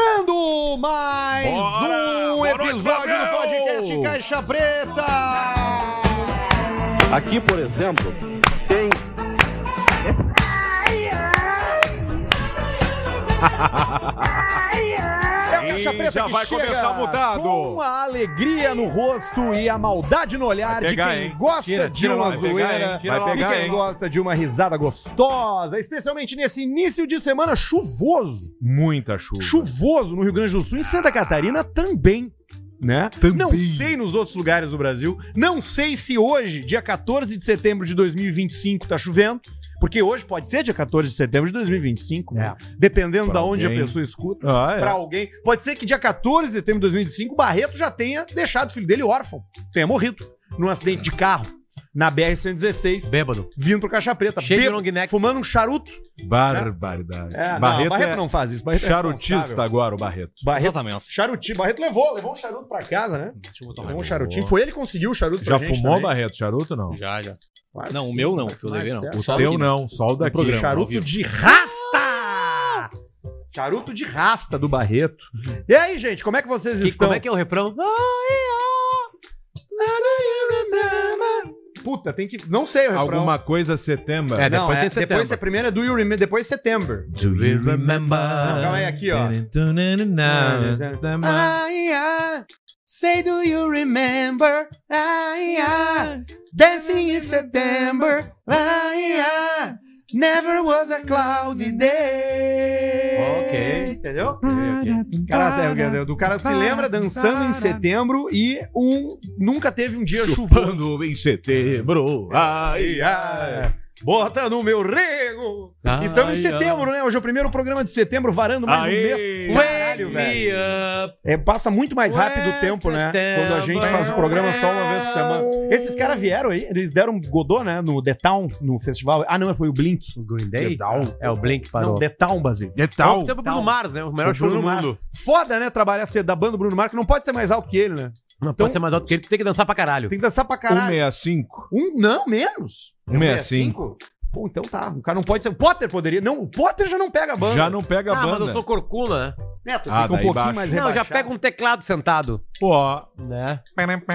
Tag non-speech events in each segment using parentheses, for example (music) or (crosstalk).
Começando mais Bora! um Boa noite, episódio do Brasil! podcast Caixa Preta. Aqui, por exemplo, tem (laughs) É o Caixa E Preta já que vai chega começar mudado. Com a alegria no rosto e a maldade no olhar Vai pegar, de quem hein? gosta Tira, de tira uma lá, vai pegar, zoeira hein? Tira e lá, vai quem pegar, hein? gosta de uma risada gostosa, especialmente nesse início de semana chuvoso. Muita chuva. Chuvoso no Rio Grande do Sul e em Santa Catarina também. Né? Não sei nos outros lugares do Brasil. Não sei se hoje, dia 14 de setembro de 2025, tá chovendo. Porque hoje pode ser dia 14 de setembro de 2025, né? Dependendo É. Pra da onde alguém. a pessoa escuta. Ah, é. Pra alguém. Pode ser que dia 14 de setembro de 2025, o Barreto já tenha deixado o filho dele órfão. Tenha morrido num acidente de carro na BR-116, Bêbado. vindo pro Caixa Preta. Cheio de bêbado, long neck. Fumando um charuto. Barbaridade. É, não, Barreto, Barreto é não faz isso. Barreto é charutista responsável. agora, o Barreto. Barreto Exatamente. Charuti, Barreto levou, levou um charuto pra casa, né? Deixa eu botar Levou mais um um. charutinho. Foi ele que conseguiu o charuto Já pra gente fumou, também. Barreto, charuto não? Já, já. Claro Não, que o sim, meu vai não, que eu fumar, levei não. certo. O Só teu aqui, né? não, só o daqui. programa. ao charuto vivo. de rasta! Charuto de rasta do Barreto. E aí, gente, como é que vocês Que- estão? Ah, como é que é o refrão? é Puta, tem que... Não sei o refrão. Alguma coisa setembro. É, Não, depois é, tem setembro. depois é primeiro é do You Remember, depois setembro. Do you remember? Não, calma aí, aqui, ó. Ah, Ai, ai, say do you remember? Ai, ai, dancing in September. Ai, ai, never was a cloudy day. Ok. Entendeu? Ok, ok. Cara, é, é, é, do cara se lembra dançando em setembro e um nunca teve um dia chuvoso. Chupando em setembro. Ai, Ai, ai. Bota no meu rego! E estamos em setembro, né? Hoje é o primeiro programa de setembro, varando mais um mês. Aê. Caralho, velho. É, passa muito mais rápido o tempo, né? Quando a gente faz o programa só uma vez por semana. Esses caras vieram aí, eles deram um godô, né? No The Town, no festival. Ah, não, foi o Blink. O Green Day? Que tal? É, o Blink Não, parou. The Town, Basílio. É Tal, tal. tempo Bruno tal. Mars, né? O melhor show do Bruno Mars. mundo. Foda, né? Trabalhar cedo da banda do Bruno Marco. Não pode ser mais alto que ele, né? Não Então- pode ser mais alto que ele, tu tem que dançar pra caralho. Tem que dançar pra caralho. 165. Um, não, menos. 1,65. Pô, então tá. O cara não pode ser. O Potter poderia. Não, o Potter já não pega a banda. Já não pega a Ah, mas eu banda. sou corcuna. Neto, Ah, fica um daí pouquinho baixa. mais Não, eu já rebaixado. pega um teclado sentado. Ó. Né?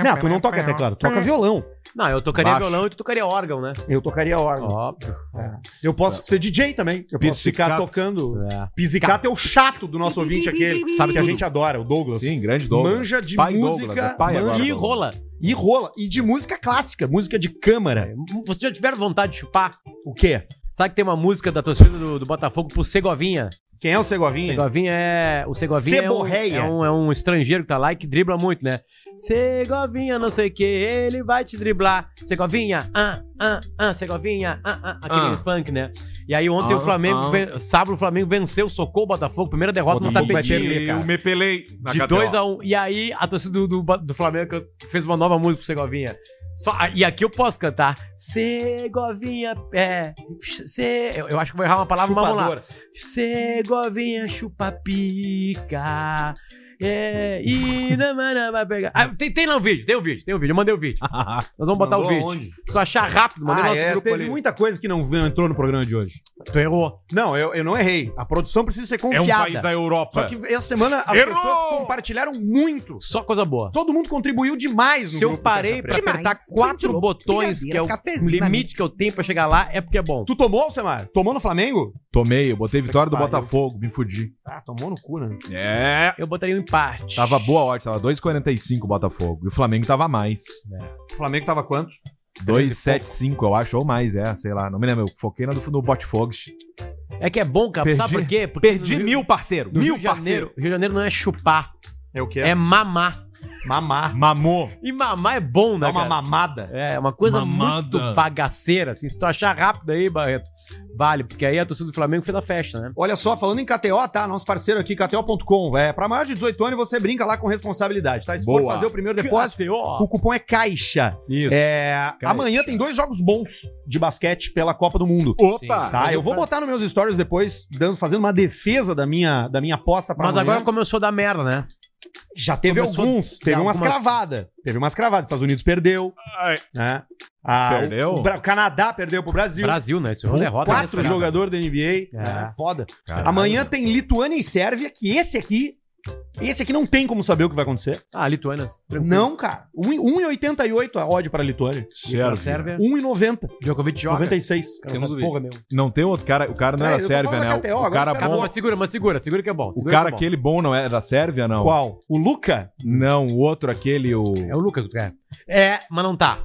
Não, tu não toca teclado, tu toca violão. Não, eu tocaria Baixo. violão e tu tocaria órgão, né? Eu tocaria órgão. Óbvio. Eu posso ser DJ também. Eu posso ficar Pizzicato. tocando. É. Pizzicato é o chato do nosso ouvinte aquele. Sabe que a gente adora, o Douglas. Sim, grande Douglas. Manja de Pai Douglas, música. é pai manja- agora. E rola. E rola. E de música clássica, música de câmara. Vocês já tiveram vontade de chupar? O quê? Sabe que tem uma música da torcida do, do Botafogo pro Segovinha? Quem é o Segovinha? Segovinha é. O Segovinha é um, Seborreia. é, um, é um estrangeiro que tá lá e que dribla muito, né? Segovinha, não sei o que, ele vai te driblar. Segovinha, ah, ah, ah, Segovinha, ah, ah, Ah. aquele funk, né? E aí ontem Ah, o Flamengo, ah. ven- sábado o Flamengo venceu, socou o Botafogo, primeira derrota no Botafogo vai tapetinho. perder, cara. Eu me pelei. na De KTO. 2 a 1 Um. E aí, a torcida do, do, Bo- do Flamengo fez uma nova música pro Segovinha. Só, ah, e aqui eu posso cantar. Segovinha, é. Se, eu, eu acho que vou errar uma palavra, mas vamos lá. Chupador. Segovinha chupa pica. É, e não, não, não, vai pegar. Ah, tem, tem lá um vídeo, tem um vídeo, tem um vídeo. Eu mandei (laughs) o vídeo. Nós vamos botar o Mandou vídeo. aonde? Se tu achar rápido, mandei Ah, nosso é, grupo teve ali. muita coisa que não não entrou no programa de hoje. Tu errou. Não, eu, eu não errei. A produção precisa ser É um confiada. país da Europa. Só que essa semana as Errou! pessoas compartilharam muito. Só coisa boa. Todo mundo contribuiu demais no Se eu grupo parei do Caixa pra Preta. apertar Demais. quatro Brindelou, botões, que é brigadeiro, o cafezinho, limite amigos. que eu tenho pra chegar lá, é porque é bom. Tu tomou, Alcemar? Tomou no Flamengo? Tomei, eu botei vitória do pariu. Botafogo, me fudi. Ah, tomou no cu, né? É. Eu botaria um empate. Tava boa a hora, tava 2,45 o Botafogo. E o Flamengo tava a mais. O Flamengo tava quanto? 2,75, eu acho, ou mais, é, sei lá. Não me lembro, eu foquei na do, no Botafogo. É que é bom, cara. Sabe Perdi- por quê? Porque Perdi no Rio- mil, parceiro. no Mil, Rio de Janeiro, parceiro. Rio de Janeiro não é chupar, É Né, o quê? é mamar. mamar. Mamou. E mamar é bom, né, Dá uma cara? mamada. É, uma coisa Mamada. muito bagaceira, assim. Se tu achar rápido aí, Barreto, vale, porque aí a torcida do Flamengo fez a festa, né? Olha só, falando em KTO, tá? Nosso parceiro aqui, KTO.com. É, pra maior de 18 anos, você brinca lá com responsabilidade, tá? Se for Boa. fazer o primeiro Ah, depósito, o KTO. cupom é caixa. Isso. É, Caixa. Amanhã tem dois jogos bons de basquete pela Copa do Mundo. Opa! Tá, Mas eu eu vou faço- botar nos meus stories depois, dando, fazendo uma defesa da minha, da minha aposta pra Mas amanhã. agora começou a dar merda, né? Já teve Começou- alguns, teve umas algumas- cravadas. Teve umas cravadas. Estados Unidos perdeu, né? Ah, o- Perdeu? O, Bra- o Canadá perdeu pro Brasil. Brasil, né? Isso é Com uma derrota. quatro inesperada. jogadores da NBA. É. Foda. Caralho. Amanhã tem Lituânia e Sérvia, que esse aqui. Esse aqui não tem como saber o que vai acontecer. Ah, Lituânia. Não, cara. 1,88 a odd para a é Lituânia. Sérvia. Sérvia. Sérvia. 1,90. Djokovic joga. 96. Cara, Temos essa o porra, meu. Não tem outro cara. O cara não É, é, eu da tô Sérvia, falando né? da KTO, o agora cara os caras bom. Não, mas segura, mas segura, segura que é bom. O segura cara que é bom. aquele bom não é da Sérvia, não? Qual? O Luca? Não, o outro aquele, o. É o Lucas que tu quer. É, mas não tá.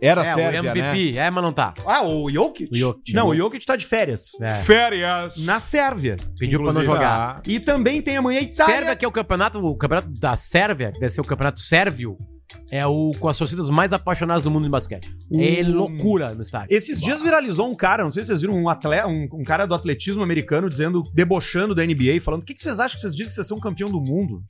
Era é, Sérvia, o né? MVP. É, mas não tá. Ah, o Jokic? O Jokic. Não, o Jokic tá de férias. É. Férias. Na Sérvia. Pediu pra não Inclusive, jogar. ah, E também tem amanhã Itália. Sérvia, que é o campeonato, o campeonato da Sérvia, que deve ser o campeonato sérvio, é o com as torcidas mais apaixonadas do mundo de basquete. É Hum. loucura no estádio. Esses dias viralizou um cara, não sei se vocês viram, um, atleta, um, um cara do atletismo americano dizendo, debochando da NBA, falando: o que, que vocês acham que vocês dizem que vocês são campeão do mundo?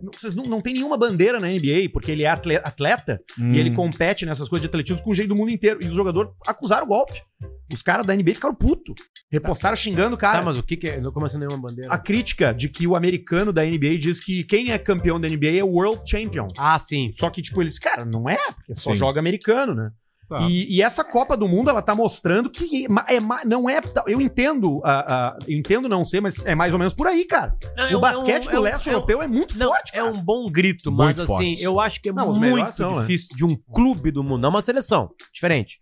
Não- Vocês não, não tem nenhuma bandeira na NBA, porque ele é atle- atleta hum. e ele compete nessas coisas de atletismo com gente do mundo inteiro. E os jogadores acusaram o golpe. Os caras da NBA ficaram puto. Repostaram xingando o cara. tá, mas o que que é? Não assim começa nenhuma bandeira. A crítica de que o americano da NBA diz que quem é campeão da NBA é o World Champion. Ah, sim. Só que, tipo, eles, cara, não é, porque só Sim. joga americano, né? Tá. E, e essa Copa do Mundo, ela tá mostrando que é ma- é, ma- não é. Eu entendo, ah, ah, eu entendo não ser, mas é mais ou menos por aí, cara. é um, o basquete do leste europeu é muito Não, forte, é cara. um bom grito, Muito mas assim, forte. eu acho que é Não, os muito melhores são, né? difícil de um clube do mundo, não uma seleção, diferente.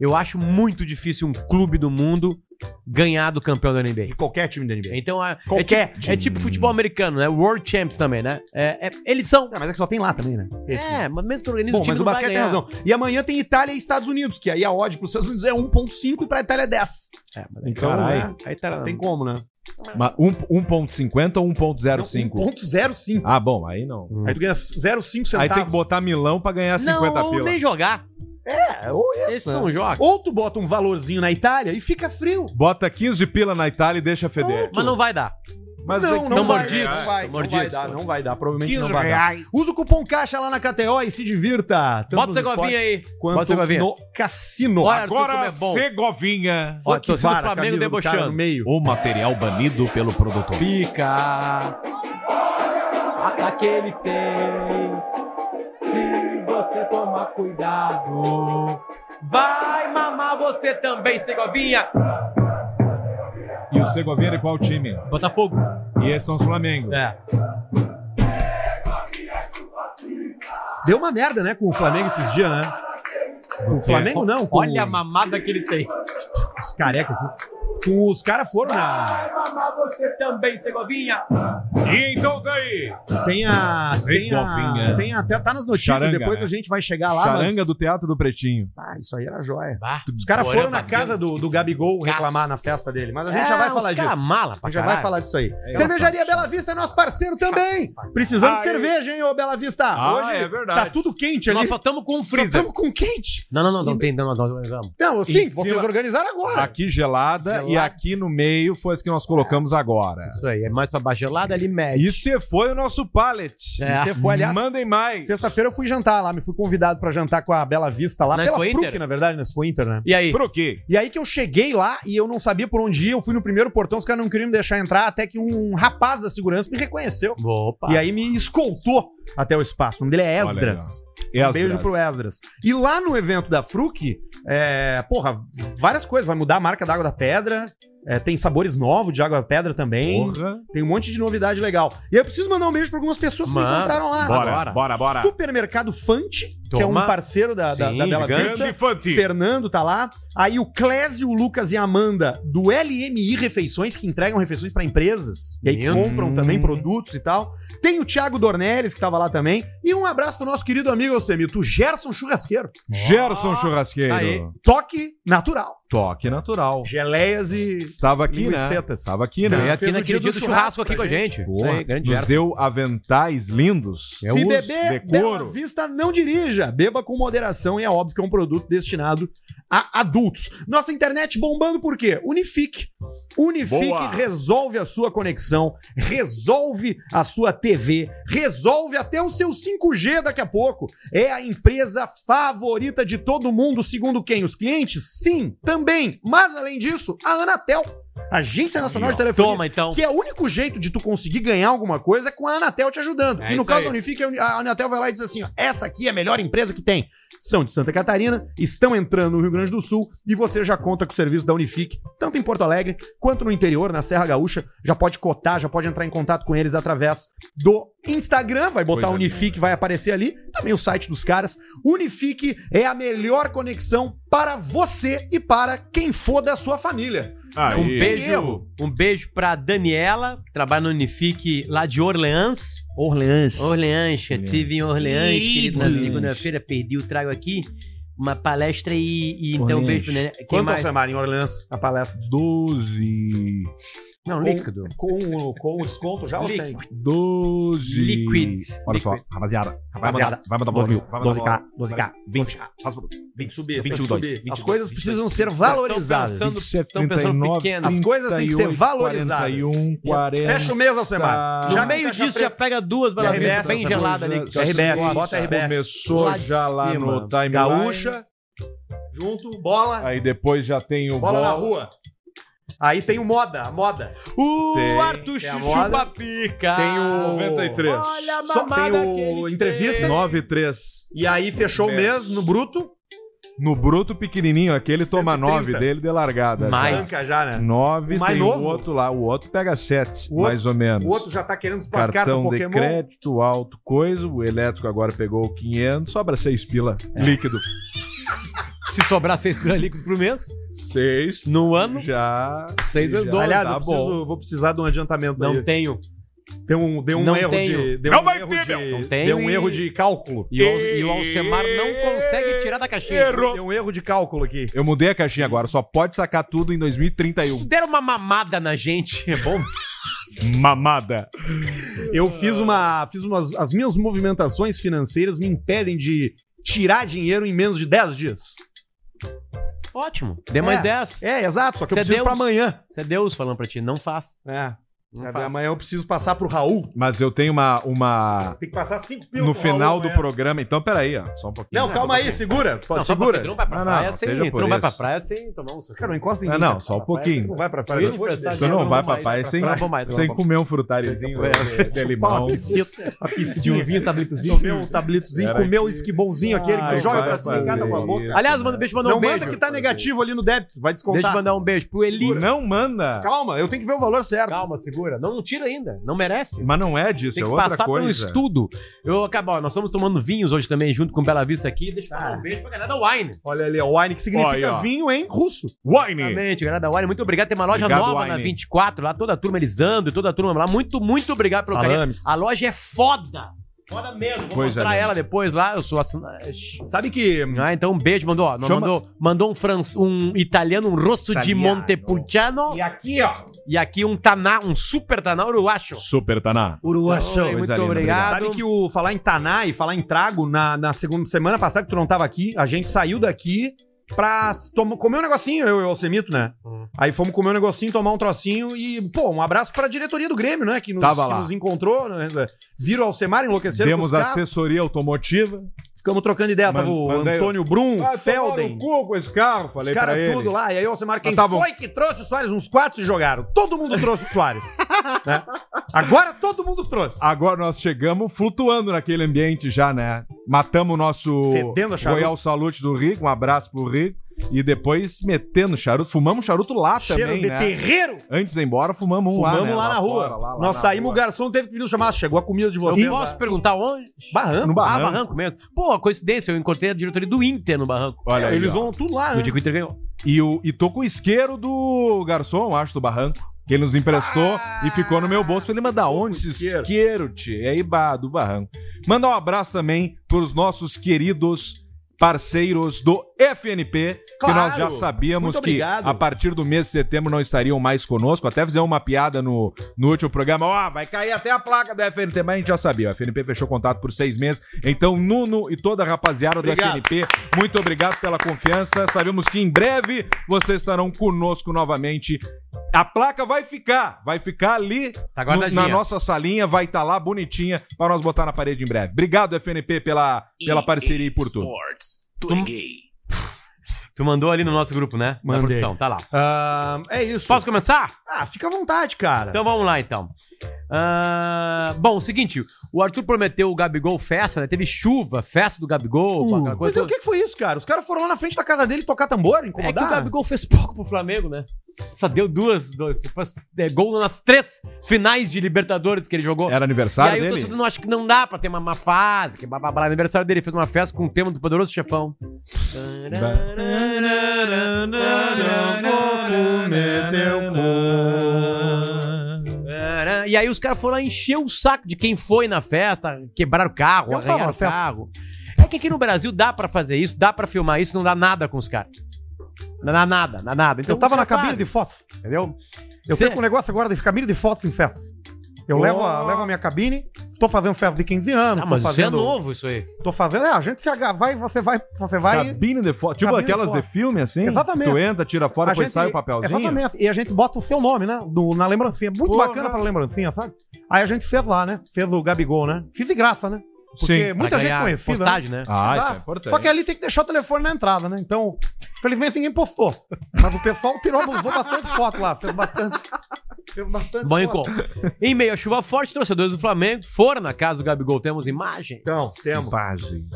Eu acho muito difícil um clube do mundo ganhar do campeão da NBA. De qualquer time da NBA. Então, é, é, Qualquer tipo, é tipo futebol americano, né? World Champs também, né? É, é- eles são. Ah, mas é que só tem lá também, né? Esse, né? É, mas mesmo que organiza Bom, mas o não vai basquete tem ganhar. razão. E amanhã tem Itália e Estados Unidos, que aí a odd pros Estados Unidos é 1,5 e pra Itália é 10. É, mas Então, Caralho. né, aí tá. não tem como, né? Mas um- 1.50 ou 1.05? 1,05. Ah, bom, aí não. Aí tu ganha 0,5 centavos. Aí tem que botar milão pra ganhar 50 não, ou pila. nem jogar. É, ou Esse isso, né? não joga. Ou tu bota um valorzinho na Itália e fica frio. Bota 15 pila na Itália e deixa feder. Mas não vai dar. Mas é que vai- não mordidos, Não vai, não vai mordidos, dar, tá. não vai dar. Provavelmente não 15 vai dar. Usa o cupom caixa lá na KTO e se divirta. Tanto Bota o nos Segovinha aí. esportes quanto Bota o Segovinha. no cassino. Olha, Agora, Arthur, como é bom. Segovinha. Ó, que torcida do vara, a Flamengo camisa do cara debochando. no meio. O material banido pelo produtor. Pica. Ataque ele tem. Se você tomar cuidado, vai mamar você também, Segovinha. E o Segovinha é qual time? Botafogo. E esses são os Flamengo. É. Deu uma merda, né, com o Flamengo esses dias, né? Com o Flamengo não, com Olha a mamada que ele tem. os careca aqui. Com os caras foram na... Vai mamar você também, Segovinha. E então daí? Tem a... Tem a... Segovinha. Tem até... Tá nas notícias, é. Charanga, depois né? a gente vai chegar lá, Charanga mas... do Teatro do Pretinho. Ah, isso aí era joia. Bah, Os caras foram Porra, na casa do, do Gabigol reclamar na festa dele, mas a É, gente É, já vai falar disso. mala A pra gente já caralho. vai falar disso aí. Cervejaria Bela Vista é nosso parceiro também. Precisamos de Ai. cerveja, hein, ô Bela Vista? Ah, Hoje é verdade. tá tudo quente ali. Nós Nós só estamos com um freezer. estamos com um quente. Não, não, não, não tem, não, não, não, não. Não, sim, Em vocês cima- organizaram agora. Aqui gelada, Gelada. e aqui no meio foi as que nós colocamos agora. Isso aí, é mais pra baixo gelada, ali médio. Isso foi o nosso pallet. É. Você É foi, aliás, Mandem mais. sexta-feira eu fui jantar lá, me fui convidado pra jantar com a Bela Vista lá, Na pela Expo Fruc, Inter? na verdade, na Expo Inter, né? E aí? Fruque. E aí que eu cheguei lá e eu não sabia por onde ir, eu fui no primeiro portão, os caras não queriam me deixar entrar, até que um rapaz da segurança me reconheceu. Opa. E aí me escoltou até o espaço. O nome dele é Olha Esdras. Esdras. Um beijo pro Esdras. E lá no evento da Fruc, é, porra, várias coisas. Vai mudar a marca da água da pedra. é, tem sabores novos de água da pedra também. Porra. Tem um monte de novidade legal. E eu preciso mandar um beijo pra algumas pessoas que me Manda. encontraram lá. Bora, Agora. bora, bora. Supermercado Fante, que é um Toma. parceiro da, da, Sim, da Bela gigante. Vista. Fanti. Fernando tá lá. Aí o Clésio, o Lucas e a Amanda do LMI Refeições, que entregam refeições pra empresas. E aí que Meu compram Deus. também produtos e tal. Tem o Thiago Dornelles, que tava lá também. E um abraço pro nosso querido amigo Alcemito, Gerson Churrasqueiro. Gerson Ó, Churrasqueiro. aí. Toque natural. Toque natural. Geleias e. Estava aqui, né? Linguicetas. Estava aqui, Não, Veio né? aqui fez o naquele dia dia do do churrasco churrasco pra aqui com a gente. Isso Boa. aí, grande Nos Gerson. deu aventais lindos. É Se Beus beber, de Bela É couro. Vista não dirija. Beba com moderação e é óbvio que é um produto destinado a adultos. Nossa internet bombando por quê? Unifique. Unifique Boa. resolve a sua conexão, resolve a sua TV, resolve até o seu 5G daqui a pouco. É a empresa favorita de todo mundo, segundo quem? Os clientes? Sim, também. Mas além disso, a Anatel. Agência Nacional de Aí, ó. Telefonia. Toma, então. Que é o único jeito de tu conseguir ganhar alguma coisa é com a Anatel te ajudando. É e no isso caso aí. da Unifique, a Uni- a Anatel vai lá e diz assim: ó, essa aqui é a melhor empresa que tem. São de Santa Catarina, estão entrando no Rio Grande do Sul e você já conta com o serviço da Unifique, tanto em Porto Alegre quanto no interior, na Serra Gaúcha. Já pode cotar, já pode entrar em contato com eles através do Instagram. Vai botar Coisa Unifique, vai aparecer ali. Também o site dos caras. Unifique é a melhor conexão para você e para quem for da sua família. Aí. Um beijo, erro. um beijo pra Daniela, que trabalha no Unifique lá de Orleans. Orleans. Orleans, eu tive em Orleans, querido, na Orleans. segunda-feira, perdi o trago aqui. Uma palestra e, e então um Orleans. beijo pra Daniela. Quem Quanto ao mais? Samara em Orleans, a palestra? 12. Não, líquido. Com o, com o desconto já ou Líquido. sem? 12. Liquid. Olha só, Liquid. rapaziada. Rapaziada, Rapaziada, vai mandar 12 mil. Vai mandar 12K, 12K, 20. Tem que subir, tem que 22, subir. 22, As coisas 22, precisam ser Vocês estão valorizadas. pensando- Estão pensando pequeno. As coisas têm que ser valorizadas. 41, 40. Fecha o mês, Alcemar. No No Já meio fecha disso, já preto. pega duas RBS, balavetas bem né? essa geladas ali. coisa, RBS, Nossa, bota RBS. Começou Lá de já lá cima. no timeline. Gaúcha, junto, bola, Aí depois já tem o bola na Bo- rua. Aí tem o moda, a moda. O Tem- Arthur tem a Chuchu moda. Papica. Tem o- 93. Olha a Só tem mamada o que ele entrevistas. fez. 9 e 3. E aí fechou o mês no bruto. No bruto pequenininho, aquele toma 130. 9 dele de largada. Mais. Branca já, né? 9 O mais tem novo? o outro lá. O outro pega 7, O outro- mais ou menos. O outro já tá querendo pascar do Cartão de Pokémon. crédito, alto coisa. O elétrico agora pegou o 500. Sobra 6 pila. É. Líquido. Se sobrar seis pila líquido pro mês, 6. no ano, Já. Seis já vezes doze. Aliás, tá eu preciso- bom. vou precisar de um adiantamento não aí. tenho. Deu um, deu um Não erro tenho. de. Deu Não um vai erro ter, de, meu. Não tenho Deu um e- erro de cálculo. E, o- e o Alcemar não consegue tirar da caixinha. Errou. Deu um erro de cálculo aqui. Eu mudei a caixinha agora. Só pode sacar tudo em 2031. Se deram uma mamada na gente, é bom? (laughs) Mamada. Eu fiz uma. Fiz umas. As minhas movimentações financeiras me impedem de tirar dinheiro em menos de 10 dias. Ótimo. Dê mais É. dez. É, exato. Só que Cê eu preciso deu- pra amanhã. Isso é Deus falando pra ti. Não faz. É. Não faz. Amanhã eu preciso passar pro Raul. Mas eu tenho uma. uma... Tem que passar 5 No final do programa. Então, peraí, ó. Só um pouquinho. Não, calma aí, segura. Pô, Não, só segura. porque Tu não vai pra um Não, não, praia não sem. seja Tu por não vai isso. pra praia sem tomar um suco. Cara, não encosta em Ah, mim. não, cara. só um Pra praia, pouquinho. você Não vai pra Eu praia. ia Eu não vou te te prestar deixar. Tu Eu não não vai vou pra mais, praia pra sem, praia eu vou mais, eu sem vou. comer um frutarizinho É. de limão. (laughs) A Se piscina. o vinho tá blitozinho. Tomei um tablitozinho, Era comeu o que- esquibonzinho aquele que Ai, tu joga vai pra cima e cata com a fazer boca. isso. Aliás, manda, deixa eu mandar Não um beijo. manda que tá negativo ali no débito, vai descontar. Deixa eu mandar um beijo pro Eli. Não manda. Calma, eu tenho que ver o valor certo. Calma, segura. Não, não tira ainda. Não merece. Mas não é disso, Tem é que outra passar por um coisa. estudo. Eu acabo, ó, nós estamos tomando vinhos hoje também, junto com Bela Vista aqui. Deixa eu Tá. mandar um beijo pra galera da Wine. Olha ali, ó, wine que significa Olha, ó. vinho em russo. Wine! Exatamente, galera da Wine. Muito obrigado. Tem uma loja Obrigado, nova na Wine. 24, lá toda a turma Elisandro, toda a turma lá. Muito, muito obrigado pelo carinho. Salames. A loja é foda. Foda mesmo. Vou Coisa mostrar linda. ela depois lá. Eu sou assinante. Sabe que Ah, então um beijo, mandou, ó, Chama- mandou, mandou um, franz, um italiano, um rosso de Italiano. Montepulciano E aqui, ó. e aqui um taná, um super taná uruacho. Super Taná. Uruacho. Coisa Muito linda, obrigado. Sabe que o falar em Taná e falar em trago, na, na segunda semana passada que tu não tava aqui, a gente saiu daqui pra tom- comer um negocinho, eu e o Alcemito, né? Hum. Uhum. Aí fomos comer um negocinho, tomar um trocinho e, pô, um abraço pra diretoria do Grêmio, né? Que nos, Tava que lá. nos encontrou, né? viram o Alcemar, enlouqueceram Temos com os carros, assessoria automotiva. ficamos trocando ideia. Tava Man- o mandei- Ah, tá Antônio Brum, Vai tomar Felden, no cu com esse é carro, falei os caras pra ele. tudo lá. E aí, Alcemar, quem Ah, tá bom. foi que trouxe o Soares? Uns quatro se jogaram. Todo mundo trouxe o Soares. né? Agora todo mundo trouxe. Agora nós chegamos flutuando naquele ambiente já, né? Matamos o nosso Fedendo a charuto. Royal Salute do Rico, um abraço pro Rico. E depois metendo charuto, fumamos charuto lá Cheiro também, de né? terreiro. Antes de ir embora, fumamos um lá, Fumamos né? lá, na rua. fora, lá- lá Nós na saímos, rua. o garçom teve que vir nos chamar. Chegou a comida de Eu vocês. posso perguntar onde? Barranco. No Ah, barranco. barranco mesmo. Pô, coincidência, eu encontrei a diretoria do Inter no barranco. Olha aí, Eles ó. vão tudo lá, No né? dia que o Inter ganhou. E, o, e tô com o isqueiro do garçom, acho, do barranco. Que ele nos emprestou e ficou no meu bolso. Ele manda onde esse isqueiro." isqueiro, tio? E aí, bah, do barranco. Mandar um abraço também pros nossos queridos parceiros do FNP, Claro! que nós já sabíamos Muito que obrigado. a partir do mês de setembro não estariam mais conosco. Até fizemos uma piada no, no último programa. Ó, vai cair até a placa do FNP, mas a gente já sabia. O FNP fechou contato por seis meses. Então, Nuno e toda a rapaziada Obrigado. do FNP, muito obrigado pela confiança. Sabemos que em breve vocês estarão conosco novamente. A placa vai ficar, vai ficar ali no- Tá guardadinha. na nossa salinha, vai estar lá bonitinha para nós botar na parede em breve. Obrigado, FNP, pela, pela parceria e por tudo. Sports, tu é gay. Tu mandou ali no nosso grupo, né? Na Mandei. produção, tá lá. Ah, é isso. Posso começar? Ah, fica à vontade, cara. Então vamos lá, então. Ah, bom, seguinte, o Arthur prometeu o Gabigol festa, né? Teve chuva, festa do Gabigol, aquela Uh, mas coisa. o que que foi isso, cara? Os caras foram lá na frente da casa dele tocar tambor, É que incomodar? o Gabigol fez pouco pro Flamengo, né? Só deu duas, dois, é, gol nas três finais de Libertadores que ele É, jogou. Era e aniversário aí o dele? torcedor não acha que não dá pra ter uma má fase, que blá blá blá. Aniversário dele fez uma festa com o tema do Poderoso Chefão. E aí os caras foram lá encher o saco de quem foi na festa, quebraram o carro, Eu tava arranharam na o festa. carro. É que aqui no Brasil dá pra fazer isso, dá pra filmar isso, não dá nada com os caras. Não dá nada, não dá nada. Então Eu tava os na caras cabine de fazem, fotos. Entendeu? Eu Cê- sei com um negócio agora de cabine de fotos em festa. Eu Oh. levo, a, levo a minha cabine, tô fazendo festa de 15 anos, Ah, tô mas isso é fazendo. novo isso aí. Tô fazendo, é, a gente se aga- vai, você vai, você vai. Cabine de foto. Tipo Cabine de aquelas de, foto. filme, assim? Exatamente. Tu entra, tira fora, a depois gente- sai o papelzinho. Exatamente. E a gente bota o seu nome, né? do- na lembrancinha. Muito Porra. bacana pra lembrancinha, sabe? Aí a gente fez lá, né? Fez o Gabigol, né? Fiz de graça, né? Porque Sim. Pra muita gente ganhar conhecida. né? Postagem, né? Ah, isso Exato. é importante. Só que ali tem que deixar o telefone na entrada, né? Então, felizmente ninguém postou. Mas o pessoal tirou, usou bastante foto lá. Fez bastante. Fez bastante Banho foto. com. Tá então. Em meio à chuva forte, torcedores do Flamengo foram na casa do Gabigol. Temos imagem? Então, temos. Imagens.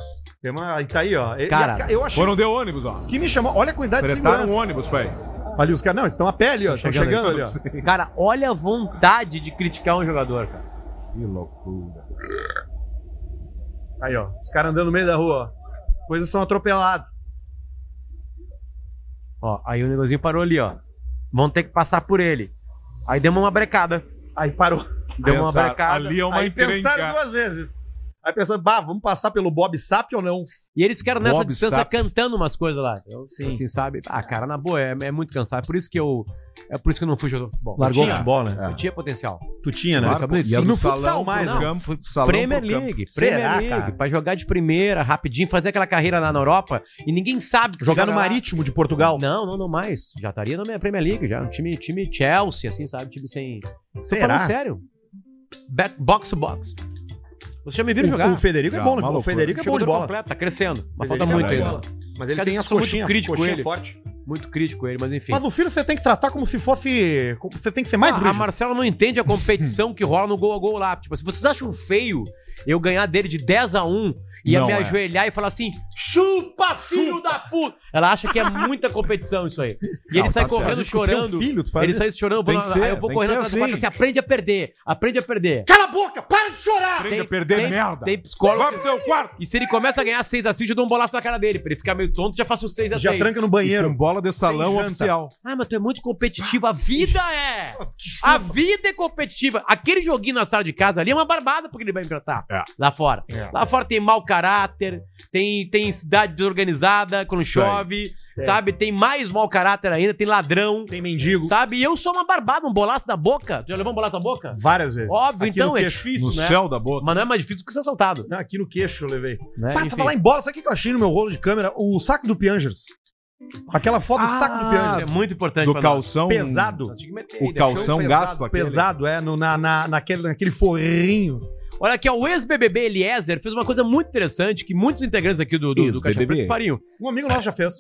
temos aí tá aí, ó. E- Cara, e a- eu achei Foram de ônibus, ó. que me chamou. Olha a quantidade de Fretaram É segurança. um ônibus, pai. Ali os caras, não, eles estão a pele, ó. Estão chegando, ali, ó. Cara, olha a vontade de criticar um jogador, cara. Que loucura. Aí, ó. Os caras andando no meio da rua, ó. Coisas são atropeladas. Ó, aí o negocinho parou ali, ó. Vão ter que passar por ele. Aí deu uma brecada. Aí parou. Deu uma Pensaram, brecada. Ali é uma Aí pensaram encrenca. duas vezes. Aí pensaram, bah, vamos passar pelo Bob Sap ou não? E eles ficaram nessa Bob distância Sapp. cantando umas coisas lá. Então, Sim. Assim, sabe? Ah, cara, na boa, é, é muito cansado. É por isso que eu. É por isso que eu não fui jogar futebol. eu tinha, futebol, né? Eu tinha potencial. Tu tinha, né? Claro, pô. E é do No salão futsal pro mais, campo, né? do salão pro Premier Tá campo. League, Será, Premier League, cara? pra jogar de primeira, rapidinho, fazer aquela carreira lá na Europa e ninguém sabe que Jogar joga no lá. Marítimo de Portugal. Não, não, não mais. Já estaria na minha Premier League, já. Um time, time Chelsea, assim, sabe? Time sem. Tô Será? falando sério. Back, box to box. Você já me viram jogar? O, o Federico é Já, bom, uma né? o loucura. Federico é bom de Jogador bola. completo, tá crescendo. Federico Mas falta é muito bom de ainda. bola. Mas ele Cara, tem eu as sou muito coxinhas, crítico coxinha ele. forte. Muito crítico ele, mas enfim. Mas o filho você tem que tratar como se fosse. como- Você tem que ser mais Ah, a, a rígido. Marcela não entende a competição que rola no gol a gol lá. Tipo, se vocês acham feio eu ganhar dele de 10 a 1 e Não me é. ajoelhar e falar assim: chupa, filho da puta! Ela acha que é muita competição isso aí. E ele Não, sai tá certo. correndo, Acho que um o teu chorando. filho, tu faz ele isso. sai chorando, eu vou, Tem lá, que ser, aí eu tem vou que correndo ser atrás do quarto assim. assim: aprende a perder, aprende a perder. Cala a boca! Para de chorar! Aprende a Ah, perder merda. Tem psicólogo. Vai pro teu quarto. E se ele começa a ganhar 6x6, eu dou um bolaço na cara dele. Pra ele ficar meio tonto, já faço um 6x6. Já tranca no E com um banheiro. bola de salão Sem janta. oficial. Ah, mas tu é muito competitivo. A vida é! A vida é competitiva. Aquele joguinho na sala de casa ali é uma barbada porque ele vai enfrentar É. lá fora. É. Lá fora tem mau caráter, tem, tem cidade desorganizada quando chove, É. Tem. sabe? Tem mais mau caráter ainda, tem ladrão, Tem mendigo. sabe? E eu sou uma barbada, um bolaço na boca. Tu já levou um bolaço na boca? Várias vezes. Óbvio, Aqui então no é queixo. difícil, No né? céu da boca. Mas não é mais difícil do que ser assaltado. Não, aqui no queixo eu levei. Né? Passa, Enfim. falar em bola. Sabe o que eu achei no meu rolo de câmera? O saco do Piangers. Aquela foto do saco do Isso é Piangers. muito importante Do pra nós. calção. Pesado. Nós tinha que meter O aí, calção deixa eu- São gasto aquele. pesado, é, no, na, na, naquele, naquele forrinho. Olha aqui, ó, o ex-BBB Eliezer fez uma coisa muito interessante que muitos integrantes aqui do, do, do Caixa Ex-BBB. Preto fariam. Um amigo nosso já fez.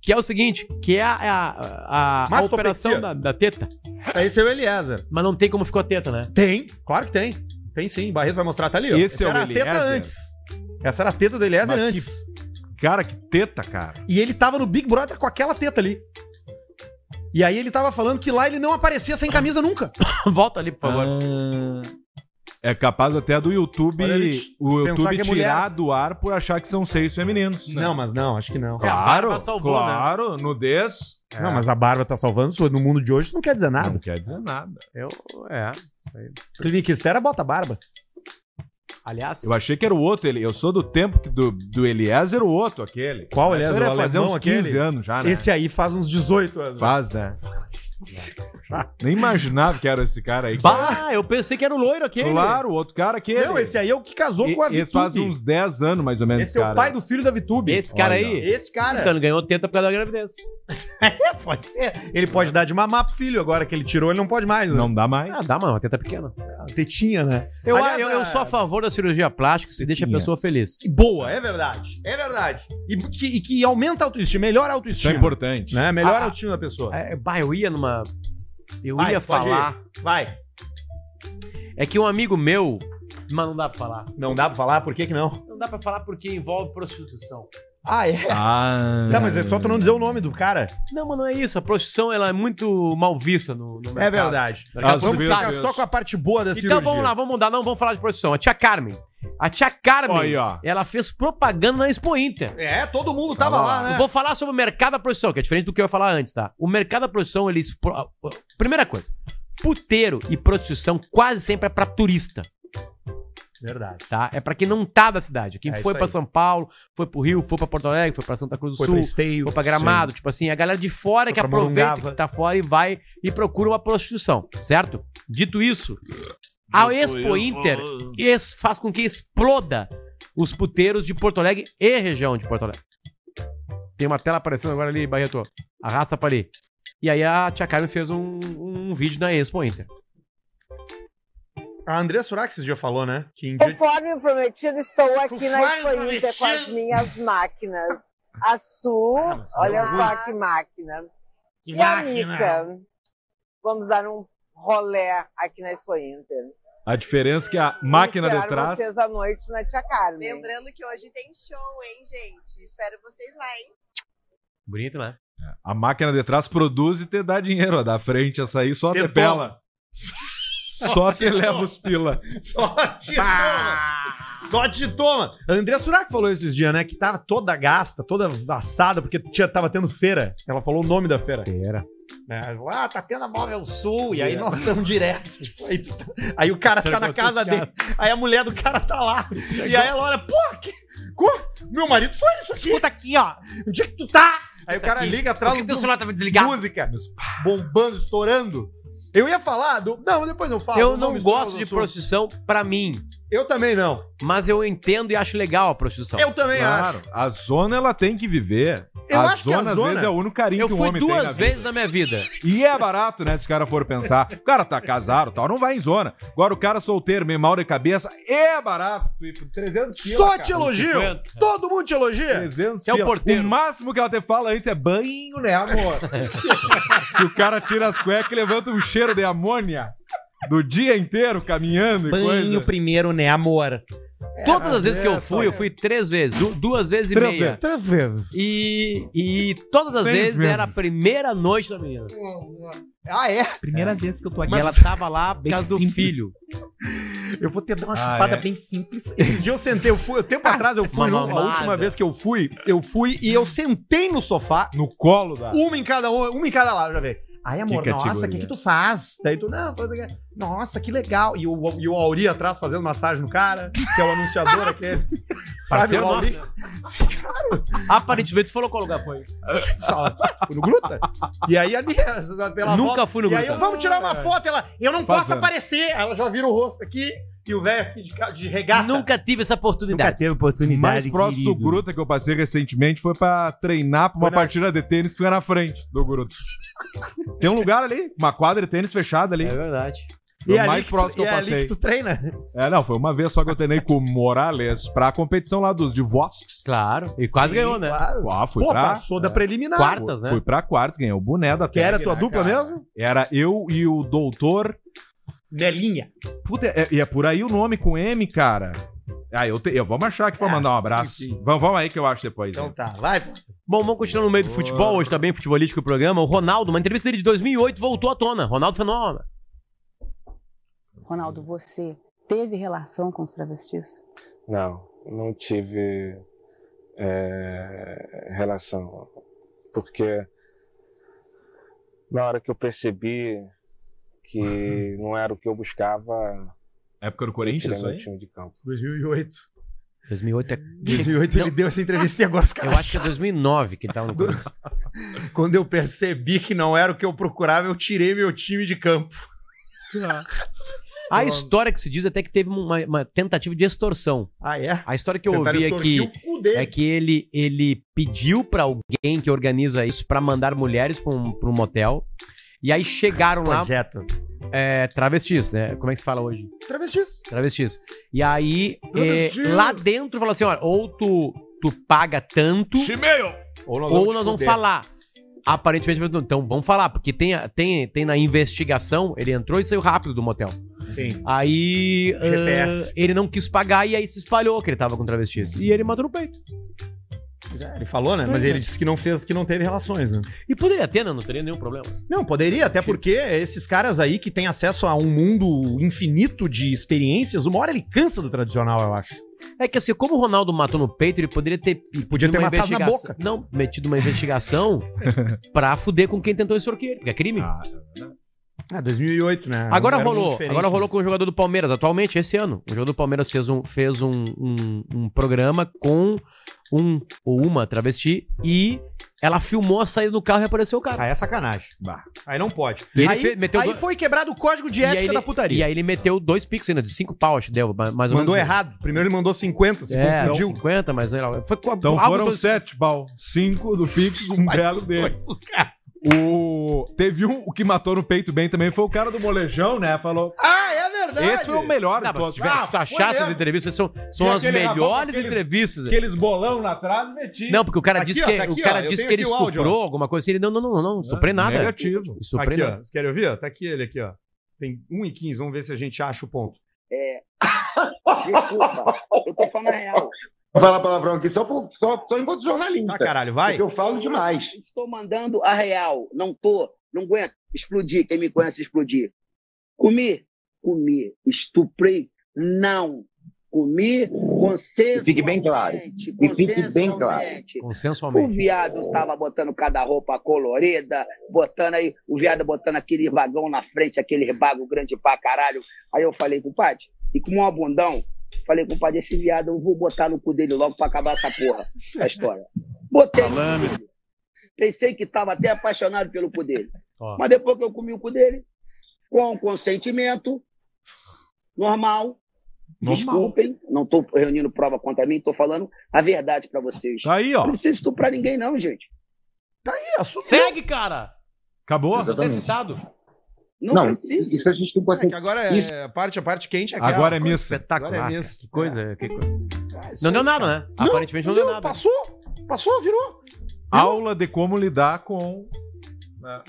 Que é o seguinte, que é a, a, a, a Mastopexia. operação da, da teta. Esse é o Eliezer. Mas não tem como ficou a teta, né? (laughs) Tem, claro que tem. Tem sim, Barreto vai mostrar, tá ali, ó. Esse é o era a teta Eliezer? antes. Essa era a teta do Eliezer Mas que- antes. Cara, que teta, cara. E ele tava no Big Brother com aquela teta ali. E aí ele tava falando que lá ele não aparecia sem camisa nunca. Volta ali, por favor. Ah. É capaz até do YouTube Olha, ele- o pensar YouTube que é mulher. tirar do ar por achar que são seios femininos. né? mas não, acho que não. a Claro, barba salvou, claro, nudez. né? É, Não, mas a barba tá salvando isso no mundo de hoje, não quer dizer Não nada. quer dizer nada. Eu, é. Clínica Estera bota barba. Aliás, Eu achei que era o outro, ele. Eu sou do tempo que do, do Eliezer, o outro, aquele. Qual Mas Eliezer? O ele ia fazer alemão uns aquele? 15 anos já, né? Esse aí Ah, faz uns 18 anos. Faz, né? Nem imaginava que era esse cara aí. Bah, eu pensei que era o loiro aquele. Claro, o outro cara aquele. Não, esse aí é o que casou E- com a Esse faz Vitube. uns 10 anos, mais ou menos, Esse é o cara. pai do filho da Vitube. Esse cara Olha. aí. Esse cara. Então, ele ganhou teta por causa da gravidez. É, (laughs) pode ser. Ele pode dar de mamar pro filho agora que ele tirou, ele não pode mais. né? Não dá mais. Ah, dá, mano, uma teta pequena. Ah, Tetinha, né? Eu, Aliás, eu, a- eu sou a favor da cirurgia plástica se deixa a Tetinha. pessoa feliz. Que boa, é verdade. É verdade. E que, e que aumenta a autoestima, melhora a Isso é autoestima. importante. né? Melhora Ah, a autoestima da pessoa. É, bah, eu ia numa. Eu Vai, ia pode falar. Vai. É que um amigo meu. Mas não dá pra falar. Não dá pra falar? Por que que não? Não dá pra falar porque envolve prostituição. Ah, é? Ah. Não, mas é só tu não dizer o nome do cara. Não, mas não é isso. A prostituição ela é muito mal vista no, no mercado. É verdade. Daqui a Vamos Às pouco vezes- tá- ficar Deus. só com a parte boa da cirurgia. Então vamos lá, vamos mudar. Não, vamos falar de prostituição. A tia Carmen. A tia Carmen, Olha aí, ó. ela fez propaganda na Expo Inter. É, todo mundo tava Tá lá, lá. né? Eu vou falar sobre o mercado da profissão, que é diferente do que eu ia falar antes, tá? O mercado da profissão, eles. pro- Primeira coisa, puteiro e prostituição quase sempre é pra turista, Verdade. tá? É pra quem não tá da cidade. Quem É foi isso pra aí. São Paulo, foi pro Rio, foi pra Porto Alegre, foi pra Santa Cruz do Foi Sul, pra esteio. foi pra Gramado, tipo assim, a galera de fora Foi que pra aproveita Morungava. que tá fora e vai e procura uma prostituição, certo? Dito isso, a Expo Inter es- faz com que exploda os puteiros de Porto Alegre e região de Porto Alegre. Tem uma tela aparecendo agora ali, Barreto. Arrasta pra ali. E aí a Tia Carmen fez um, um vídeo na Expo Inter. A Andrea Surak esse dia falou, né? Que em dia... Conforme prometido, estou aqui na Expo Inter com as minhas máquinas. A Su, Ah, mas isso olha é só que máquina. e a Mica. Vamos dar um rolé aqui na Expo Inter. A diferença é que a máquina Vou de esperar trás. vocês à noite na Tia Carmen. Lembrando que hoje tem show, hein, gente? Espero vocês lá, hein? Bonito, né? A máquina de trás produz e te dá dinheiro. A da frente, essa aí só te Detona. (laughs) pela. Só te leva os pila. Só te Ah! toma! Só te toma! A Andrea Surak falou esses dias, né? Que tava toda gasta, toda assada, porque tinha, tava tendo feira. Ela falou o nome da feira. Era. né? Ah, tá tendo a Móvel Sul, e aí nós estamos direto. (laughs) Tipo, aí, tu tá- aí o cara tá na casa dele, aí a mulher do cara tá lá. E aí ela olha, pô, que... co- meu marido foi nisso aqui. Escuta aqui, ó. Onde é que tu tá? Aí o cara liga atrás do tava música, bombando, estourando. Eu ia falar do... Não, depois eu falo. Eu o não nome gosto estoura do de assunto. prostituição pra mim, Eu também não. mas eu entendo e acho legal a prostituição. Eu também acho. Claro. A zona, ela tem que viver. Eu a acho que a zona, às zona- vezes, é o único carinho Eu que um fui homem tem. na duas vida. vezes na minha vida. E é barato, né? Se o cara for pensar. O cara tá casado tal, não vai em zona. Agora o cara solteiro, meio mal de cabeça, é barato. E por 300 pila, Só cara. te elogio. 50. Todo mundo te elogia. 300 É o pila. porteiro. O máximo que ela te fala antes é banho, né, (laughs) amor? que o cara tira as cuecas e levanta um cheiro de amônia do dia inteiro caminhando e coisa. primeiro, né, amor? É, Todas as vezes que eu essa, fui, eu fui três vezes, du- duas vezes e Três meia. vezes. Três vezes. E, e todas as Seis vezes vezes. era a primeira noite da menina. Ah, é? Primeira vez que eu tô aqui. E ela tava lá por causa do simples. filho. Eu vou ter dar uma Ah, chupada é? bem simples. Esse dia eu sentei, eu fui, tempo atrás eu fui, Uma num- a mamada. última vez que eu fui, eu fui e eu sentei no sofá, No colo da. uma em cada um- uma em cada lado, já vê. Ai, amor, Que nossa, o que, categoria. que tu faz? Daí tu, não, faz aqui. Nossa, que legal. E o, e o Auri atrás fazendo massagem no cara, que é o anunciador aquele. Sabe, Parceiro o Auri? Aparentemente, falou qual lugar foi. Fala, "Fui no Gruta? E aí, ali, (laughs) pela Nunca fui no E aí, Gruta. eu, vamos tirar uma foto. Ela, eu não posso Fazendo. aparecer. Ela já vira o rosto aqui e o velho aqui de, ca- de regata. Nunca tive essa Nunca oportunidade. teve O oportunidade. mais próximo do querido. Gruta que eu passei recentemente foi pra treinar pra uma Foi na- partida de tênis que fica na frente do Gruta. Tem um lugar ali, uma quadra de tênis É. fechada ali. verdade. Foi E o ali mais que próximo tu, que eu e é ali passei. que tu treina. É, não, foi uma vez só que eu treinei com o Morales pra competição lá dos divórcios. Claro. E quase Sim, ganhou, né? Claro. Ah, fui Pô, pra... passou da preliminar. Quarto. Fui, quartas, né? fui pra quartos, ganhei o boné da Que era a tua né, dupla cara? mesmo? Era eu e o doutor... Melinha. Puta, é- e é, por aí o nome com M, cara. Ah, eu, te- eu vamos achar aqui pra Ah, mandar um abraço. enfim. Vamos, vamos aí que eu acho depois. Então né? tá, vai. pô. Bom, vamos continuar no meio do futebol. Hoje tá bem futebolístico o programa. O Ronaldo, uma entrevista dele de 2008, voltou à tona. Ronaldo Fenômeno. Ronaldo, você teve relação com os travestis? Não, não tive eh, relação, porque na hora que eu percebi (laughs) que não era o que eu buscava, Época do eu Corinthians, tirei né? isso meu (laughs) aí? time de campo. 2008. 2008 é... 2008 ele Não, deu essa entrevista e agora os Eu caras. acho que é 2009 que (laughs) ele tava no começo. Quando eu percebi que não era o que eu procurava, eu tirei meu time de campo. A história que se diz é até que teve uma, uma tentativa de extorsão. Ah, é? A história que eu Tentaram ouvi é extorquir que... o cu dele. É que ele, ele pediu pra alguém que organiza isso pra mandar mulheres pra um, pra um motel. E aí chegaram lá, um projeto. é, travestis, né? Como é que se fala hoje? Travestis. Travestis. E aí, é, Travesti. lá dentro, falou assim: olha, ou tu, tu paga tanto, Chimeio! Ou ou nós te vamos fuder. falar. Aparentemente, falou, então vamos falar, porque tem, a- tem, tem na investigação, ele entrou e saiu rápido do motel. Sim. Aí ah, GPS. ele não quis pagar e aí se espalhou que ele tava com travestis. E ele matou no peito. É, ele falou, né? Mas ele disse que não fez, que não teve relações, né? E poderia ter, né? Não teria nenhum problema. Não, poderia, até porque esses caras aí que têm acesso a um mundo infinito de experiências, uma hora ele cansa do tradicional, eu acho. É que assim, como o Ronaldo matou no peito, ele poderia ter Podia pedido ter uma matado na investigação- boca. Não, metido (laughs) uma investigação pra fuder com quem tentou extorquir ele, porque é crime. Ah, Ah, 2008, né? agora Era um mundo rolou, diferente, agora né? rolou com o jogador do Palmeiras, atualmente, esse ano. O jogador do Palmeiras fez um, fez um, um, um programa com um ou uma travesti e ela filmou a saída do carro e apareceu o cara. Ah, é sacanagem. Bah. Aí não pode. E ele aí fe- meteu aí do- foi quebrado o código de E aí ética ele- da putaria. E aí ele meteu dois pix ainda, de cinco pau, acho que deu, ma- mais ou mandou menos. errado. Primeiro ele mandou 50, se É, confundiu. 50, mas sei lá, foi com Então algo foram do- sete, Bal. Cinco do Pix, um Mas belo os dele. dois dos caras. O... Teve um o que matou no peito bem também, foi o cara do molejão, né? Falou. Ah, é verdade. Esse foi o melhor. Não, mas se encontro." tiver, Ah, se tu foi achar essas mesmo. entrevistas, são, são E as aquele rapaz com melhores aqueles- entrevistas. Aqueles bolão lá atrás, meti. Não, porque o cara Aqui, disse ó, que, tá aqui, o cara ó, eu disse tenho que ele aqui o áudio, estuprou alguma coisa assim. Ele, não, não, não, não, não estuprei nada. Negativo. Estuprei Aqui, ó. nada. Vocês querem ouvir? Tá aqui ele, aqui, ó. Tem 1 e 15. Vamos ver se a gente acha o ponto. É. Desculpa, eu tô falando a real. Vou falar palavrão aqui só, por, só, só enquanto jornalista. Tá, caralho, vai. Porque eu falo demais. Estou mandando a real. Não tô, não aguento. Explodir, quem me conhece explodir. Comi, comi. Estuprei, não. Comi, consenso. fique bem claro. E fique bem claro. O Consensualmente. viado tava botando cada roupa colorida, botando aí, o viado botando aquele vagão na frente, aquele bago grande pra caralho. Aí eu falei, compadre, e com um abundão, falei, compadre, esse viado eu vou botar no cu dele logo pra acabar essa porra, essa história. Botei. no cu dele. Pensei que tava até apaixonado pelo cu dele. Ó. Mas depois que eu comi o cu dele, com consentimento, normal. Desculpem, não tô reunindo prova contra mim, tô falando a verdade pra vocês. Tá aí, Eu ó. Não precisa estuprar ninguém, não, gente. Segue, cara! Acabou? Tá Exatamente. citado. Não, Não, precisa. isso a gente tem É que Tá, assim, paciência. agora é Isso. a parte, a parte quente é aquela. Agora é missa. Espetáculo. Agora é cara. isso. que coisa. que coisa. Ah, isso Não aí, deu cara. nada, né? Não, Aparentemente não deu nada. Passou, passou, virou. Aula de como lidar com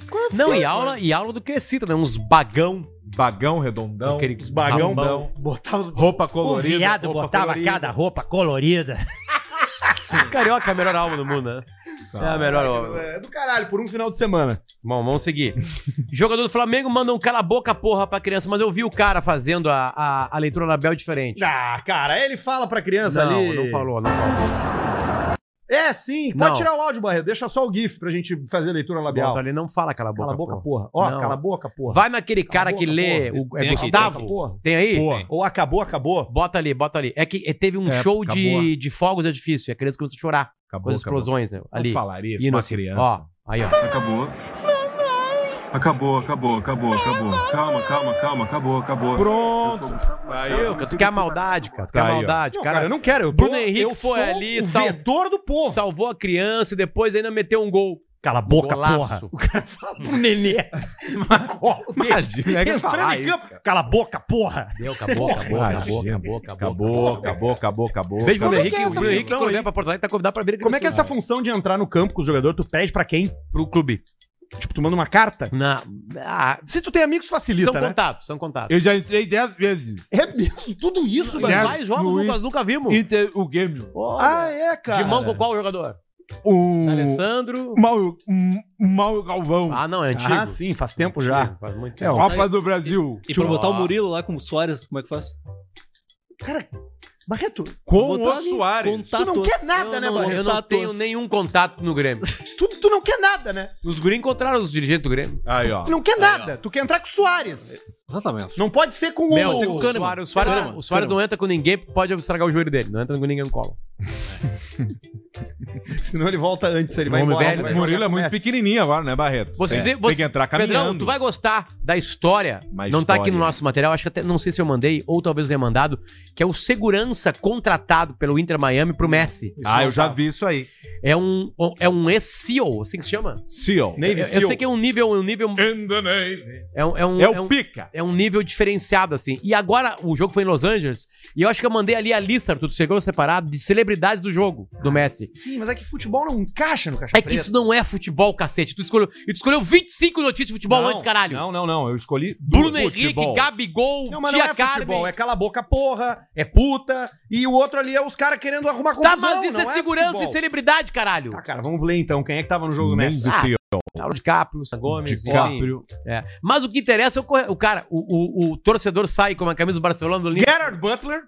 Qual é a Não, e festa? aula, e aula do que cita, né? Uns bagão. bagão redondão, Aquele Os bagão, Rabão. botava os roupa colorida. roupa colorida. roupa colorida. Carioca é a melhor aula do mundo, né? Tá. É a melhor aula. É do caralho, por um final de semana. Bom, vamos seguir. Jogador do Flamengo manda um cala a boca, porra, pra criança, mas eu vi o cara fazendo a, a, a leitura label diferente. Ah, cara, ele fala pra criança não, ali. não falou, não falou. É, sim. Pode Não. tirar o áudio, Barreto. Deixa só o GIF pra gente fazer a leitura labial. Bota ali, não fala cala a boca. cala a boca, porra. porra. Ó, Não. cala a boca, porra. Vai naquele Cala a cara que boca, lê. porra. o- é Tem aqui, Gustavo? Cala a boca, porra. Tem aí? Porra. Ou acabou, acabou. Bota ali, bota ali. É que é, teve um É, show acabou. de, de fogos é difícil. E a criança começou a chorar com Acabou, as explosões, né? Ali. Não falaria Hino, uma assim. criança. Ó, aí, ó. Acabou. Acabou, acabou, acabou, acabou. Calma, calma, calma, acabou, acabou. Eu sou o Pronto. Gustavo Tá Aí, Machado. ó. Tu quer a maldade, cara. Tu quer Tá a aí, ó. maldade. Não, cara, cara, eu não quero. Eu Bruno Henrique eu sou foi ali, o salv- vetor do porra. salvou a criança e depois ainda meteu um gol. Cala a boca, porra. Golaço. (laughs) O cara fala pro nenê. (laughs) No colo dele. Imagina, é que Entrando falar em isso, campo. Cala a boca, porra. Deu, acabou, acabou, Imagina. acabou, acabou, acabou. Acabou, acabou, acabou, acabou. Beijo Como Bruno é que Henrique. é o essa Bruno Henrique, função quando aí? vier pra Porto Alegre, tá convidado pra vir aqui Como no é que é essa função de entrar no campo com o jogador? Tu pede pra quem? Sul, Pro clube. Tipo, tu manda uma carta? Na... Ah, Se tu tem amigos, facilita, são né? contatos, são contatos. Eu já entrei dez vezes. É mesmo, tudo isso, Os velho. Né? mais jogos Luiz- nunca, nunca vimos. Inter, o game. Ah, é, cara. De mão com qual jogador? O. Alessandro. Mauro, M- Mauro Galvão. Ah, não, é antigo. Ah, sim, faz tempo já. Faz muito É, tempo. Copa do Brasil. E pra botar o Ó. Murilo lá com o Soares, como é que faz? Cara, Barreto, Com Botar o ali, um Soares. tu não contatos. quer nada, Eu né, não, Barreto? eu não Contatos. tenho nenhum contato no Grêmio. Tu, tu não quer nada, né? Os guri encontraram os dirigentes do Grêmio. Aí, ó. Tu não quer nada. Tu quer entrar com o Soares. Exatamente. Não pode ser com Meu, o... o Suárez, o Suárez, o Suárez não entra com ninguém, pode estragar o joelho dele. Não entra com ninguém no colo. Senão ele volta antes, ele vai Homem embora. velho. vai O jogar Murilo é com muito Messi. Pequenininho agora, né, Barreto? Você, tem, você- tem que entrar Tá caminhando. Pedrão, tu vai gostar da história. Mas não tá história. aqui no nosso material, acho que até não sei se eu mandei ou talvez tenha mandado, que é o segurança contratado pelo Inter Miami pro Messi. Ah, eu já vi isso aí. É um é um ex-CEO, assim que se chama? CEO. Eu, eu sei que é um nível, um nível é um, é um, É o um- pica. É um nível diferenciado, assim. E agora, o jogo foi em Los Angeles, e eu acho que eu mandei ali a lista, tudo chegou separado, de celebridades do jogo, do Messi. Sim, mas é que futebol não encaixa no caixa É que isso não é futebol, cacete. Tu escolheu, e tu escolheu 25 notícias de futebol Não, é antes, caralho. Não, não, não. Eu escolhi do Bruno Henrique, futebol. Gabigol, Não, mas não Tia é Carmen. futebol, é cala a boca porra, é puta, e o outro ali é os caras querendo arrumar confusão. Tá, mas isso é não segurança futebol. e celebridade, caralho. Tá, cara, vamos ler então quem é que tava no jogo do Nem Messi. do CEO. Paulo DiCaprio, Sam Ah, Gomes, DiCaprio. enfim. É. Mas o que interessa é o, corre- o cara, o, o- o torcedor sai com uma camisa do Barcelona do Olímpico. Gerard Butler,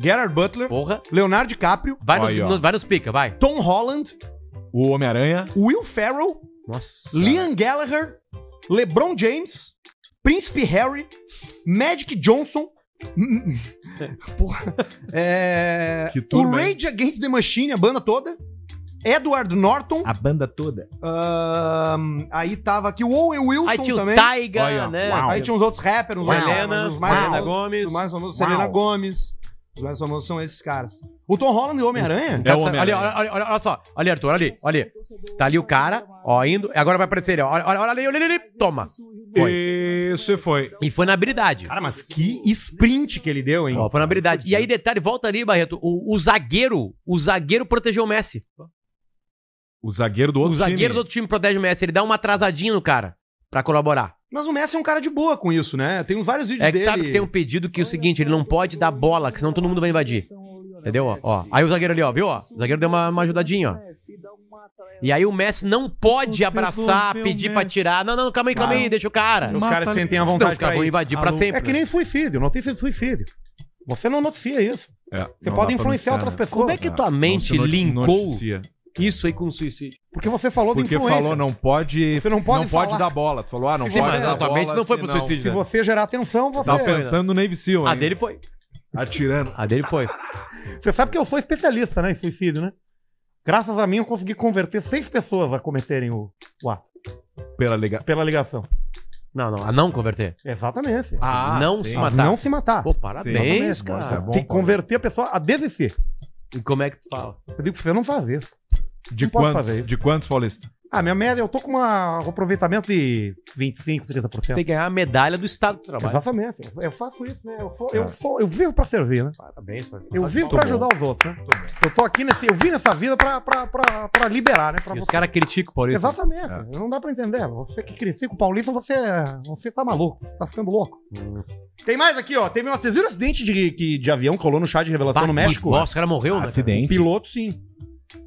Gerard Butler, Porra. Leonardo DiCaprio, Vai nos, Aí, ó. no- vai nos pica, vai. Tom Holland, O Homem-Aranha. Will Ferrell, Nossa. Liam Gallagher, LeBron James, Príncipe Harry, Magic Johnson, hum, (laughs) porra, é, Que turma, o Rage Against the Machine, a banda toda, Edward Norton, A banda toda. ahn, aí tava aqui o Owen Wilson Aí tinha o também. Taiga, Olha, né? uau. Aí tinha uns outros rappers, uns Selena, outros, mas os mais Selena famosos- Gomes. Os mais famosos, Uau. Selena Gomes. Os mais famosos são esses caras. O Tom Holland e o Homem-Aranha? É o Então, olha, Homem-Aranha. olha, olha, olha, olha só. Olha, Arthur, olha ali, olha ali. Tá ali o cara, ó, indo. Agora vai aparecer ele, ó. Olha, olha, olha ali, olha ali, olha ali. Toma. Isso foi. E foi na habilidade. Cara, mas que sprint que ele deu, hein? Ó, foi na habilidade. E aí, detalhe, volta ali, Barreto. O, o zagueiro, o zagueiro protegeu o Messi. O zagueiro do O outro zagueiro time. do outro time protege o Messi. Ele dá uma atrasadinha no cara pra colaborar. Mas o Messi é um cara de boa com isso, né? Tem vários vídeos É que dele. sabe que tem um pedido que é o seguinte, ele não pode dar bola, que senão todo mundo vai invadir. Entendeu? Ó, ó. Aí o zagueiro ali, ó, viu? Ó, o zagueiro deu uma, uma ajudadinha, ó. E aí o Messi não pode Você abraçar, rompeu o pedir pra Messi. tirar. Não, não, calma aí, calma aí, deixa o cara. Os caras sentem a Senão vontade os caras vão ir. invadir né? pra Alô. sempre. É que nem fui filho, não tem filho, fui filho. Você não noticia isso. É, Você não pode dá pra influenciar anunciar, outras né? pessoas. Como é que tua Não mente se noti- linkou noticia. É isso aí com o suicídio? Porque você falou de Porque influência. falou, não pode. Você não pode falar. dar bola. Tu falou, ah, não Sim, pode. mas dar a tua bola, mente não foi pro senão- suicídio, Se você gerar atenção, Tá você... Tava pensando no Navy Seal, A ainda. dele foi. Atirando. A dele foi. Você sabe que eu sou especialista, né, em suicídio, né? Graças a mim, eu consegui converter seis pessoas a cometerem o, o ato Pela liga. pela ligação. Não, não, a não converter. Exatamente. A não sim. Ah, se A matar. Não se matar. Pô, parabéns, Exatamente, cara. Isso é bom, Tem que converter a pessoa a desistir. E como é que tu fala? Eu digo, você não faz isso. De não posso quantos, fazer isso. de quantos, Paulista? Ah, minha média, eu tô com uma- um aproveitamento de 25, 30%. Tem que ganhar a medalha do Estado do Trabalho. Exatamente. Eu faço isso, né? Eu, sou, É. eu, sou, eu vivo pra servir, né? Parabéns, parabéns. Eu vivo pra ajudar os outros, né? Eu tô aqui nesse. Eu vim nessa vida pra, pra, pra, pra liberar, né? Pra E os você. caras criticam por isso. Exatamente. É. Não dá pra entender. Você que cresceu com o Paulista, você, você tá maluco. Você tá ficando louco. Hum. Tem mais aqui, ó. Teve um. Vocês viram o acidente de, que- de avião que rolou no chá de revelação Bah, no que México? Nossa, o cara morreu, né? O um piloto, sim.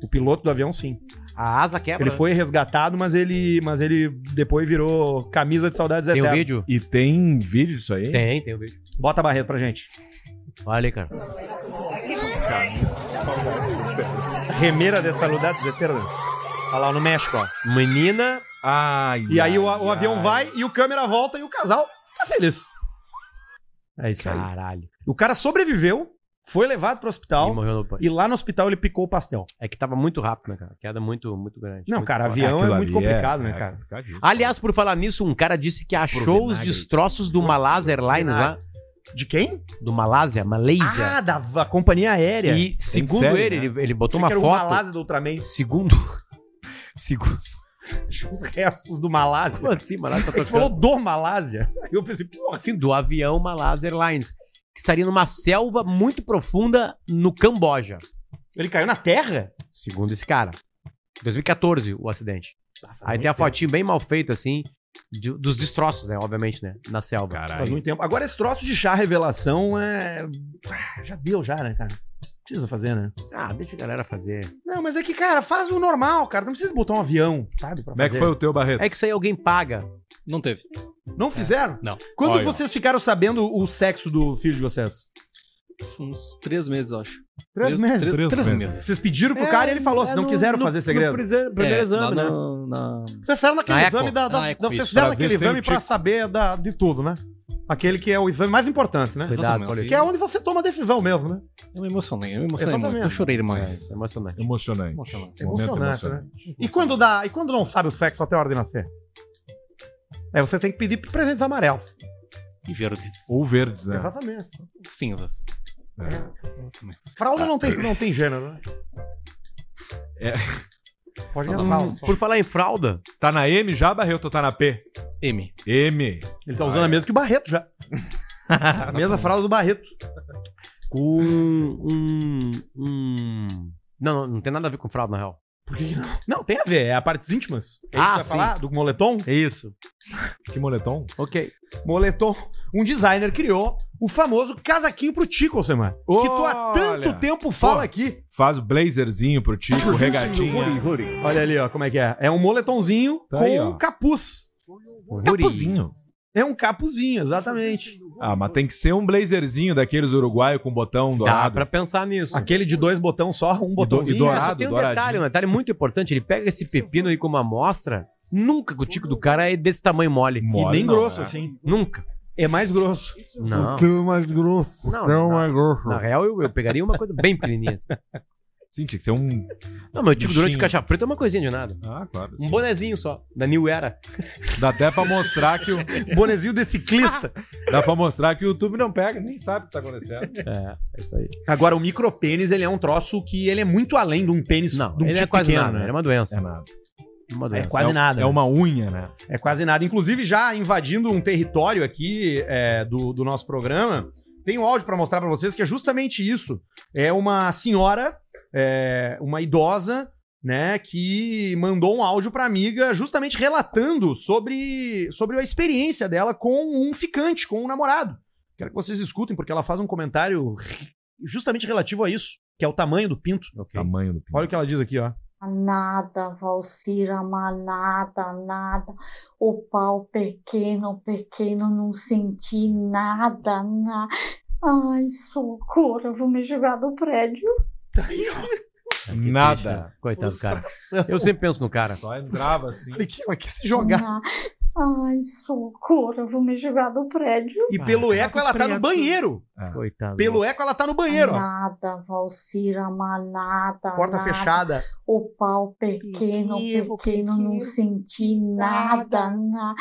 O piloto do avião, sim. A asa quebra. Ele né? foi resgatado, mas ele, mas ele depois virou camisa de saudades Tem um eternas. vídeo? E tem vídeo disso aí? Tem, tem um vídeo. Bota a barreira pra gente. Olha ali, cara. Remeira de saudades eternas. Olha lá, no México, ó. Menina. Ai, E aí o, ai, o avião ai. vai e o câmera volta e o casal tá feliz. É isso aí. Caralho. O cara sobreviveu, foi levado pro E hospital morreu no país. e lá no hospital ele picou o pastel. É que tava muito rápido, né, cara? Queda muito, muito grande. Não, Muito cara, forte. avião Aquilo é muito ali complicado, é- né, é cara? complicadíssimo. Aliás, por falar nisso, um cara disse que achou os vinagre. destroços do Malásia Airlines lá. De quem? Do Malásia, Malaysia. Ah, da da companhia aérea. e segundo série, ele, né? ele, ele botou Achei uma que era o foto. Malásia do Ultraman. Segundo. (laughs) segundo. Os restos do Malásia. Como assim, Malásia tá A gente trocando? falou do Malásia. (laughs) Aí eu pensei, porra, assim, do avião Malásia Airlines, que estaria numa selva muito profunda no Camboja, ele caiu na terra? segundo esse cara. 2014, o acidente. Aí tem a fotinho bem mal feita, assim, de- dos destroços, né? Obviamente, né? Na selva. Faz Caralho. muito tempo. Agora, esse troço de chá revelação é. Ah, Já deu, já, né, cara? Precisa fazer, né? Ah, deixa a galera fazer. Não, mas é que, cara, faz o normal, cara. Não precisa botar um avião, sabe? Pra Como é que fazer. foi o teu, Barreto? É que isso aí alguém paga. assim. Não teve. Não fizeram? Não. Quando Olha. vocês ficaram sabendo o sexo do filho de vocês? Uns três meses, eu acho. Três meses. Três, Três três meses. É, meses. Vocês pediram pro cara e ele É, falou, vocês não quiseram fazer segredo. primeiro É, exame, lá né? no- na- Vocês fizeram naquele Na exame Eco. da. da- Na Eco, da- vocês isso, fizeram pra ver naquele se tem exame o pra tico. saber da, de tudo, né? Aquele que é o exame mais importante, né? Cuidado, Exatamente. Paulinho. Que é onde você toma a decisão mesmo, né? Eu me emocionei, eu me emocionei Exatamente. muito. Eu chorei demais. É, emocionante. Emocionante. Emocionante. Momento Emocionante, né? emocionante. E quando, dá, e quando não sabe o sexo até a hora de nascer? Aí você tem que pedir presentes amarelos. E tipo, verdes. Ou verdes, né? Exatamente. Cinzas. Fralda não tem, não tem gênero, né? É. Pode ir as fraldas. Por falar em fralda, Tá na M já, Barreto, ou tá na P? M. M. Ele tá usando a mesma que o Barreto já. (laughs) A mesma fralda do Barreto. com um. um... Não, não, não tem nada a ver com fralda, na real. Por que que não? Não, tem a ver, é a partes íntimas. É que você Ah, sim. vai falar? Do moletom? É isso. Que moletom? Ok. Moletom. Um designer criou o famoso casaquinho pro Tico, Alcemar. Que tu há Olha. tanto tempo fala Pô. aqui. Faz o blazerzinho pro Tico, regatinha. Olha ali, ó, como é que é. É um moletomzinho Tá com aí, ó. um capuz. Capuzinho. É um capuzinho, exatamente. Ah, mas tem que ser um blazerzinho daqueles uruguaio com botão Dá dourado. pra pensar nisso. Aquele de dois botão só, um e botãozinho. dourado. Mas só tem um douradinho. detalhe, um detalhe muito importante. Ele pega esse pepino aí como amostra. Nunca que o tico do cara é desse tamanho mole. E Mole bem não, grosso, é. assim. Nunca. É mais grosso. Não. mais grosso. Não, Não na, é grosso. na real, eu, eu pegaria uma coisa bem pequenininha. assim. Sim, tinha que ser um. Não, meu tico durante Bichinho. o caixa preta é uma coisinha de nada. Ah, claro. Um bonezinho só, da New Era. Dá até pra mostrar que o. Bonezinho de ciclista. Dá pra mostrar que o YouTube não pega, nem sabe o que tá acontecendo. É, é isso aí. Agora, o micropênis, ele é um troço que ele é muito além de um pênis Não, de um ele é tipo quase pequeno, nada. né? Ele é uma doença. É nada. Uma É doença. um quase nada. É uma unha, né? É quase nada. Inclusive, já invadindo um território aqui é, do, do nosso programa, tem um áudio pra mostrar pra vocês que é justamente isso. É uma senhora, é, uma idosa, né, que mandou um áudio pra amiga justamente relatando sobre, sobre a experiência dela com um ficante, com um namorado. Quero que vocês escutem, porque ela faz um comentário justamente relativo a isso, que é o tamanho do pinto. Tamanho do pinto. Olha o que ela diz aqui, ó. Nada, Valcira, manada, nada. O pau pequeno, pequeno, não senti nada, nada. Ai, socorro, eu vou me jogar do prédio. Assim, Nada. triste, né? Coitado (laughs) do cara. Eu sempre penso no cara. Só entrava assim. Ele que- mas que se jogar. Ah, Ai, socorro, eu vou me jogar do prédio. E pelo eco, ela tá no banheiro. Coitado. Pelo eco, ela tá no banheiro. ó. Nada, Valcira, manada, Porta nada. fechada. O pau pequeno, Pequeno, pequeno, não senti nada, nada.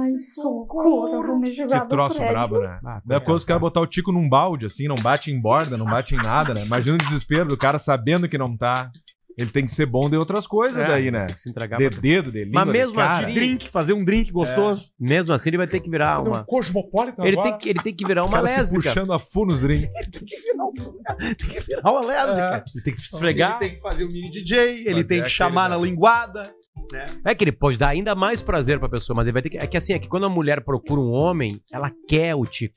Ai, socorro, eu vou me jogar Que do troço prédio. brabo, né? Ah, Daí coitado. quando os caras botar o tico num balde, assim, não bate em borda, não bate em nada, né? Imagina o desespero do cara sabendo que não tá. Ele tem que ser bom de outras coisas É. daí, né? Tem que Se entregar De pra- dedo, de língua, Mas mesmo de cara. assim- Drink, fazer um drink gostoso. Mesmo assim, ele vai ter que virar Fazer um uma. cosmopolita Ele agora. tem que, ele tem que virar O uma cara se lésbica. puxando a full nos drinks. Virar É. uma lésbica. Ele tem que esfregar. Ele tem que fazer o mini DJ, ele É. Fazer tem que aquele, chamar na né? linguada. É que ele pode dar ainda mais prazer pra pessoa, mas ele vai ter que. É que assim, é que quando a mulher procura um homem, ela quer o tico.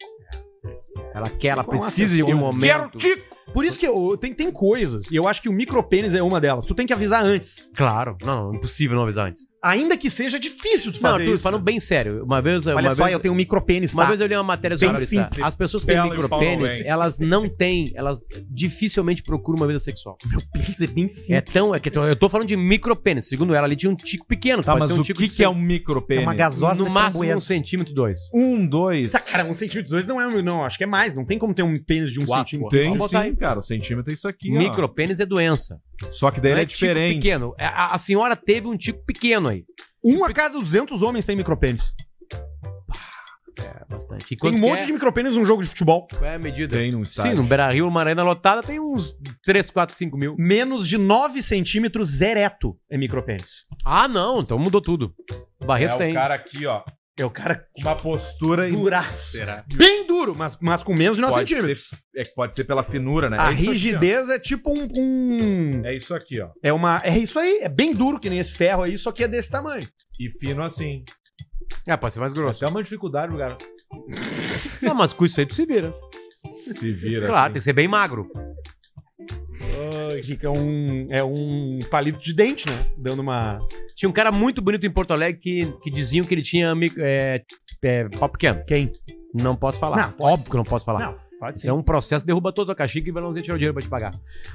Ela quer, ela Tico é um precisa de um acessório. momento. Tipo, Quero tipo. tico! Por isso que eu- tem, tem coisas, e eu acho que o micropênis é uma delas. Tu tem que avisar antes. Claro, não, impossível não avisar antes. Ainda que seja difícil tu Não, fazer Arthur, isso. né? falando bem sério, uma vez. Olha uma só, vez, eu tenho um micropênis, Uma tá? vez eu li uma matéria Bem sobre isso. simples. As pessoas que têm Pela e o pau não micropênis, vem. elas não têm, elas dificilmente procuram uma vida sexual. Isso é bem simples. É tão. É que eu tô- eu tô falando de micropênis. Segundo ela, ali tinha um tico pequeno. Tá, pode mas ser um o tico que, de que é cem- um micropênis? É uma gasosa No de máximo um framboesa. centímetro e dois. Um, dois. Tá, cara, um centímetro e dois não é um, não, acho que é mais. Não tem como ter um pênis de um Quatro. centímetro. Tem Vamos sim, botar aí. cara. O centímetro é isso aqui, ó. Micropênis é doença. Só que daí Não ele é, tico diferente. pequeno. É, A, a senhora teve um tico pequeno aí. Um a cada 200 homens tem micropênis. É, bastante. E Tem um quanto monte que é? de micropênis num jogo de futebol. Qual é a medida? Tem num Sim, estádio. no Beira Rio, uma arena lotada, tem uns 3, 4, 5 mil. Menos de 9 centímetros ereto é micropênis. Ah, não, então mudou tudo. Barreto é tem. o cara aqui, ó. É o cara com Uma postura em- (laughs) duraço. Bem duro, mas, mas com menos de 9 pode centímetros. ser, é que pode ser pela finura, né? A É isso aqui, ó. rigidez é tipo um, um- É isso aqui, ó. É uma. É isso aí. É bem duro que nem esse ferro aí, só que é desse tamanho. E fino assim. É, pode ser mais grosso. Isso é uma dificuldade, cara. não, mas com isso aí tu se vira. Se vira. assim. Claro, tem que ser bem magro. Ai, Fica um. É um palito de dente, né? Dando uma. Tinha um cara muito bonito em Porto Alegre que, que diziam que ele tinha micro, é, é, pau pequeno. Quem? Não posso falar. Não, pode Óbvio que eu não posso falar. Não. Pode Isso é um processo, derruba toda a caixinha e vai lá tirar o dinheiro pra te pagar.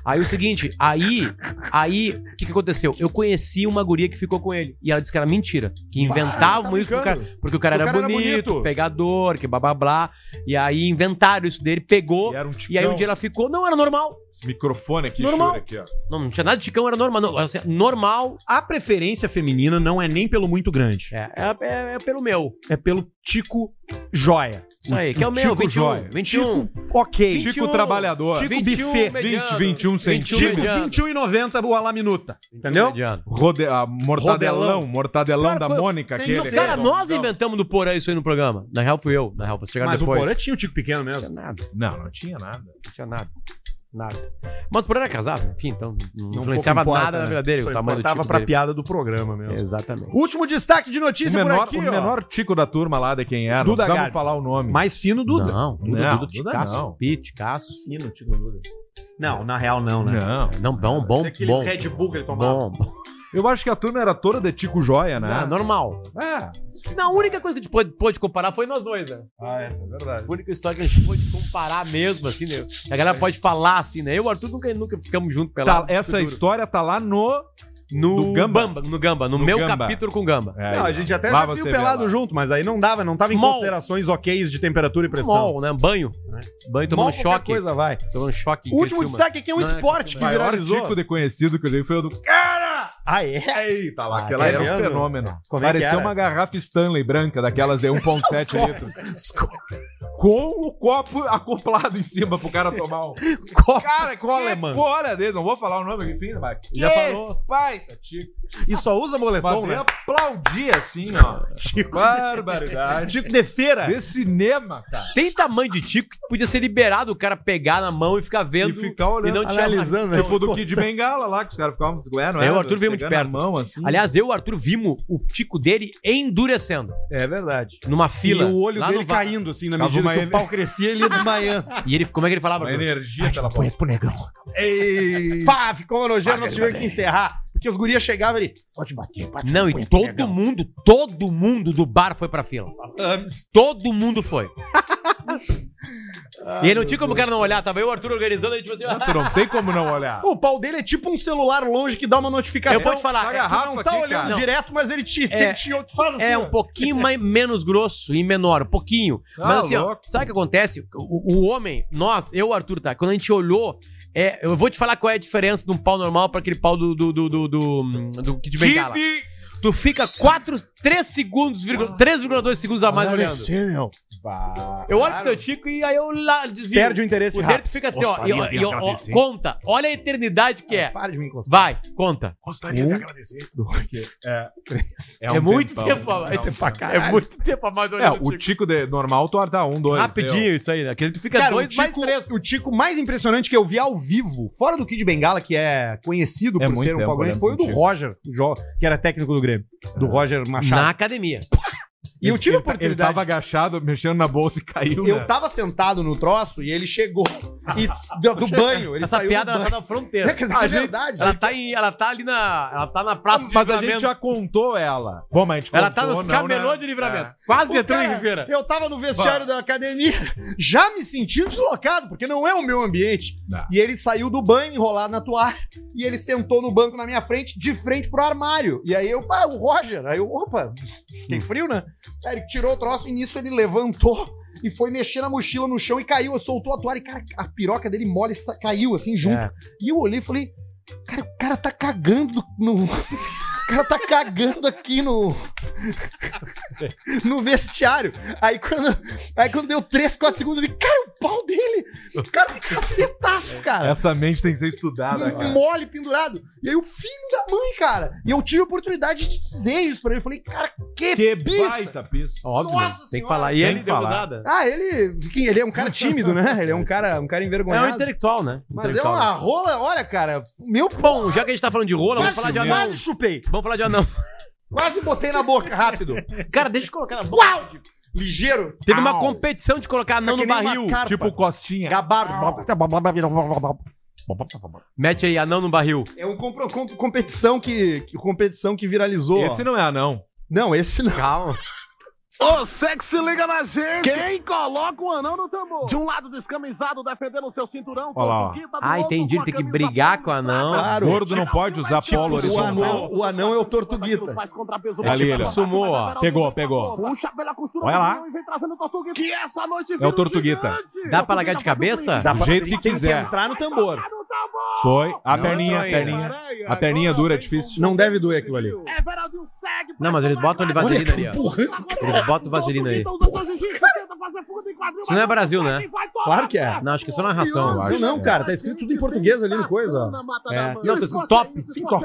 Aí o seguinte, aí, aí, o que, que aconteceu? Eu conheci uma guria que ficou com ele. E ela disse que era mentira. Que inventavam tá isso pro cara, brincando? porque o cara, O era, cara era bonito, bonito. pegador, que blá blá blá. E aí inventaram isso dele, pegou. E, aí um dia ela ficou. Não, era normal. Esse microfone aqui, Normal. chora aqui, ó. Não, não tinha nada de chicão, era normal. Não, assim, normal. A preferência feminina não é nem pelo muito grande. É, é, é pelo meu. É pelo Tico Joia. Isso aí, que é o meu, 21, 21. Tico, ok. Tico 21, trabalhador. Tico 21 buffet. mediano, 20, 21 centímetros. Tico, Tico, 21,90 o a la minuta. Entendeu? Rode, a mortadelão, Rodelão. mortadelão da co- Mônica, tem aquele. que ser. é Cara, nós inventamos do Porã isso aí no programa. Na real, fui eu. Na real, vocês chegaram Mas depois. o Porã tinha o Tico pequeno mesmo. Não tinha nada. Não, não tinha nada. Não tinha nada. Nada. Mas o Porã era casado, enfim, então não, pouco influenciava importa, nada na né? vida dele. Só o tamanho do importava tico pra dele. É. piada do programa mesmo. Exatamente. Último destaque de O notícia menor, por aqui, o ó. menor tico da turma lá de quem era. Duda não precisava Garbi. falar o nome. Mais fino Duda. Não, Duda, é Não, Duda, Duda Ticaço, não. Piticaço. Fino Tico Duda. Não, na real não, né? Não. Não, bom, bom, Esse é aqueles bom. Red Bull que ele tomava. Bom, bom. Eu acho que a turma era toda de tico joia, né? Ah, normal. É. Não, a única coisa que a gente pôde, pôde comparar foi nós dois, né? Ah, essa é verdade. A única história que a gente pôde comparar mesmo, assim, né? A galera pode falar, assim, né? Eu e o Arthur nunca, nunca ficamos juntos pela... Tá, essa é história tá lá no. No do Gamba. Gamba, no Gamba, no, No meu Gamba. capítulo com Gamba. É, Não, a gente até Lá já você viu vê pelado lá. junto, mas aí não dava, não tava em Mol. considerações oks de temperatura e pressão. Mol, né? Banho. Banho tomando Mol, qualquer choque. coisa vai. Tomando choque. em O último Criciúma. destaque aqui é um Não, é esporte que O maior viralizou. tico de conhecido que eu dei foi o do. Ah, é? Aí, tá lá. Ah, Aquela é era um mesmo? fenômeno. Como é que Pareceu era? uma garrafa Stanley branca, daquelas de (laughs) 1,7 litros. Com o um copo acoplado em cima pro cara tomar um. Cara, Que Olha dele, não vou falar o nome aqui, enfim, mas. Já falou. Pai, tá tico. E só usa Mas É moletom, né? nem aplaudir assim, ó. Tico, (laughs) (laughs) Barbaridade. tico tipo de feira. De cinema, cara. Tem tamanho de tico que podia ser liberado o cara pegar na mão e ficar E vendo. ficar olhando. não tinha analisando, né? Tipo do Kid Bengala lá, que os caras ficavam. É, não É, é? o Arthur veio muito Pegando a perto. Mão, assim. Aliás, eu e o Arthur vimos o tico dele endurecendo É verdade. numa E fila. o olho lá dele no va- caindo, assim, na Cava medida uma que ele. o pau crescia, ele ia desmaiando. E ele, como é que ele falava? Uma Arthur? energia pela Põe pro negão. Pá, ficou um nojento, nós tivemos que encerrar. Porque os gurias chegavam ali. Pode bater, bate. Não, punha e pro todo negão. mundo, todo mundo do bar foi pra fila. Ames. Todo (laughs) mundo foi. e ele não tinha como o cara não olhar, tava eu e o Arthur organizando, aí tipo assim, Tu não tem como não (laughs) olhar. O pau dele é tipo um celular longe que dá uma notificação. eu vou te essa falar, é, garrafa Não tá aqui, olhando cara. direto, mas ele te, É. ele te faz assim. é ó. um pouquinho mais, menos grosso e menor, um pouquinho. Tá Mas assim, ó, louco. sabe o que acontece? O, o homem, nós, eu, Arthur, tá? Quando a gente olhou, é, eu vou te falar qual é a diferença de um pau normal pra aquele pau do do do do, do, do Kid Bengala. Tive- Tu fica 4, 3 segundos, Ah. vírgula- 3,2 segundos a mais olhando. Aparecer, meu. Eu olho pro teu tico e aí eu lá desvio. Perde o interesse O rápido. dele tu fica assim, ó. E, ó, Gostaria de e ó, ó, agradecer. conta. Olha a eternidade que é. Para de me encostar. Vai, conta. Gostaria de agradecer. Dois, É, três. É, muito tempo a mais. É, um tempão. É muito tempo a mais é olhando o tico de normal tu tá um, dois. Rapidinho isso aí, né? Aquele tu fica Cara, dois o, tico, é mais três. o tico mais impressionante que eu vi ao vivo, fora do Kid Bengala, que é conhecido É por muito ser um tempo, pau grande, né, foi o do contigo. Roger, o jo- que era técnico do Grêmio. Ah. Do Roger Machado. Na academia. E eu tive a Ele tá- Ele oportunidade. tava agachado, mexendo na bolsa e caiu. né? Eu tava sentado no troço e ele chegou (laughs) e s- do, do banho. Ele Essa saiu piada do (laughs) ela banho. tá na Não, fronteira. quer dizer, A que é gente- verdade. Ela tá, em, ela tá ali na. Ela tá na praça de Mas a gente livramento. já contou ela. Bom, mas a gente Ela tá contou, nos não, camelô né? de livramento. É. Quase O entrando em cara- Ribeira. Eu tava no vestiário da academia, (laughs) já me sentindo deslocado, porque não é o meu ambiente. Não. E ele saiu do banho enrolado na toalha (laughs) e ele sentou no banco na minha frente, de frente pro armário. E aí eu, pá, o Roger. Aí eu, opa, tem Hum. frio, né? Aí ele tirou o troço e nisso ele levantou. E foi mexer na mochila no chão e caiu, soltou a toalha e, cara, a piroca dele mole sa- caiu assim junto. É. E eu olhei e falei, cara, o cara tá cagando no. (laughs) O cara tá cagando aqui no. No vestiário. Aí quando, aí quando deu 3, 4 segundos, eu vi, cara, o pau dele! Cara, cacetaço, cara! É. Essa mente tem que ser estudada, Um cara. mole pendurado. E aí, o filho da mãe, cara. E eu tive a oportunidade de dizer isso pra ele. Eu falei, cara, que, Que pizza! baita pizza. Óbvio. Nossa né? tem que Senhora. falar. E Tem ele que deu falar. risada. Ah, ele. Ele é um cara tímido, né? Ele é um cara, um cara É envergonhado. um intelectual, né? Mas é Intelectual, uma né? rola, olha, cara, meu pau. Bom, já que a gente tá falando de rola, vamos falar de anão. quase chupei. Vamos falar de anão. Quase botei na boca, rápido. Cara, deixa eu colocar na boca. Uau! Ligeiro. Teve uma Au. competição de colocar Tá anão no que nem uma barril. carpa. Tipo costinha. Gabardo. Mete aí, anão no barril. É uma competição que, que- competição que viralizou. ó. Esse não é anão. não... esse não. Calma. O sexo se liga na gente! Quem coloca o anão no tambor? De um lado descamisado, defendendo o seu cinturão, Olha lá, ó. Ah, entendi. Ele tem que brigar com o anão. Claro. Gordo não pode usar Tipo, polo o anão, horizontal. o anão é o tortuguita. faz contrapeso É ali, pra ó. baixo, Sumou, mas ó. Everaldo Pegou, vem pra pegou. boa. Puxa pela costura Olha do lá. anão e vem trazendo o tortuguita. Que essa noite É vira o um Tortuguita. gigante. Dá pra largar de cabeça? Do jeito que quiser. entrar no tambor. Foi. A Não, perninha, entrou a aí. perninha. A perninha dura, é difícil. Não deve doer aquilo ali. Everaldo segue. Não, mas eles botam ali vaselina ali, ó. Eles botam vaselina aí. Então usa seu jiu-jitsu, tenta fazer fuga em quadril. Isso não é Brasil, né? Claro que é. Não, acho que é só narração. Isso não, cara. Tá escrito tudo em português ali no coisa. ó. É. Não, tá escrito top. Sim, top.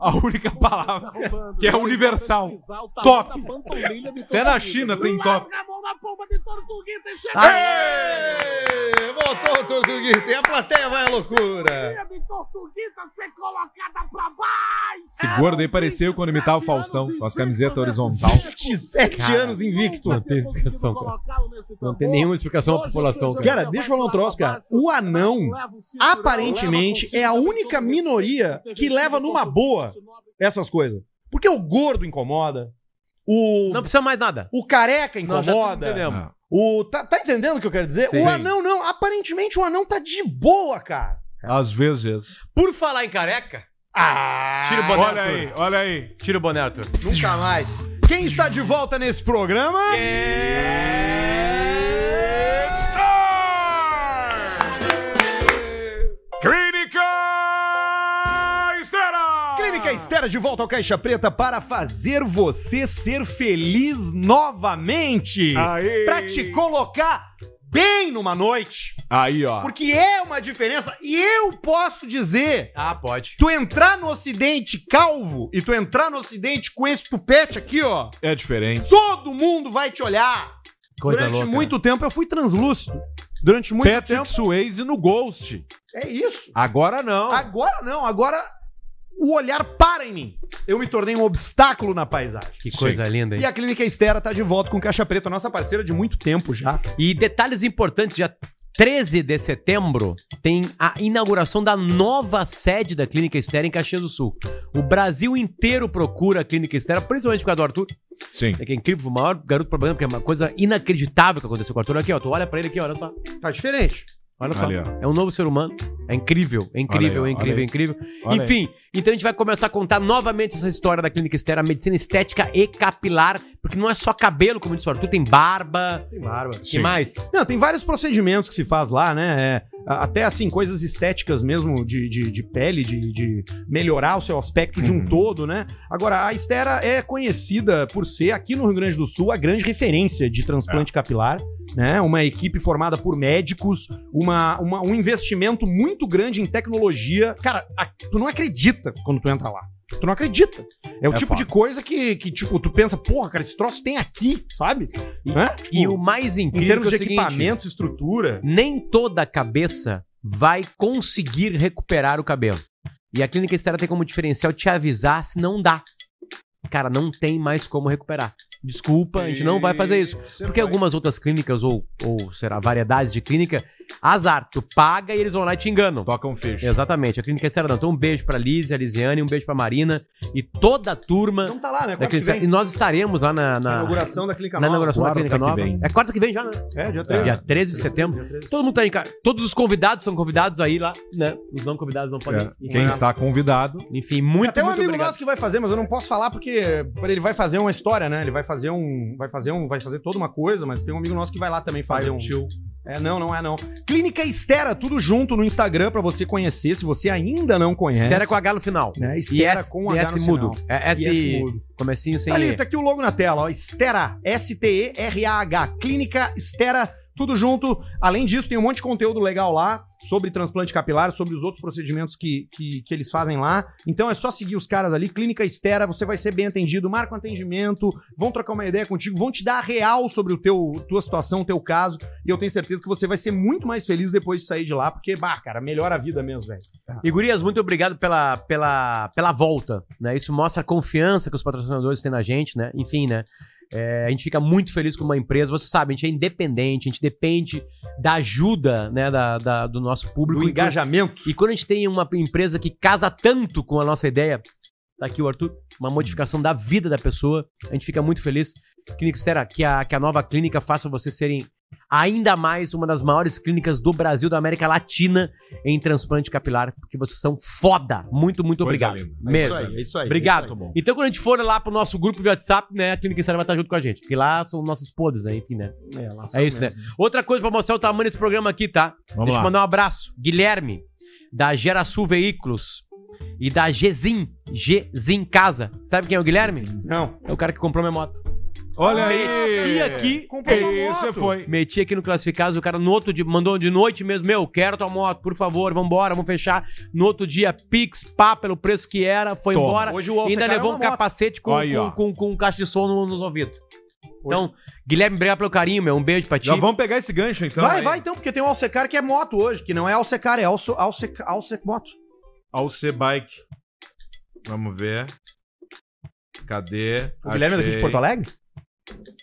A única palavra Tá que é universal. Top. Até na China tem top. Aê! Voltou o Tortuguita e a plateia vai à loucura. Esse gordo aí pareceu quando imitava o Faustão, com as camisetas horizontal. 27 anos invicto. Não tem explicação, cara. Não tem nenhuma explicação pra população. Cara, deixa eu falar um troço, cara. O anão, aparentemente, é a única minoria que leva numa boa essas coisas. Porque o gordo incomoda, o... Não precisa mais nada. O careca Nós já incomoda. entendemos. Ah. o tá, tá entendendo o que eu quero dizer? Sim. O anão não. Aparentemente o anão tá de boa, cara. Às vezes. Por falar em careca. tira o boné, Olha Arthur. aí, olha aí. Tira o boné, Arthur. Nunca mais. Quem está de volta nesse programa? É. Clínica Estera! Clínica Estera de volta ao Caixa Preta para fazer você ser feliz novamente. Aê. Pra te colocar bem numa noite. Aí, ó. Porque é uma diferença e eu posso dizer. Ah, pode. Tu entrar no ocidente calvo e tu entrar no ocidente com esse tupete aqui, ó. É diferente. Todo mundo vai te olhar. Coisa Durante louca. né? muito tempo eu fui translúcido. Durante muito Patrick tempo. Swayze no Ghost. É isso. Agora não. Ah. Agora não, agora o olhar para em mim. Eu me tornei um obstáculo na paisagem. Que coisa linda, hein? E a Clínica Estera tá de volta com Caixa Preta, nossa parceira de muito tempo já. E detalhes importantes, já 13 de setembro tem a inauguração da nova sede da Clínica Estera em Caxias do Sul. O Brasil inteiro procura a Clínica Estera, principalmente por causa do Arthur. Sim. É que é incrível, o maior garoto problema, porque é uma coisa inacreditável que aconteceu com o Arthur. Aqui, ó, tu olha pra ele aqui, olha só. Tá diferente. Olha só, Ali, ó. é um novo ser humano. É incrível, é incrível, Olha aí, é incrível, olha é incrível. Olha aí. Enfim, então a gente vai começar a contar novamente essa história da Clínica Estera, medicina estética e capilar, porque não é só cabelo, como disse o Arthur, tem barba. Tem barba. Que mais? Não, tem vários procedimentos que se faz lá, né? É, a- até assim, coisas estéticas mesmo de, de, de pele, de, de melhorar o seu aspecto Uhum. de um todo, né? Agora, a Estera é conhecida por ser, aqui no Rio Grande do Sul, a grande referência de É. transplante capilar, né? Uma equipe formada por médicos, uma, uma- um investimento muito grande em tecnologia. Cara, a- tu não acredita quando tu entra lá. Tu não acredita. É o É tipo de coisa que, que, tipo, tu pensa, porra, cara, esse troço tem aqui, sabe? E, Né? e Tipo, o mais incrível em termos que é de o seguinte, equipamentos, estrutura. Nem toda cabeça vai conseguir recuperar o cabelo. E a clínica estera tem como diferencial te avisar se não dá. Cara, não tem mais como recuperar. Desculpa, a gente não vai fazer isso. Porque algumas outras clínicas, ou, ou será, variedades de clínica, azar, tu paga e eles vão lá e te enganam. Tocam um fecho. Exatamente, a clínica estera não. Então um beijo pra Liz, a Lisiane, um beijo pra Marina e toda a turma. Então tá lá, né? da Quarta que Clínica Estera. vem. E nós estaremos lá é Na na, na, inauguração da Clínica na Nova. inauguração da Quarta Clínica que Nova. vem. É quarta que vem já, né? É, dia Dia 13. 13 de setembro. Todo mundo tá em casa. Todos os convidados são convidados aí lá, né? Os não convidados não podem. É. Quem está convidado. Enfim, muito, Até um é muito amigo obrigado. nosso que vai fazer, mas eu não posso falar porque ele vai fazer uma história, né? Ele vai fazer um, vai fazer um, vai fazer toda uma coisa, mas tem um amigo nosso que vai lá também fazer um um. É, não, não é não. Clínica Estera, tudo junto no Instagram pra você conhecer, se você ainda não conhece. Estera com H no final. Né? E Estera S, com e H S no mudo. final. É S, E S mudo. Comecinho sem Tá ali, E. tá aqui o logo na tela, ó. Estera, S-T-E-R-A-H, Clínica Estera, tudo junto. Além disso, tem um monte de conteúdo legal lá sobre transplante capilar, sobre os outros procedimentos que, que, que eles fazem lá. Então é só seguir os caras ali, Clínica Estera, você vai ser bem atendido, marca um atendimento, vão trocar uma ideia contigo, vão te dar a real sobre o teu tua situação, o teu caso, e eu tenho certeza que você vai ser muito mais feliz depois de sair de lá, porque, bah, cara, melhora a vida mesmo, velho. E Gurias, muito obrigado pela, pela, pela volta. Né? Isso mostra a confiança que os patrocinadores têm na gente, né? Enfim, né? É, a gente fica muito feliz com uma empresa. Você sabe, a gente é independente, a gente depende da ajuda né, da, da- do nosso público. Então, Do E quando- engajamento. E quando a gente tem uma empresa que casa tanto com a nossa ideia, tá aqui o Arthur, uma modificação da vida da pessoa, a gente fica muito feliz. Clínica Estera, que a, que a nova clínica faça vocês serem ainda mais uma das maiores clínicas do Brasil, da América Latina, em transplante capilar, porque vocês são foda. Muito, muito Coisa obrigado. linda. É Mesmo. isso aí, é isso aí, Obrigado. é isso aí. Bom. Então, quando a gente for lá pro nosso grupo de WhatsApp, né, a Clínica Estera vai estar junto com a gente, porque lá são nossos podres, aí, enfim, né? É, lá É isso, né? Outra coisa pra mostrar o tamanho desse programa aqui, tá? Vamos Deixa eu lá. mandar um abraço. Guilherme, da Gerasul Veículos e da Gezin, Gezin Casa. Sabe quem é o Guilherme? Não. É o cara que comprou minha moto. Olha aí! Meti aqui. Comprou uma Isso moto. foi. Meti aqui no classificados, o cara no outro dia mandou de noite mesmo, meu, quero tua moto, por favor, vambora, vamos fechar. No outro dia, Pix, pá, pelo preço que era, foi Toma. embora. Hoje o Alce ainda Cara é levou uma um moto. capacete com, Aí, ó. com, com, com um caixa de som no- nos ouvidos. Então, Guilherme, obrigado pelo carinho, meu. Um beijo pra ti. Já vamos pegar esse gancho, então. vai, vai então, porque tem um Alcecar que é moto hoje, que não é Alcecar, é Alce, Alce, Alce Moto. Alce Bike. Vamos ver. Cadê? O Guilherme é daqui de Porto Alegre?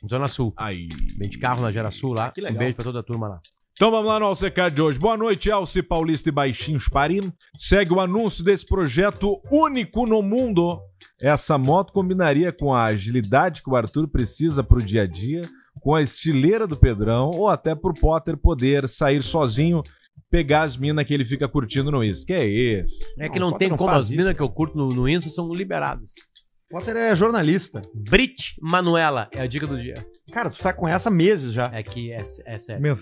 Zona Sul. Aí. Vem de carro na Gera Sul lá. Que legal. Um beijo pra toda a turma lá. Então vamos lá no Alcecar de hoje. Boa noite, Alce Paulista e Baixinhos Parim. Segue o anúncio desse projeto único no mundo. Essa moto combinaria com a agilidade que o Arthur precisa pro dia a dia, com a estileira do Pedrão ou até pro Potter poder sair sozinho, pegar as minas que ele fica curtindo no Insta. Que é isso? É que não, o tem Potter como, faz as isso. minas que eu curto no, no Insta são liberadas. Potter é jornalista. Brit Manuela é a dica do dia. Cara, tu tá com essa meses já. É que é, é sério.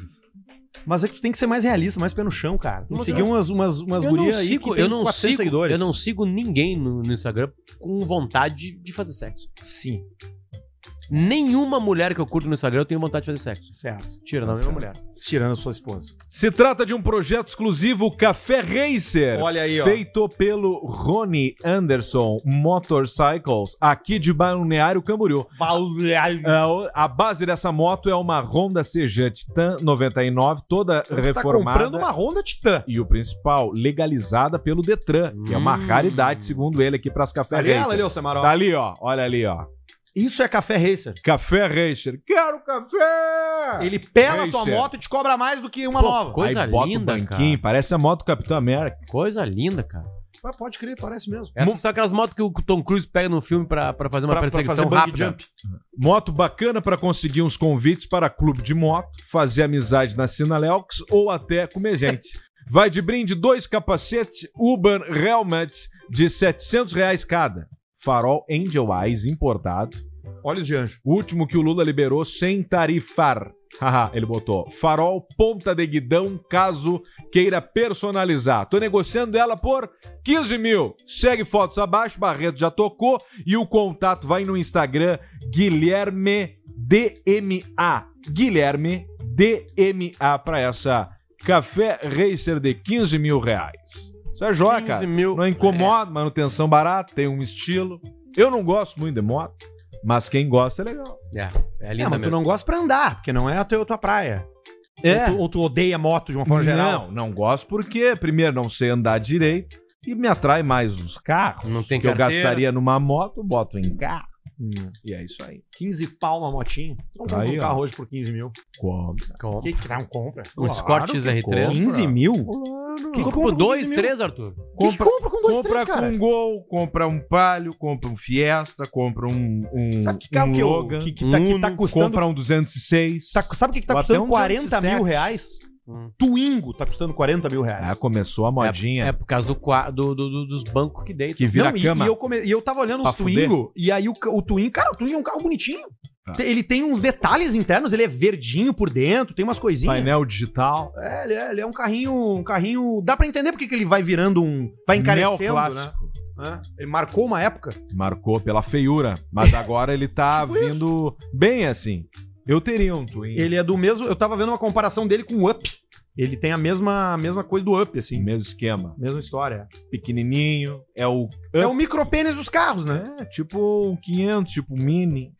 Mas é que tu tem que ser mais realista, mais pé no chão, cara. Tem que Mas seguir eu- umas, umas, umas eu gurias não aí sigo, que tem eu não 400 sigo, seguidores. Eu não sigo ninguém no, no Instagram com vontade de- de fazer sexo. Sim. Nenhuma mulher que eu curto no Instagram eu tenho vontade de fazer sexo. Certo. Tira, não, Tá minha certo. mulher. Tirando a sua esposa. Se trata de um projeto exclusivo Café Racer. Olha aí, ó. Feito pelo Rony Anderson Motorcycles, aqui de Balneário Camboriú. É, o- A base dessa moto é uma Honda CG Titan 99, toda reformada. tá comprando uma Honda Titan. E o principal, legalizada pelo Detran, que é uma raridade, segundo ele, aqui para as Café Hum. Ali é ela, Racer. ali, ó, Samara, ó. Tá ali, ó. Olha ali, ó. Isso é café racer. Café Racer. Quero café! Ele pela a tua Racer. moto e te cobra mais do que uma Pô, nova. coisa Aí bota o linda, cara. banquinho, Parece a moto do Capitão América. Coisa linda, cara. Ah, pode crer, parece mesmo. Essas são aquelas motos que o Tom Cruise pega no filme pra, pra fazer é uma Pra- pra perseguição um fazer bungee rápida. jump. Moto bacana para conseguir uns convites para clube de moto, fazer amizade na Sinalelx ou até comer gente. Vai de brinde dois capacetes Urban Helmet de R$ 700 reais cada. Farol Angel Eyes importado. Olhos de anjo. Último que o Lula liberou sem tarifar. Haha, ele botou. Farol ponta de guidão, caso queira personalizar. Tô negociando ela por 15 mil. Segue fotos abaixo, Barreto já tocou. E o contato vai no Instagram, Guilherme DMA. Guilherme DMA pra essa Café Racer de 15 mil reais. Isso é joia, 15 cara. mil. Não incomoda, manutenção barata, tem um estilo. Eu não gosto muito de moto, mas quem gosta é legal. É, é linda é, mas tu mesmo. não gosta pra andar, porque não é a tua, tua praia. Ou, É. tu, ou tu odeia moto de uma forma geral. Não, não gosto porque, primeiro, não sei andar direito e me atrai mais os carros. Não tem que eu carteira. gastaria numa moto, boto em carro. Hum. E é isso aí. 15 pau uma motinha. Tu não compra Aí, um ó. carro hoje por 15 mil. Compra. O que que não compra? Um Escort XR3. 15 mil? Que compra com 2, 3, Arthur? Compra, compra com dois, três, Compra cara? com um Gol, compra um Palio, compra um Fiesta, compra um, um Sabe que carro que eu- Logan, que- que tá- que tá Uno, custando- Compra um 206. Sabe o que, que tá Ou até custando um 40 mil 207. reais? Hum. Twingo tá custando 40 mil reais. Ah, começou a modinha. É por causa do, qua- do- do- do- dos bancos que deitam. Que vira é e, cama. E eu, come- e eu tava olhando Pra os Twingo, e aí o, ca- o Twingo, cara, o Twingo é um carro bonitinho. Ah. Te- Ele tem uns detalhes internos, ele é verdinho por dentro, tem umas coisinhas. Painel digital. É, ele é, ele é um carrinho, um carrinho. Dá pra entender porque que ele vai virando um. Vai encarecendo, né? Neoclássico. Hã? Ele marcou uma época. Marcou pela feiura, (laughs) mas agora ele tá vindo bem assim. Eu teria um Twin. Tipo Ele é do mesmo. Eu tava vendo uma comparação dele com o Up. Ele tem a mesma, a mesma coisa do Up, assim. Mesmo esquema. Mesma história. Pequenininho. É o. É o micropênis dos carros, né? É, tipo um 500, tipo um mini.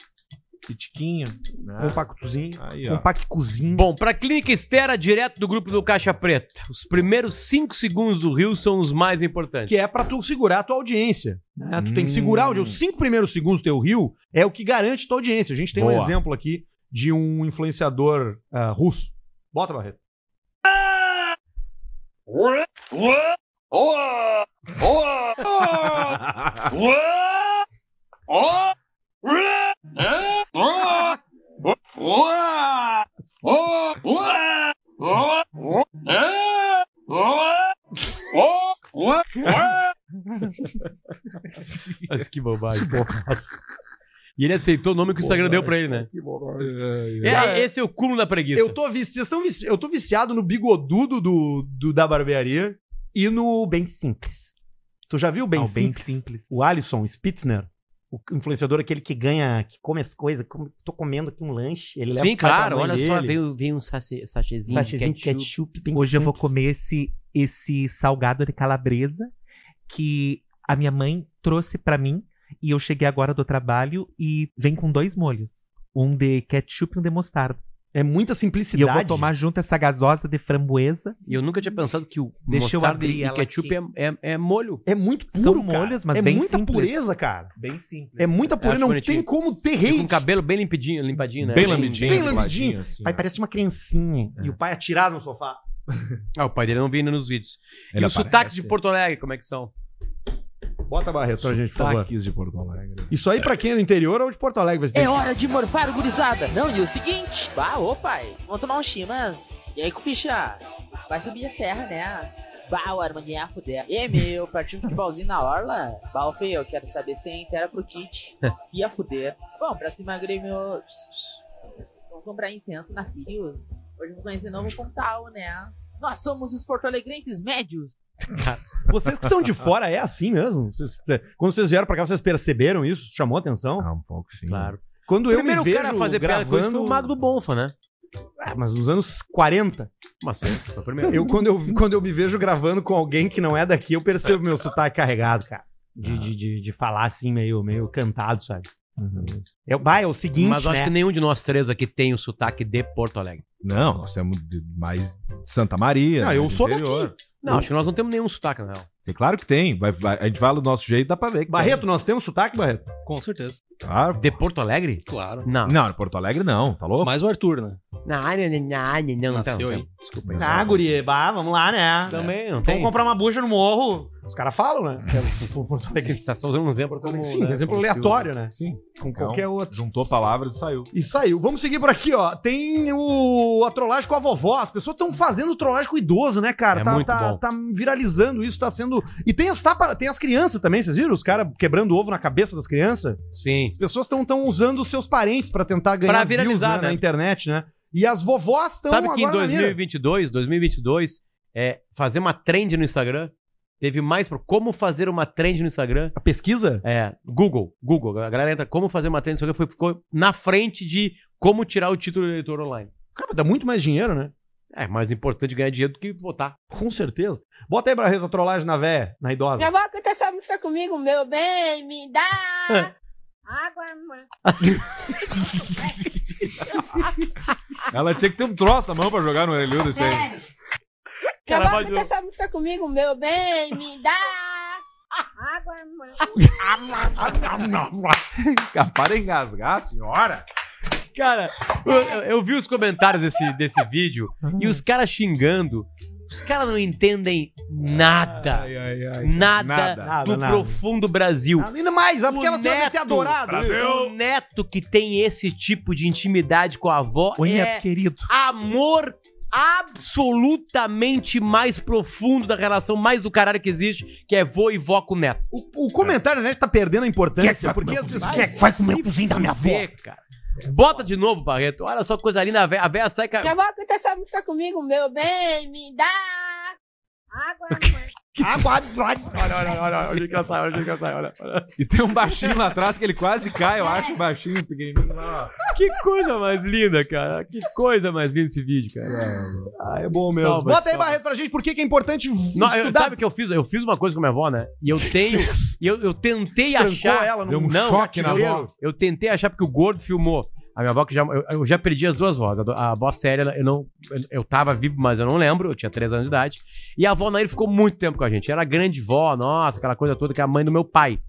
Pitiquinho. Né? Compactozinho. Aí, ó. Compactozinho. Bom, pra Clínica Estera, direto do grupo do Caixa Preta. Os primeiros 5 segundos do Rio são os mais importantes. que é pra tu segurar a tua audiência. né? Tu tem que segurar a Hum. audiência. Os cinco primeiros segundos do teu rio é o que garante tua audiência. A gente tem um Boa. exemplo aqui de um influenciador ah, russo. Bota, Barreto. (laughs) Mas que bobagem, porra. (laughs) E ele aceitou o nome que o Instagram deu pra ele, né? Que bobagem. É, esse é o cúmulo da preguiça. Eu tô, vici... Vocês tão vici- eu tô viciado no bigodudo do, do- da barbearia e no Bem Simples. Tu já viu o Bem, Ah, o Bem Simples? O Alisson Spitzner, o influenciador, aquele que ganha, que come as coisas. come- Tô comendo aqui um lanche. Ele leva Sim, pra claro, mãe olha só, dele. veio, veio um sachê, sachêzinho, Sachezinho de ketchup. Hoje eu vou comer esse, esse salgado de calabresa que a minha mãe trouxe pra mim e eu cheguei agora do trabalho e vem com dois molhos, um de ketchup e um de mostarda. É muita simplicidade. E eu vou tomar junto essa gasosa de framboesa. E eu nunca tinha pensado que o Deixa eu mostarda abrir e ela ketchup é, é, é molho. É muito puro, São molhos, mas É bem muita simples. pureza, cara. Bem simples. É muita pureza, Acho não bonitinho. tem como ter E hate. Com o cabelo bem limpadinho, limpadinho né? Bem lambidinho. tá Bem limpadinho. lambidinho. Assim, Pai, parece uma criancinha. É. E o pai atirado no sofá. Ah, o pai dele não vinha nos vídeos. Ele e os aparece. sotaques de Porto Alegre, como é que são? Bota a barreira pra gente, por favor. Sotaques de Porto Alegre. Isso aí pra quem é do interior ou de Porto Alegre vai ter É hora de morfar o gurizada. Não, e o seguinte. Bah, ô pai, vamos tomar um chimas. E aí, cupixa? Vai subir a serra, né? Bah, o Armandinho ia fuder. E aí, meu, partiu futebolzinho na orla? Bah, ô feio, eu quero saber se tem tera pro (laughs) kit. Ia fuder. Bom, pra cima, Grêmio... Vamos comprar incenso na Sirius. Hoje eu vou conhecer novo Pontal, né? Nós somos os porto-alegrenses médios. Vocês que são de fora, é assim mesmo? Vocês- quando vocês vieram pra cá, vocês perceberam isso? Chamou a atenção? Ah, um pouco sim. Claro. Quando eu Primeiro me vejo o cara a fazer piada com isso foi o Magno Bonfa, né? Ah, mas nos anos 40. Mas foi isso, foi o primeiro. Eu, quando, eu, quando eu me vejo gravando com alguém que não é daqui, eu percebo meu sotaque carregado, cara. De, de, de, de falar assim, meio, meio cantado, sabe? Uhum. Eu, vai, é o seguinte, Mas eu acho né? que nenhum de nós três aqui tem o sotaque de Porto Alegre. Não, nós temos de- mais de Santa Maria. Não, eu do sou interior. daqui. Não, acho que nós não temos nenhum sotaque, na real. Sim, claro que tem. Vai- vai- a gente fala do nosso jeito, dá pra ver. que Barreto, tem. nós temos sotaque, Barreto? Com certeza. Claro. De Porto Alegre? Claro. Não. Não, de Porto Alegre não, tá louco? Mais o Arthur, né? Não, não, não, não, não. Nasceu aí. Desculpa Ah, guri, bah, vamos lá, né? Também, não Vamos tem. comprar uma bucha no morro. Os caras falam, né? (laughs) Você tá só usando um exemplo como... Sim, né, exemplo como se aleatório, usa. né? Sim. Com qualquer outro. Juntou palavras e saiu. E saiu. Vamos seguir por aqui, ó. Tem o a trollagem com a vovó. As pessoas estão fazendo trollagem com o idoso, né, cara? É tá, muito tá, bom. tá viralizando isso, tá sendo. E tem, os tapa- tem as crianças também, vocês viram? Os caras quebrando ovo na cabeça das crianças. Sim. As pessoas estão tão usando os seus parentes pra tentar ganhar Pra viralizar, views, né, né? na internet, né? E as vovós estão Sabe que em na mira. 2022, 2022, é, fazer uma trend no Instagram teve mais pro como fazer uma trend no Instagram. A pesquisa? É, Google, Google. A galera entra como fazer uma trend no Instagram foi, ficou na frente de como tirar o título de eleitor online. Cara, dá muito mais dinheiro, né? É mais importante ganhar dinheiro do que votar. Com certeza. Bota aí, Barreto, a trollagem na véia, na idosa. Já vai cantar essa música comigo, meu bem, me dá (laughs) água, mãe. Ela tinha que ter um troço na mão pra jogar no Elildo desse aí. Já Cara, vai mas cantar eu- essa música comigo, meu bem, me dá água, (laughs) mãe. Ah, é Para engasgar, senhora. Cara, eu, eu- eu vi os comentários desse, desse vídeo e os caras xingando. Os caras não entendem nada. Ah, nada, Nada, do nada. profundo Brasil. Ainda mais, é porque ela se vai meter adorado. O neto que tem esse tipo de intimidade com a avó Ô, é neto querido. amor absolutamente mais profundo da relação mais do caralho que existe, que é vô e vó com neto. O comentário na net tá perdendo a importância, Quem é que vai porque comer as o pessoas. cozinho? Quem é que vai comer o cozinho da minha avó? Bota de novo, Barreto. Olha só que coisa linda. A véia, a véia sai... ca- Já vai cantar essa música comigo, meu bem, me dá água, mãe. Água, Olha, olha, olha, olha que ela sai, olha que ela sai, olha. E tem um baixinho lá atrás que ele quase cai, eu acho, um baixinho, pequenininho lá, ó. Que coisa mais linda, cara. Que coisa mais linda esse vídeo, cara. Ah, é bom mesmo. Salva, Bota aí, salva. Barreto, pra gente, por que que é importante v- Não, eu, estudar. sabe o que eu fiz? Eu fiz uma coisa com minha avó, né? (laughs) E eu tenho. e eu, eu tentei Trancou achar. ela num Deu Não, choque na gatilheiro. avó. Eu tentei achar porque o gordo filmou. A minha avó que já. Eu, eu já perdi as duas vozes. A do- A avó séria, ela- eu não. eu- Eu tava vivo, mas eu não lembro. Eu tinha três anos de idade. E a avó Nair ficou muito tempo com a gente. Era a grande vó, nossa, aquela coisa toda que é a mãe do meu pai.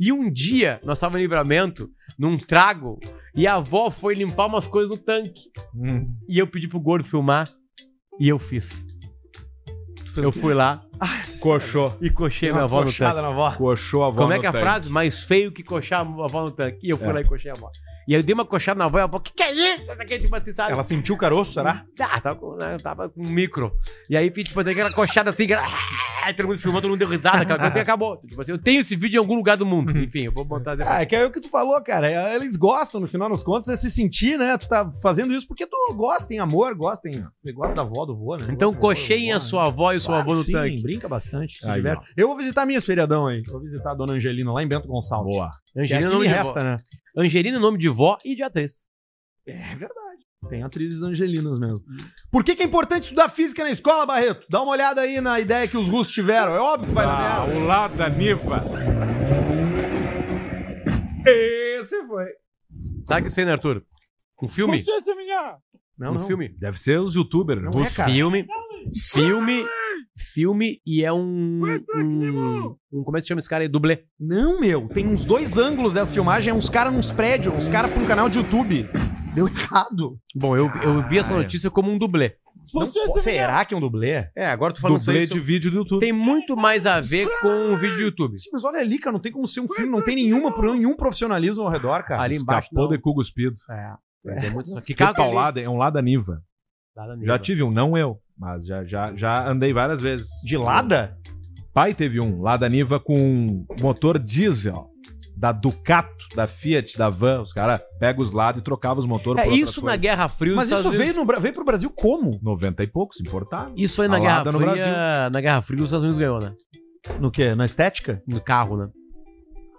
E um dia, nós estávamos em livramento, num trago, e a avó foi limpar umas coisas no tanque. E eu pedi pro gordo filmar. E eu fiz. Eu fui lá, coxou. E cochei Deu uma é? minha avó no coxada tanque. na avó. Coxou a avó Como é no que é a tanque. frase? Mais feio que coxar a avó no tanque. E eu fui É. lá e cochei a avó. E aí eu dei uma coxada na avó e a avó, que que é isso? Essa aqui, tipo assim, sabe? tá Ela sentiu o caroço, será? Ah, tava com, né, eu tava com um micro. E aí, fiz, tipo, dei aquela coxada assim, que era... "Ah", todo mundo filmou, todo mundo deu risada, aquela coisa e acabou. Tipo assim, eu tenho esse vídeo em algum lugar do mundo. Enfim, eu vou botar depois. Ah, é que é o que tu falou, cara. Eles gostam, no final das contas, é se sentir, né? Tu tá fazendo isso porque tu gosta, tem amor, gosta, tem... gosta da avó, do vô, né? Então Gosta do vô, cocheiem a do vô, sua avó e o seu Claro avô que no sim, tanque. brinca bastante, se Aí, diverte. Eu vou visitar minhas feriadão aí. Vou visitar a dona Angelina lá em Bento Gonçalves. Boa. Angelina Angelina não é nome me de resta, vó. né? Angelina, é nome de vó e de atriz. É verdade. Tem atrizes angelinas mesmo. Por que, que é importante estudar física na escola, Barreto? Dá uma olhada aí na ideia que os russos tiveram. É óbvio que vai dar merda. Ah, o lado da Nifa. Esse foi. Sabe o que isso aí, né, Arthur? Um filme? Não, um não. filme. Deve ser os youtubers. Um filme. Filme. Filme e é um, um, um- Como é que se chama esse cara aí? Dublê. Não, meu. Tem uns dois ângulos dessa filmagem. É uns caras nos prédios, uns caras pra um canal de YouTube. Deu errado. Bom, eu, eu vi essa notícia como um dublê. Não po- será que é um dublê? É, agora tu falando Dublê de vídeo do YouTube. Tem muito mais a ver com o vídeo do YouTube. Sim, mas olha ali, cara. Não tem como ser um filme. Não tem nenhuma, por nenhum profissionalismo ao redor, cara. Ali embaixo, Escapou não. de cu cuspido. É. Tem muito isso aqui. Que Carro que paulada, é um lada Niva. ele- Já tive um, não eu, mas já, já, já andei várias vezes. De Lada? Pai teve um, Lada Niva com motor diesel, da Ducato, da Fiat, da Van. Os caras pegam os Lada e trocavam os motores É, por outras isso na coisas. Guerra Fria. os Mas isso Estados veio, Unidos- no, Bra- veio pro Brasil como? 90 e poucos, importado. Isso aí na A Guerra Lada Fria. no Brasil. na Guerra Fria, os Estados Unidos ganhou, né? No quê? Na estética? No carro, né?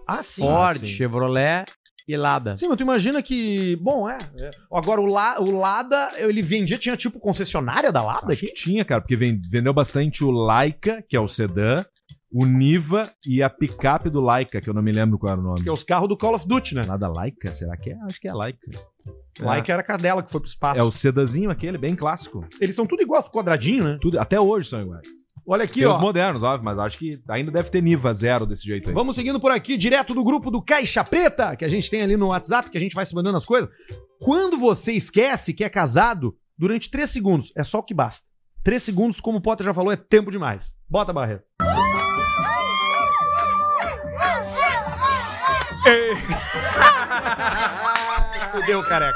Ah, sim. Ford, Ah, sim. Chevrolet e Lada. Sim, mas tu imagina que. Bom, é. é. Agora, o, La- o Lada, ele vendia, tinha tipo concessionária da Lada aqui? Tinha, cara, porque ven- vendeu bastante o Laika, que é o sedã, o Niva e a picape do Laika, que eu não me lembro qual era o nome. Que é os carros do Call of Duty, né? Lada Laika, será que é? Acho que é Laika. Like era a cadela que foi pro espaço. É o sedazinho aquele, bem clássico. Eles são tudo iguais, quadradinho, né? Tudo, até hoje são iguais. Olha aqui, Tem ó. os modernos, óbvio, mas acho que ainda deve ter Niva zero desse jeito aí. Vamos seguindo por aqui, direto do grupo do Caixa Preta, que a gente tem ali no WhatsApp, que a gente vai se mandando as coisas. Quando você esquece que é casado, durante três segundos, é só o que basta. Três segundos, como o Potter já falou, é tempo demais. Bota, Barreto. (laughs) Se fudeu, careca.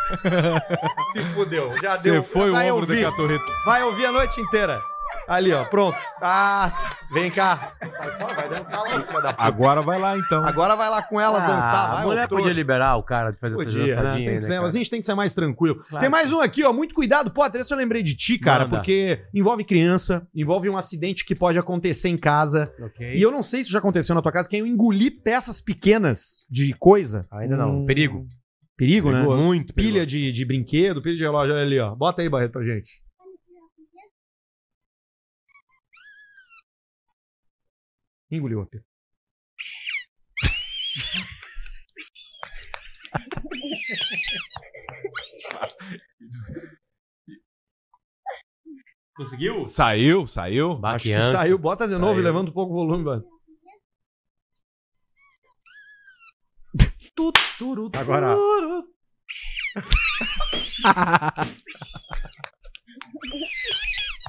Se fudeu. Já Você deu. foi vai o ombro ouvir. da catorreta. Vai ouvir a noite inteira. Ali, ó, pronto. Ah, vem cá. Sai fora, vai dançar lá, filha da puta. Agora vai lá, então. Agora vai lá com elas dançar. Vai, a ô Ah, mulher trouxa. podia liberar o cara de fazer Podia, né? essa dançadinha Tem aí, que ser- né, mas a cara? gente tem que ser mais tranquilo. Claro. Tem mais um aqui, ó. Muito cuidado, Potter. Esse eu lembrei de ti, cara, Manda. porque envolve criança, envolve um acidente que pode acontecer em casa. Ok. E eu não sei se já aconteceu na tua casa, que é eu engolir peças pequenas de coisa. Ainda não. Hum, Perigo. Perigo, né? Perigoso. Muito. Pilha de, de brinquedo, pilha de relógio. Olha ali, ó. Bota aí, Barreto, pra gente. Engoliu a pilha. Conseguiu? Saiu, saiu. Acho que saiu. Bota de novo e levanta um pouco o volume, mano. (laughs) Agora.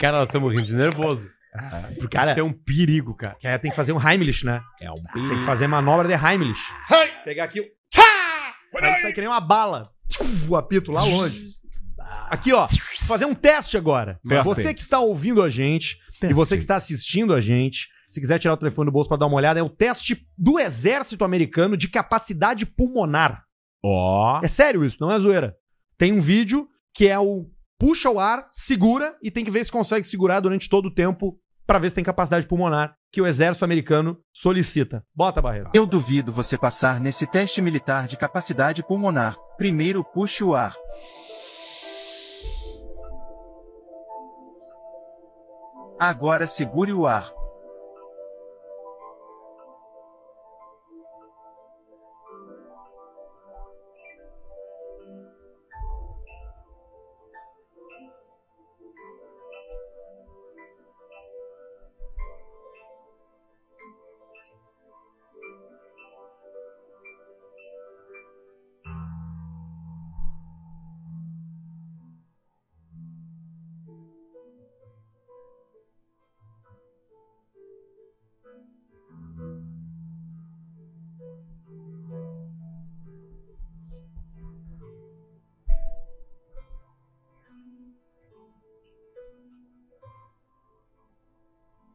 Cara, nós estamos rindo de nervoso. Ah, Porque Cara- isso é um perigo, cara. Que aí tem que fazer um Heimlich, né? É um Tem que fazer manobra de Heimlich. Pegar aqui. Aí sai que nem uma bala. Tchuf, O apito lá longe. Aqui, ó. Vou Fazer um teste agora. Ah. Teste. Você que está ouvindo a gente e você que está assistindo a gente, se quiser tirar o telefone do bolso para dar uma olhada, é o teste do Exército Americano de capacidade pulmonar. Ó. É sério isso, não é zoeira. Tem um vídeo que é o puxa o ar, segura e tem que ver se consegue segurar durante todo o tempo para ver se tem capacidade pulmonar que o Exército Americano solicita. Bota, Barreto. Eu duvido você passar nesse teste militar de capacidade pulmonar. Primeiro puxe o ar. Agora segure o ar.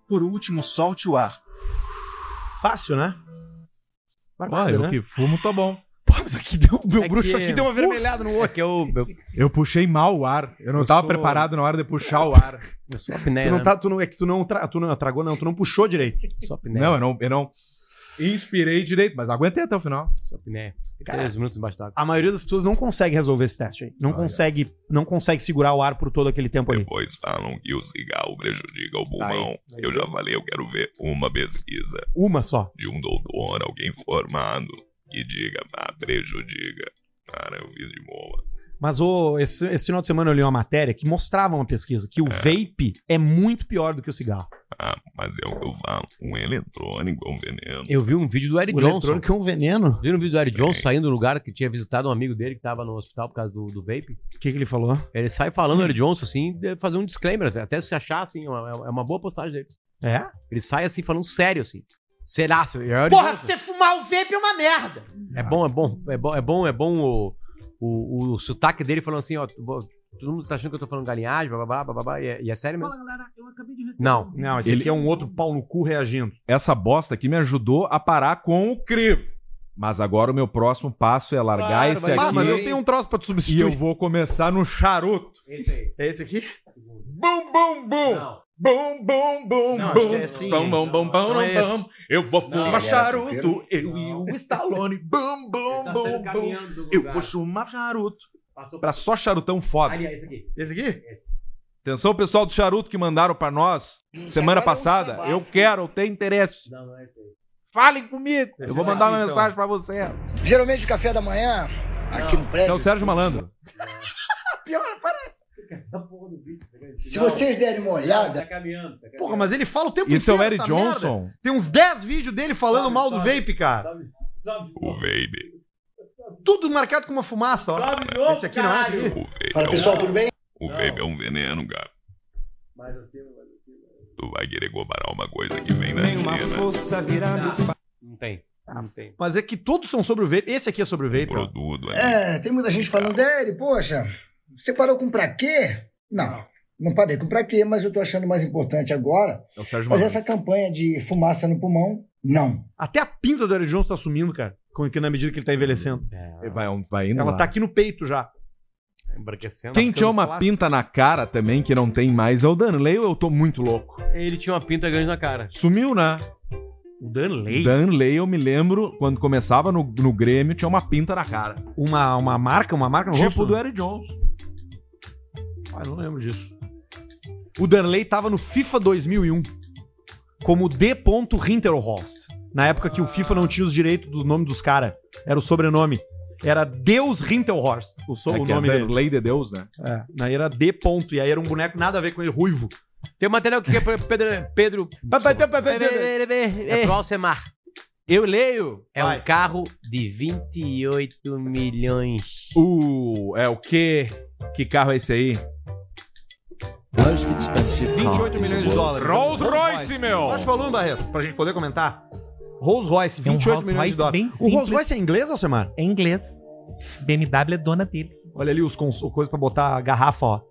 Por último, solte o ar. Fácil, né? Ah, eu que fumo, tá bom. Pô, mas aqui deu, meu É um bruxo que- aqui deu uma vermelhada É no olho. Eu puxei mal o ar. Eu não Eu tava sou- preparado na hora de puxar o ar. Eu sou né? tu não tá, tu não, é que tu não, tra, tu não tragou, não, tu não puxou direito. Só apneia. é Não, eu não, eu não inspirei direito, mas aguentei até o final. Só apneia. Cara, Três minutos embaixo d'água. A maioria das pessoas não consegue resolver esse teste aí. Não consegue, não consegue segurar o ar por todo aquele tempo ali. Pois falam que o cigarro prejudica o pulmão. Eu já falei, eu quero ver uma pesquisa Uma só. de um doutor, alguém formado, que diga, ah, prejudica. Cara, eu fiz de boa. Mas ô, esse, esse final de semana eu li uma matéria que mostrava uma pesquisa que o vape é muito pior do que o cigarro. Ah, mas é o que eu falo, um eletrônico é um veneno. Eu vi um vídeo do Eric O Johnson. eletrônico é um veneno. Viram um vídeo do Eric Johnson saindo do lugar que tinha visitado um amigo dele que tava no hospital por causa do, do vape? O que, que ele falou? Ele sai Hum. falando, o Eric Johnson, assim, de fazer um disclaimer, até se achar, assim, é uma, é uma boa postagem dele. É? Ele sai, assim, falando sério, assim. Será, seu é o Eric Porra, Johnson. você fumar o vape é uma merda. É bom, é bom, é bom, é bom, é bom o, o, o sotaque dele falando assim, ó, tu- bo- todo mundo tá achando que eu tô falando galinhagem, blá, blá, blá, blá, blá, e, é, e é sério mesmo. Não. Não, esse aqui é um outro pau no cu reagindo. Essa bosta aqui me ajudou a parar com o crivo. Mas agora o meu próximo passo é largar Claro, esse vai- aqui. Ah, mas eu tenho um troço pra te substituir. E eu vou começar no charuto. Esse aí. É (laughs) esse aqui? Bum, bum, bum. Bum, bum, bum, Não, acho bum. que é assim. bum, bum, bum, bum, Não, não é bum, esse. bum. Eu vou fumar ele era charuto. funkeiro. Eu e o Stallone. Bum, bum, tá saindo bum, caminhando bum. do Eu lugar. vou fumar um charuto. Pra só charutão foda. esse aqui. Esse aqui? Atenção, pessoal do charuto que mandaram pra nós semana um passada. Eu quero, eu tenho interesse. Não, não é esse aí. Falem comigo. Esse eu vou aqui, mandar uma então. mensagem pra você. Geralmente o café da manhã, aqui no Esse é prédio. o Sérgio Malandro. Pior, parece. Se vocês derem uma olhada. Porra, mas ele fala o tempo Isso é o inteiro Eric essa merda. Johnson? Tem uns 10 vídeos dele falando mal do vape, cara. O vape. Tudo marcado com uma fumaça, ó. esse aqui não é esse aqui? Fala, pessoal, tudo bem? um O vape é um veneno, cara. Mais acima, mais acima. Tu vai querer comparar uma coisa que vem da China. Não tem. Não tem. Mas é que todos são sobre o vape. Esse aqui é sobre o vape. ó. né? É, tem muita gente falando, Eri, poxa, você parou com pra quê? Não, não parei com pra quê, mas eu tô achando mais importante agora É o fazer Sérgio Malandro. essa campanha de fumaça no pulmão, não. Até a pinta do Eric Johnson tá sumindo, cara. com- que Na medida que ele tá envelhecendo. Vai, um- vai indo Ela lá. tá aqui no peito já. Embraquecendo. Quem tinha uma pinta na cara também que não tem mais é o Danley. Eu tô muito louco. Ele tinha uma pinta grande na cara. Sumiu, né? O Danley? Danley, eu me lembro, quando começava no, no Grêmio, tinha uma pinta na cara. Uma, uma marca, uma marca no Tipo rosto? né? do Eric Johnson. Ah, eu não lembro disso. O Danley tava no FIFA 2001 como D. Rinterhorst. Na época que o FIFA não tinha os direitos do nome dos caras. Era o sobrenome. Era Deus Rinterhorst, o, so- o É que nome dele. Danley de Deus, né? É, aí era D. Ponto, e aí era um boneco nada a ver com ele, ruivo. Tem um material que é pra Pedro. Pedro é pro Alcemar. Eu leio. É um carro de 28 milhões. Uh, é o quê? Que carro é esse aí? 28 milhões de dólares. Rolls Royce, meu! Nós falando, Barreto, pra gente poder comentar. Rolls Royce, É um 28 Rolls milhões Royce de dólares. bem o Rolls simples. Royce é inglês, Alcemar? É inglês. BMW é dona dele. Olha ali os cons... o coisa pra botar a garrafa, ó.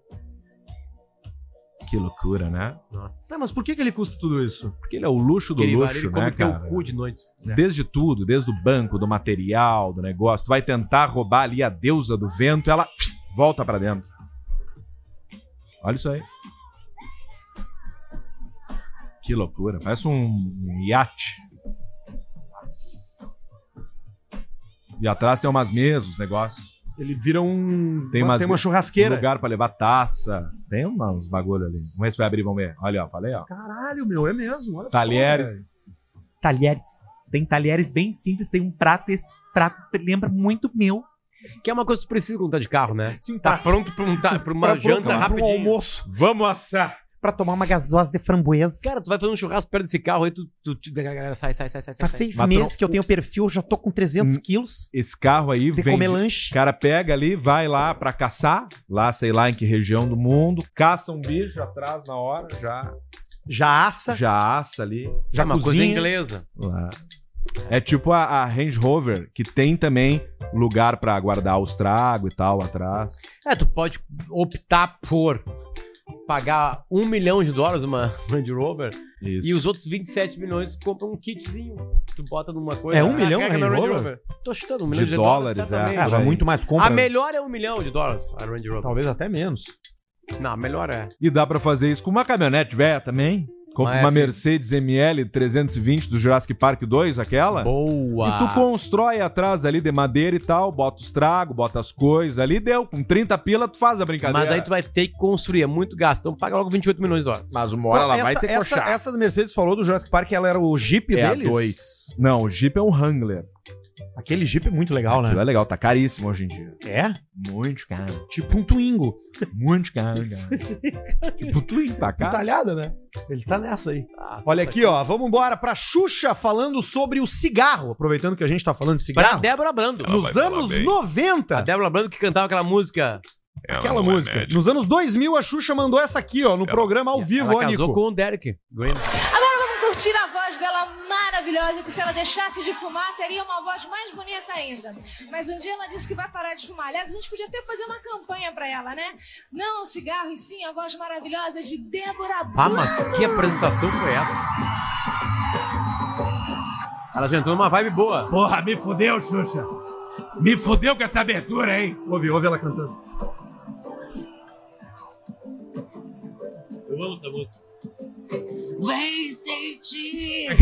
Que loucura, né? Tá, mas por que, que ele custa tudo isso? Porque ele é o luxo do Que ele luxo, vai- ele né, come teu cara? cu de noite. se quiser. Desde tudo, desde o banco, do material, do negócio. Tu vai tentar roubar ali a deusa do vento, ela volta pra dentro. Olha isso aí. Que loucura. Parece um iate. E atrás tem umas mesas, os negócios. Ele vira um. Tem, umas tem uma churrasqueira. Um lugar pra levar taça. Tem uma- uns bagulho ali. Vamos ver se vai abrir, vamos ver. Olha, ó, falei, ó. Caralho, meu, é mesmo. Tá Olha Talheres. Talheres. Tem talheres bem simples, tem um prato, esse prato lembra muito meu. Que é uma coisa que tu precisa quando tá de carro, né? Sim, tá pronto pra, um, tá, pra uma janta rapidinho. Vamos assar. Pra tomar uma gasosa de framboesa. Cara, tu vai fazer um churrasco perto desse carro, aí tu, tu, tu a galera sai, sai, sai, sai. Faz sai. seis meses que eu tenho um perfil, já tô com 300 Hum. quilos. Esse carro aí De vem. comer lanche. O cara pega ali, vai lá pra caçar, lá sei lá em que região do mundo, caça um bicho atrás na hora, já já assa, já assa ali, já é uma coisa inglesa. Lá. É tipo a, a Range Rover que tem também lugar pra guardar os tragos e tal atrás. É, tu pode optar por pagar um milhão de dólares uma Land Rover Isso. e os outros 27 milhões compram um kitzinho. Tu bota numa coisa. É um milhão carrega Land na Rover? Tô chutando, um De milhão de, dólares. dólares, é. certamente. Ah, vai muito mais compra. A melhor é um milhão de dólares, a Land Rover. Talvez até menos. Então. Não, a melhor é. E dá pra fazer isso com uma caminhonete velha também. Compra Uma uma F- Mercedes ML 320 do Jurassic Park 2, aquela. Boa! E tu constrói atrás ali de madeira e tal, bota os tragos, bota as coisas ali, deu. Com 30 pila, tu faz a brincadeira. Mas aí tu vai ter que construir, é muito gasto. Então paga logo 28 milhões de dólares. Mas uma Não, Então, essa, essa, essa Mercedes falou do Jurassic Park, ela era o Jeep É a deles? dois. Não, o Jeep é um Wrangler. Aquele Jeep é muito legal, né? Aquilo é legal, tá caríssimo hoje em dia. É? Muito caro. Tipo um Twingo. Muito caro, cara. (laughs) tipo um Twingo, tá caro. Talhada, né? Ele tá nessa aí. santa Olha aqui, ó. Vamos embora pra Xuxa falando sobre o cigarro. Aproveitando que a gente tá falando de Pra cigarro. Débora Brando. Nos Ela vai falar anos bem. 90. A Débora Brando que cantava aquela música. Aquela é é música. Nos anos 2000, a Xuxa mandou essa aqui, ó, no programa ao vivo, ó, Ela casou Nico. com o Derek. Green. Agora vamos curtir a voz dela maravilhosa, que se ela deixasse de fumar, teria uma voz mais bonita ainda. Mas um dia ela disse que vai parar de fumar. Aliás, a gente podia até fazer uma campanha pra ela, né? Não o cigarro, e sim a voz maravilhosa de Débora Ah, mas que apresentação foi essa? Ela já entrou numa vibe boa. Porra, me fudeu, Xuxa. Me fudeu com essa abertura, hein? Ouve, ouve ela cantando. Eu amo essa música. Vem sentir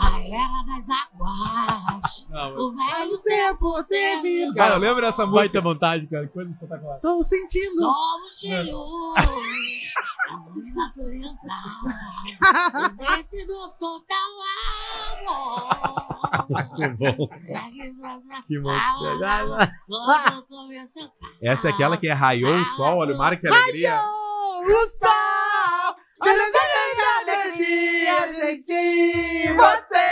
a era das águas. o velho tempo terminou. Cara, eu lembro dessa música. ter vontade, cara. Coisa espetacular. Estou sentindo. Somos É. de luz. a luz da (laughs) natureza. o vento do total amor. Muito bom. (laughs) Que monstro. Quando começou Essa é aquela que é Um raiou o sol, olha o Ah, mar, que alegria. o sol. alegria, gente, você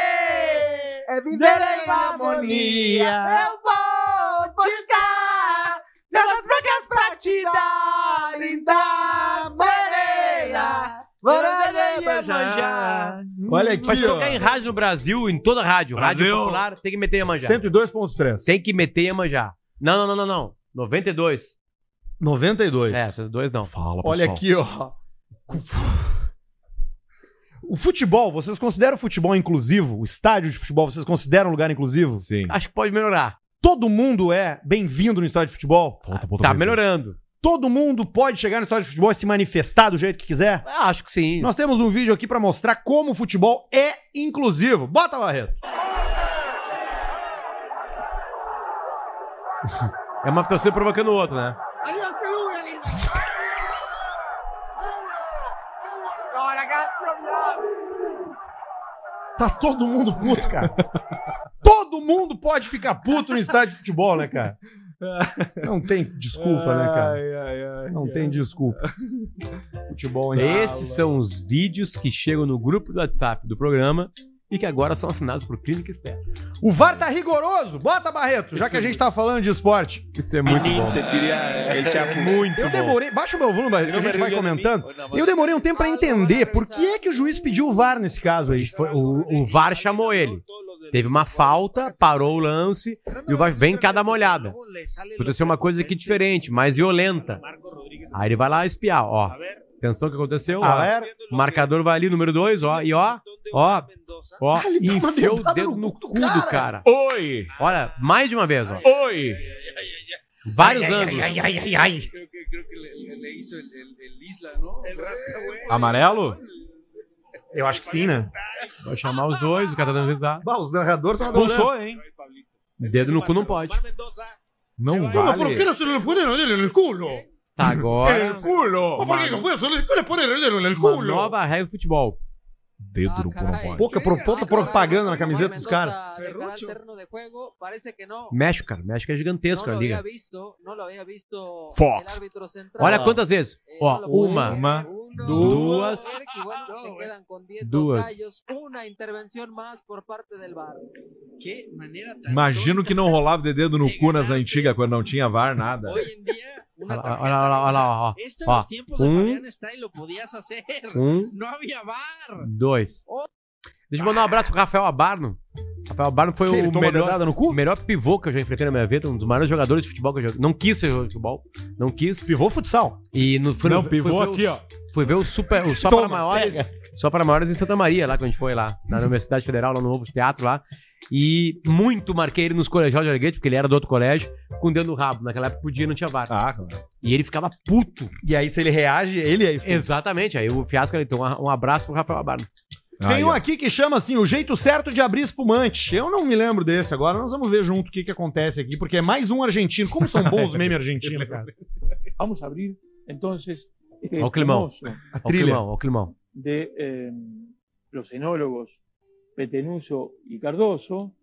é viver em harmonia. Eu vou te dar todas brancas pra te dar, linda É morena. é manjar. Olha aqui, Mas se ó. tocar em rádio no Brasil, em toda rádio, rádio Brasil. popular, tem que meter e manjar. 102.3. Tem que meter e manjar. Não, não, não, não, não. 92. 92. É, 102 não. Fala, Olha aqui, ó. O futebol, vocês consideram o futebol inclusivo? O estádio de futebol, vocês consideram um lugar inclusivo? Sim. Acho que pode melhorar. Todo mundo é bem-vindo no estádio de futebol? Tá melhorando. Todo mundo pode chegar no estádio de futebol e se manifestar do jeito que quiser? Acho que sim. Nós temos um vídeo aqui pra mostrar como o futebol é inclusivo. Bota, Barreto. É uma torcida provocando o outro, né? Tá todo mundo puto, cara. (laughs) todo mundo pode ficar puto no estádio de futebol, né, cara? (laughs) Não tem desculpa, né, cara? Não tem desculpa. Futebol ainda. Esses são os vídeos que chegam no grupo do WhatsApp do programa e que agora são assinados por Clínica Externa. O VAR tá rigoroso. Bota, Barreto, já Isso- que a gente tava falando de esporte. Isso é muito bom. eu demorei. Baixa o meu volume, Barreto, que a gente vai comentando. Eu demorei um tempo pra entender por que é que o juiz pediu o VAR nesse caso aí. Foi, o, o VAR chamou ele. Teve uma falta, parou o lance e o VAR vem cada molhada. Aconteceu uma coisa aqui diferente, mais violenta. Aí ele vai lá espiar, ó. Atenção o que aconteceu, Ah, Ah, é? ó. O marcador vai ali, número 2, ó. E ó, ó, tá ó. E enfiou o dedo no cu do cara. Oi! Olha, mais de uma vez, ó. Oi! Vários Ai, ai, ângulos. ai, ai, ai, ai. Creo que, creo que le, le- le hizo el, el- el Isla, ¿no? El Amarelo? Eu acho que sim, né? Vou chamar os dois, o cara tá dando risada. Bah, os narradores tão Expulsou, adorando. hein? Dedo no cu não pode. Não vale. se le pusieron el dedo en el culo? Tá agora. (laughs) culo! ¿Por qué no puedo se le quiere poner el dedo en el Uma culo? nova regra do futebol. Dedo no cu não pode. Pouca, pro- pouca propaganda na camiseta dos é caras. México, cara. México é gigantesco a liga. Fox. Olha quantas vezes. Eh, Ó, uma, duas, eh. duas. duas. Qué manera tan Imagino que não rolava de dedo no cu nas antigas quando não tinha VAR, nada. Olha lá, olha lá, olha lá, ó. Esto en ó. los tiempos de Um, Fabián Style lo podías hacer. (laughs) um, No había bar. dois. Deixa eu mandar um abraço pro Rafael Abarno, Rafael Barman foi Que ele o toma melhor, dedada no cu? melhor pivô que eu já enfrentei na minha vida, um dos maiores jogadores de futebol que eu já Não quis ser jogador de futebol, não quis. Pivô futsal. E no, foi Não, no- pivô foi ver aqui, o- ó. Foi ver o super, o só Toma, para maiores, só para maiores em Santa Maria, lá que a gente foi lá, na Universidade Federal, lá no Novo Teatro lá. E muito marquei ele nos colegial de Alegrete, porque ele era do outro colégio, com o dedo no rabo. Naquela época podia, não tinha VAR. Ah, claro. E ele ficava puto. E aí, se ele reage, ele é expulso. Exatamente. Aí o fiasco, então, um abraço pro Rafael Abarno. Tem um aqui que chama assim, o jeito certo de abrir espumante. Eu não me lembro desse agora, nós vamos ver junto o que, que acontece aqui, porque é mais um argentino. Como são bons os memes argentinos, cara. Vamos a abrir, entonces, este Ao climão. famoso Ao climão, ao climão. de eh, los enólogos Petenuso y Cardoso.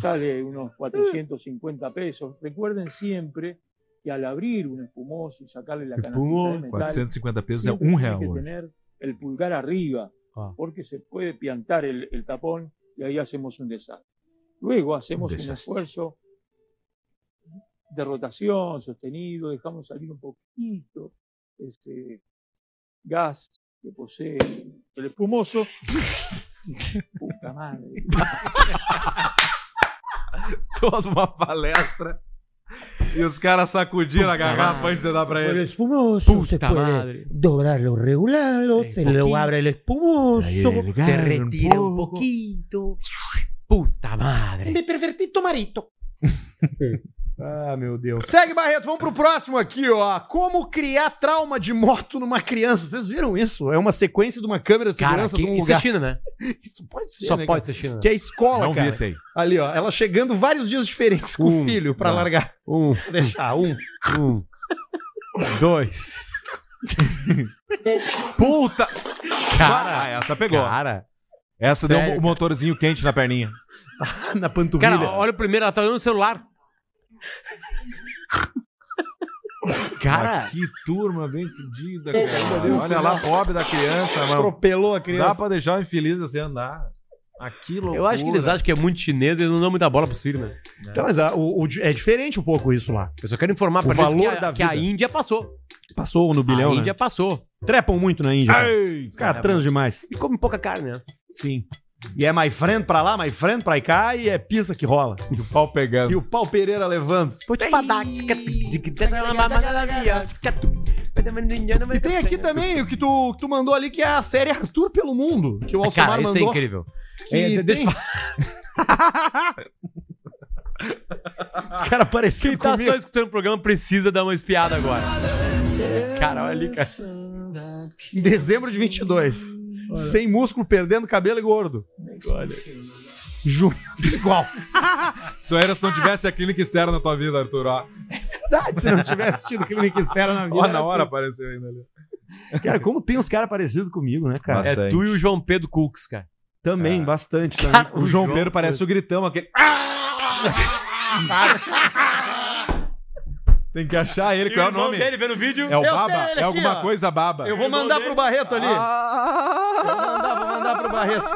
Sale unos 450 pesos. Recuerden siempre que al abrir un espumoso y sacarle la canastita de metal, 450 pesos é siempre um tiene real que hoje. tener el pulgar arriba, Ah. porque se puede piantar el, el tapón y ahí hacemos un desastre. Luego hacemos un, desastre. esfuerzo de rotación sostenido, dejamos salir un poquito ese gas que posee el (laughs) espumoso. Puta madre. Toda uma palestra. E os caras sacudiram a garrafa antes de dar pra El ele. espumoso se Eh, Puta puede madre. doblarlo, regularlo, Sí, se poquito. lo abre el espumoso, Ahí, delgado, se un retira un poco. poquito. Puta madre. Me pervertí tu (laughs) marito. Ah, meu Deus. Segue, Barreto. Vamos pro próximo aqui, ó. Como criar trauma de moto numa criança. Vocês viram isso? É uma sequência de uma câmera de Cara, segurança que- de um isso lugar. (laughs) é China, né? Isso pode ser, Só né, pode cara? ser China. Que é a escola, Não vi cara. esse aí. Ali, ó. Ela chegando vários dias diferentes com o Um, filho pra não. largar. Um. Deixar. Um. Um. Dois. Puta! Cara, Cara, essa pegou. cara. Essa deu Sério, um motorzinho quente na perninha. na panturrilha. Cara, olha o primeiro, ela tá olhando no celular. Cara. Mas que turma bem fudida, Meu cara. Deus, Olha lá, pobre da criança, mano. Atropelou a Dá pra deixar o infeliz assim andar. Aquilo. Eu acho que eles acham que é muito chinês e eles não dão muita bola pros filhos, né? Então, mas ah, o- o di- é diferente um pouco isso lá. Eu só quero informar O pra eles que valor a, da que a vida. Índia passou. Passou no bilhão, a né? Índia passou. Trepam muito na Índia. cara. Ei, Os caras caramba. transam demais. E come pouca carne, né? Sim. E é my friend pra lá, my friend pra cá e é pizza que rola. E o pau pegando. E o pau Pereira levando. E tem aqui também o que tu, que tu mandou ali, que é a série Arthur pelo Mundo, que o Alcimar Cara, isso mandou. é incrível. Que É, de- tem... deixa eu (laughs) Os caras pareciam Quem tá comigo. só escutando o programa precisa dar uma espiada agora. Cara, olha ali, cara. Em dezembro de 22. Sem músculo, perdendo cabelo e gordo. Olha. Junho, (laughs) igual. Isso era se não tivesse a clínica externa na tua vida, Arthur. Ó, É Verdade, se não tivesse tido clínica externa na vida. Ó, era na hora assim. apareceu ainda ali. Cara, como tem uns caras parecidos comigo, né, cara? Bastante. É tu e o João Pedro Cux, cara. Também, bastante. também. Cara, o João Pedro parece o gritão, aquele. "Ah!" Tem que achar ele, qual é o nome? dele vê no vídeo. É o Eu tenho Baba? ele É alguma aqui, ó. coisa Baba? Eu vou mandar pro Barreto ali. Eu vou mandar, vou mandar pro Barreto.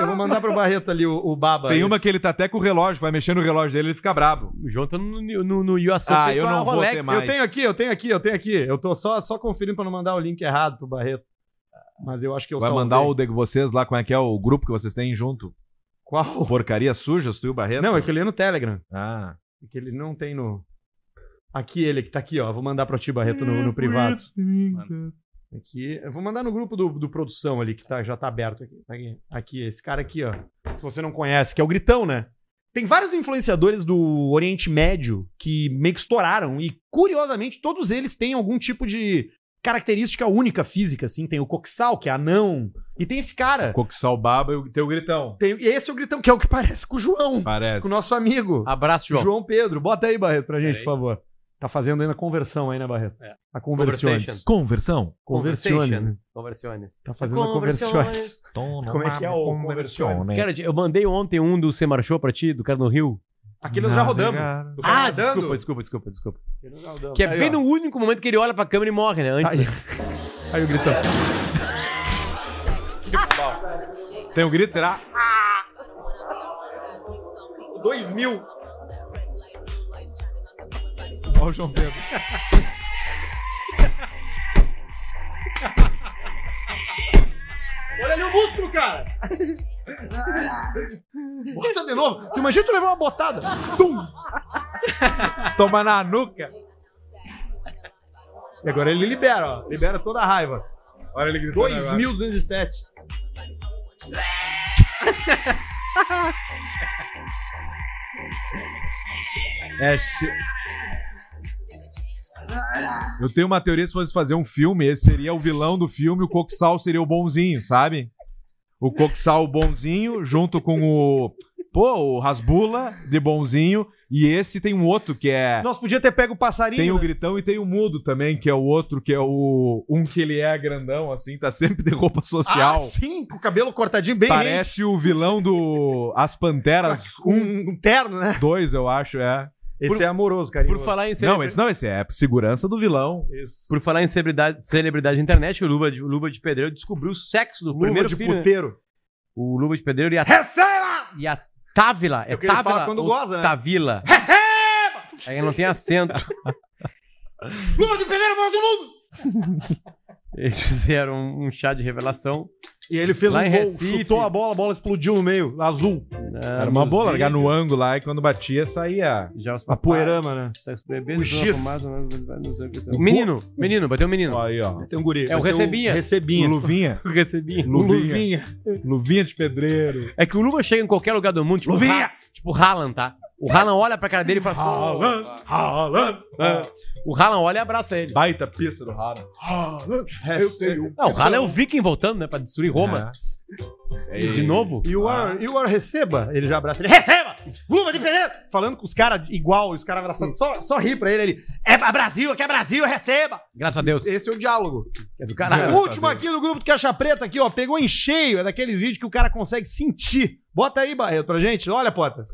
Eu vou mandar pro Barreto ali o, o Baba. Tem uma esse. que ele tá até com o relógio, vai mexer no relógio dele, ele fica brabo. O João tá no, no, no USA Ah, Open eu com a não vou Rolex. ter mais. Eu tenho aqui, eu tenho aqui, eu tenho aqui. Eu tô só, só conferindo pra não mandar o link errado pro Barreto. Mas eu acho que eu Vai salvei. mandar o de vocês lá, como é que é o grupo que vocês têm junto? Qual? Porcaria suja, tu e o Barreto? Não, é que eu li no Telegram. Ah. É que ele não tem no... Aqui ele, que tá aqui, ó. Vou mandar pra ti, Barreto, no, no privado. Aqui. Eu vou mandar no grupo do, do produção ali, que tá, já tá aberto aqui. Tá aqui. Aqui, esse cara aqui, ó. Se você não conhece, que é o Gritão, né? Tem vários influenciadores do Oriente Médio que meio que estouraram. E, curiosamente, todos eles têm algum tipo de característica única física, assim. Tem o Coxal, que é anão. E tem esse cara. Coxal Baba e o teu gritão. Tem, e esse é o Gritão, que é o que parece com o João. Parece. Com o nosso amigo. Abraço, João. João Pedro. Bota aí, Barreto, pra gente, por favor. Tá fazendo ainda conversão aí, né, Barreto? É. A conversiones. Conversation. Conversão? Conversiones, né? Conversiones. Tá fazendo a conversiones. Como é que é o conversiones? Cara, eu mandei ontem um do Você Marchou pra ti, do cara no Rio. Aquele nós já rodamos. Navegar. Do cara tá Ah, rodando. desculpa, desculpa, desculpa, desculpa. Aquele nós já rodamos. Que é Aí, bem ó. no único momento que ele olha pra câmera e morre, né? Antes. Aí. Aí o gritão. Tem um grito, será? 2000. Olha o João Pedro. Olha ali o músculo, cara. Bota de novo. Tu imagina tu levar uma botada. Tum. Toma na nuca. E agora ele libera, ó. Libera toda a raiva. Olha ele gritando. 2.207. É che- Eu tenho uma teoria: se fosse fazer um filme, esse seria o vilão do filme, o Coxal seria o bonzinho, sabe? O Coxal o bonzinho, junto com o. Pô, o Rasbula de bonzinho. E esse tem um outro que é. Nós podia ter pego o passarinho. Tem o né? gritão e tem o mudo também, que é o outro, que é o. Um que ele é grandão, assim, tá sempre de roupa social. Ah, sim, com o cabelo cortadinho bem rente. Parece o vilão do As Panteras. Um, terno, né? Dois, eu acho, é. Esse é amoroso, cara. Por falar em Não, esse não, esse é segurança do vilão. Isso. Por falar em celebridade, celebridade da internet, o Luva de, o Luva de Pedreiro descobriu o sexo do primeiro de filho, né? puteiro. O Luva de Pedreiro e a... Receba! E a Távila. É o que ele fala Távila quando ou goza, né? Tavila. Receba! Aí não (laughs) tem acento. Luva de pedreiro para todo mundo! Eles fizeram um, um chá de revelação. E ele fez Lá um em gol, Recife. chutou a bola, a bola explodiu no meio, azul. é um Era uma boa largar no ângulo lá e quando batia saía. Já os A poeirama, né? Sexo bebê, O giz. O menino, menino, bateu um menino. Aí, ó. Tem um guri. É o Vai ser Recebinha. Recebinha. O Luvinha. O (laughs) Recebinha. Luvinha. Luvinha de pedreiro. É que o Luva chega em qualquer lugar do mundo, tipo, Luvinha! Ha- tipo Haaland, tá? O Haaland olha pra cara dele e fala... pô, Haaland, Haaland. é. O Haaland olha e abraça ele. Baita pista do Haaland. É, Eu tenho. um Não, o Haaland é o viking voltando, né? Pra destruir Roma. De novo. You are, you are receba. Ele já abraça ele. Receba! Luva de pedreiro! Falando com os caras igual, e os caras abraçando. Só, só ri pra ele. Ele. É pra Brasil, aqui é Brasil, receba! Graças a Deus. Esse é o diálogo. É do O caralho. último aqui do grupo do Caixa Preta, aqui, ó, pegou em cheio. É daqueles vídeos que o cara consegue sentir. Bota aí, Barreto, pra gente. Olha, Pota.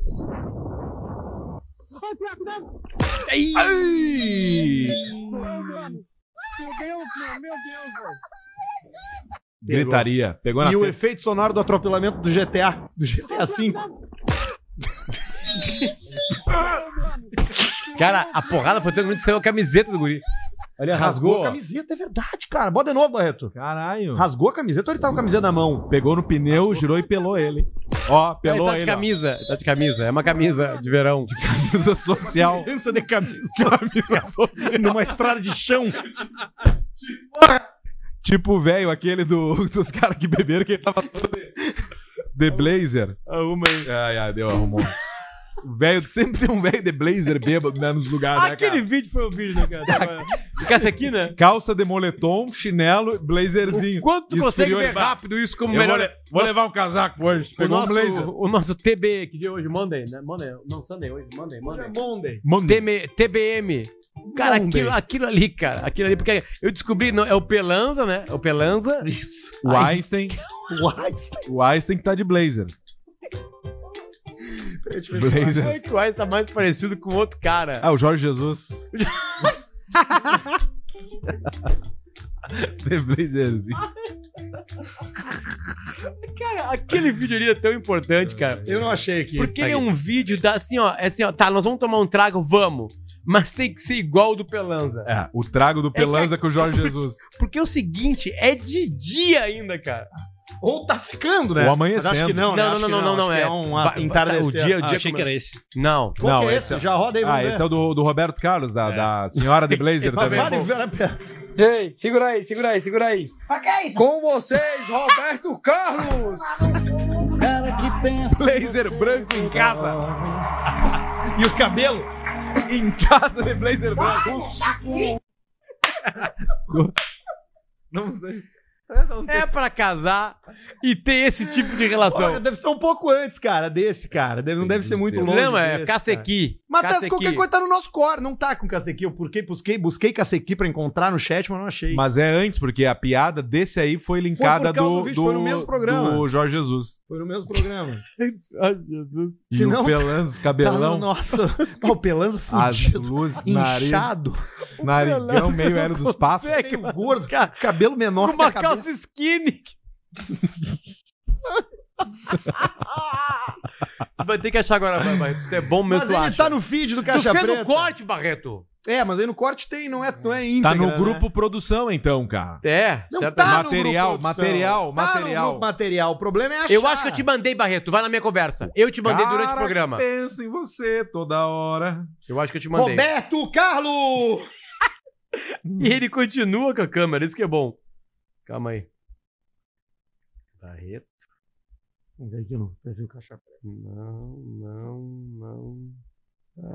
Ai! Meu Deus, meu, meu Deus, velho. Gritaria. Pegou na E o testa. efeito sonoro do atropelamento do GTA. Do GTA V. Cara, a porrada foi tão grande que saiu a camiseta do guri. Olha, Rasgou a camiseta, é verdade, cara. Bota de novo, Barreto. Caralho. Rasgou a camiseta ou ele tava com a camiseta na mão? Pegou no pneu, girou e pelou ele. Ó, Ele pelou tá de ele. ó. camisa, ele tá de camisa. É uma camisa de verão. De (laughs) camisa social. Criança de camisa. Numa estrada de chão. Tipo o velho, aquele do, (laughs) dos caras que beberam, que ele tava todo de, de blazer. Arruma aí. Ai, ai, deu, arrumou. O Velho, sempre tem um velho de blazer bêbado né, nos lugares, né, cara? Aquele vídeo foi o vídeo, né, (laughs) cara? Fica essa aqui, né? Calça de moletom, chinelo, blazerzinho. O quanto tu consegue Esfriou ver ele. rápido isso como Eu melhor. vou le- vou levar um casaco hoje. O Pegou um nosso, blazer. o nosso TB, que dia é hoje? Monday, né? Monday, não, Sunday hoje. Monday, Monday. é Monday. TM TBM. Cara, Monday. aquilo, aquilo ali, cara. Aquilo ali, porque eu descobri, não, é o Pelanza, né? É o Pelanza. Isso. O Einstein. O Einstein. O Einstein que tá de blazer. Blazer. Ai, que o Einstein tá mais parecido com outro cara. Ah, o Jorge (laughs) Jesus. de blazerzinho. Cara, aquele vídeo ali é tão importante, cara. Eu não achei aqui. Tá Porque tá ele é um vídeo da assim, ó, é assim, ó, tá, nós vamos tomar um trago, vamos. Mas tem que ser igual o do Pelanza. É, o trago do Pelanza com o Jorge Jesus. Porque é o seguinte, é de dia ainda, cara. Ou tá ficando, né? Ou amanhecendo. Mas acho que não, né? Não, Acho não, que não, não, não, Acho que é. é um Vai- vai- entardecer. tá, o dia- o Ah, dia achei que começa. era esse. Não. Qual que Não, é esse esse? é- Já roda aí, vamos Ah, ver. esse é o do, do Roberto Carlos, da, da senhora de (laughs) blazer Mas também. vale, vale a pena. Ei, segura aí, segura aí, segura aí. Com vocês, Roberto Carlos. Cara que pensa. Blazer branco em casa. E o cabelo? Em casa de blazer branco. Não sei. É pra casar e ter esse tipo de relação. Olha, deve ser um pouco antes, cara, desse, cara. Deve- não deve ser muito longe. Lembra? É desse, cara. cacequi. Mas tá- Cacequi. qualquer coisa tá no nosso core, não tá com cacequi. Eu busquei, busquei, busquei cacequi pra encontrar no chat, mas não achei. Mas é antes, porque a piada desse aí foi linkada por causa do, do vídeo, foi no mesmo programa. do Jorge Jesus. Foi no mesmo (laughs) programa. Ai, Jesus. E Se o não, Pelanza, Tá cabelão, no nosso. (laughs) Tá o Pelanza Ah, as fudido. luzes, (laughs) nariz, Inchado. é narigão, Pelanza meio não era dos passos. consegue, Meio um gordo, cara, cabelo menor Uma que a cabeça. calça skinny. tu vai ter que achar agora, vai, vai. Tu é bom Mas mesmo, tu ele acha. tá no feed do Tu Caixa fez Preta. o corte, Barreto. É, mas aí no corte tem, não é, não é íntegra, Tá no né? grupo produção, então, cara. É, Não certo. tá no material, grupo produção. material, Tá no material. grupo material. O problema é achar. Eu acho que eu te mandei, Barreto. Vai na minha conversa. Eu te mandei durante o Cara, programa. Pensa em você toda hora. Eu acho que eu te mandei. Roberto Carlos! E ele continua com a câmera, isso que é bom. Calma aí. Barreto. Vamos ver aqui no perfil Caixa Preta. Não, não, não.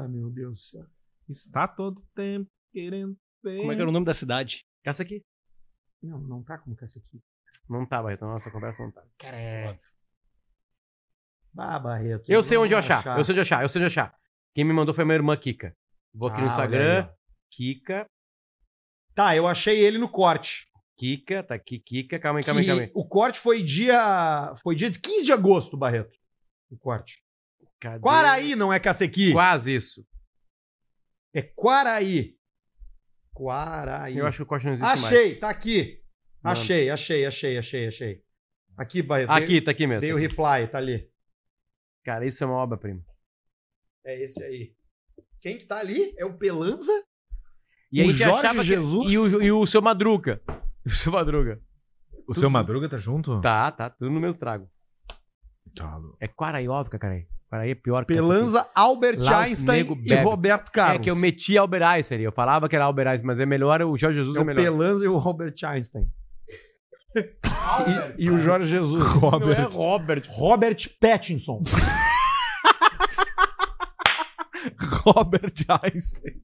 Ah, meu Deus do céu. Está todo tempo querendo ver. Como é que era o nome da cidade? Caça aqui. Não, não tá como que essa aqui. Não tá, Barreto. A nossa conversa não tá. é Cara, Ah, Barreto. Eu sei não onde eu vai achar. Eu sei onde eu achar. Eu sei onde eu achar. Quem me mandou foi minha irmã Kika. Vou aqui Ah, no olha Instagram. aí, ó. Kika. Tá, eu achei ele no corte. Kika, tá aqui, Kika. Calma aí, calma aí, Que calma aí. O corte foi dia. Foi dia de 15 de agosto, Barreto. O corte. Cadê? Quaraí não é cacequi. Quase isso. É Quaraí. Quaraí. Eu acho que o corte não existe mais. Achei, tá aqui. Manda. Achei, achei, achei, achei, achei. Aqui, Barreto. Aqui, dei- tá aqui mesmo, Dei tá o aqui. reply, tá ali. Cara, isso é uma obra-prima. É esse aí. Quem que tá ali? É o Pelanza? E aí O a gente Jorge achava que- Jesus? E o, e o seu Madruga. (laughs) O seu Madruga. O seu Madruga tá junto? Tá, tá. Tudo no mesmo trago. Tá É Quaraióbica, cara. Quaraí é pior que Pelanza, essa aqui. Albert Lá os Einstein nego e bebe. Roberto Carlos. É que eu meti Albert Einstein. ali. Eu falava que era Albert Einstein, mas é melhor o Jorge Jesus É é, o melhor. Pelanza e o Robert Einstein. e, e o Jorge Jesus. Robert. Não é Robert. Robert Pattinson. (laughs) Robert Einstein.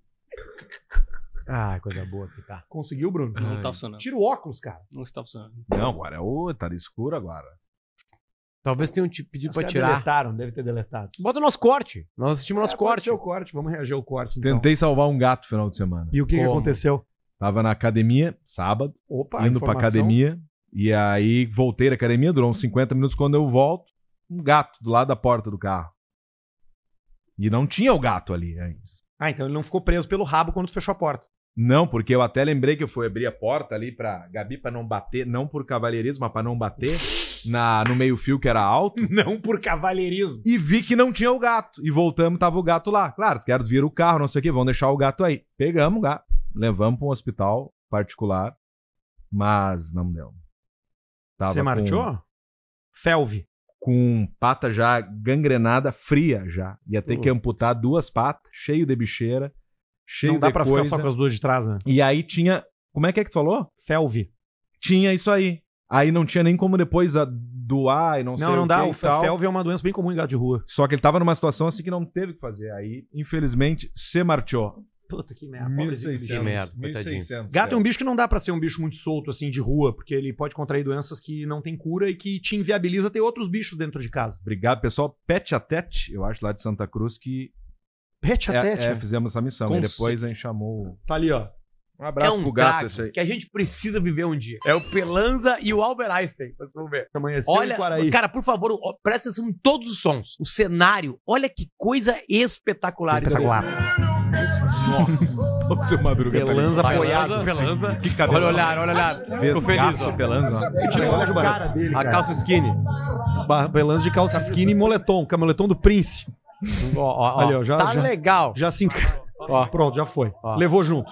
Ah, coisa boa que tá. Conseguiu, Bruno? Não Ai. tá funcionando. Tira o óculos, cara. Não está funcionando. Não, agora é o. Tá escuro agora. Talvez tenham te pedido Os pra caras tirar. deletaram, deve ter deletado. Bota o nosso corte. Nós assistimos o nosso Pode corte. ser o corte, vamos reagir ao corte. Então. Tentei salvar um gato no final de semana. E o que, que aconteceu? Tava na academia, sábado, Opa, indo pra informação. academia. E aí voltei da academia, durou uns 50 minutos. Quando eu volto, um gato do lado da porta do carro. E não tinha o gato ali ainda. Ah, então ele não ficou preso pelo rabo quando tu fechou a porta. Não, porque eu até lembrei que eu fui abrir a porta ali pra Gabi pra não bater, não por cavalheirismo, mas pra não bater na, no meio-fio que era alto. (laughs) Não por cavalheirismo. E vi que não tinha o gato. E voltamos, tava o gato lá. Claro, os caras viram o carro, não sei o que, vão deixar o gato aí. Pegamos o gato, levamos pra um hospital particular, mas não deu. Tava Você com- marchou? Felve. Com pata já gangrenada, fria já. Ia ter que Putz. amputar duas patas, cheio de bicheira, cheio Não dá de pra coisa. ficar só com as duas de trás, né? E aí tinha. Como é que é que tu falou? Felve. Tinha isso aí. Aí não tinha nem como depois a- doar e não, sei Não, não o dá. que O e tal. felve é uma doença bem comum em gato de rua. Só que ele tava numa situação assim que não teve o que fazer. Aí, infelizmente, se marchou. Puta que merda. pobrezinho do 1.600. bicho. coitadinho. 1.600. Gato é um bicho. bicho que não dá pra ser um bicho muito solto, assim, de rua, porque ele pode contrair doenças que não tem cura e que te inviabiliza ter outros bichos dentro de casa. Obrigado, pessoal. Pet a Tete, eu acho, lá de Santa Cruz, que Pet a é- tete, é, né? fizemos essa missão. Com e depois a gente chamou. Tá ali, ó. Um abraço (laughs) é um pro gato craque esse aí. que a gente precisa viver um dia. É o Pelanza e o Albert Einstein. Vocês vão ver. Amanheceu Olha, em Quaraí. cara, por favor, ó, presta atenção em todos os sons. O cenário, olha que coisa espetacular. isso aí. Nossa. o seu madruga tá Pelanza ligado. apoiado. Pelanza. Que cabelo. Olha o olhar, olha o olhar. Tô feliz. Vesgaço, ó. Pelanza. Olha a é cara dele, é A cara. calça skinny. Ba- Pelanza de calça skinny e moletom, que é moletom do Prince. Ó, ó, ó. Ali, ó, já- tá já- (laughs) legal. Já se enca... Pronto, já foi. Levou junto.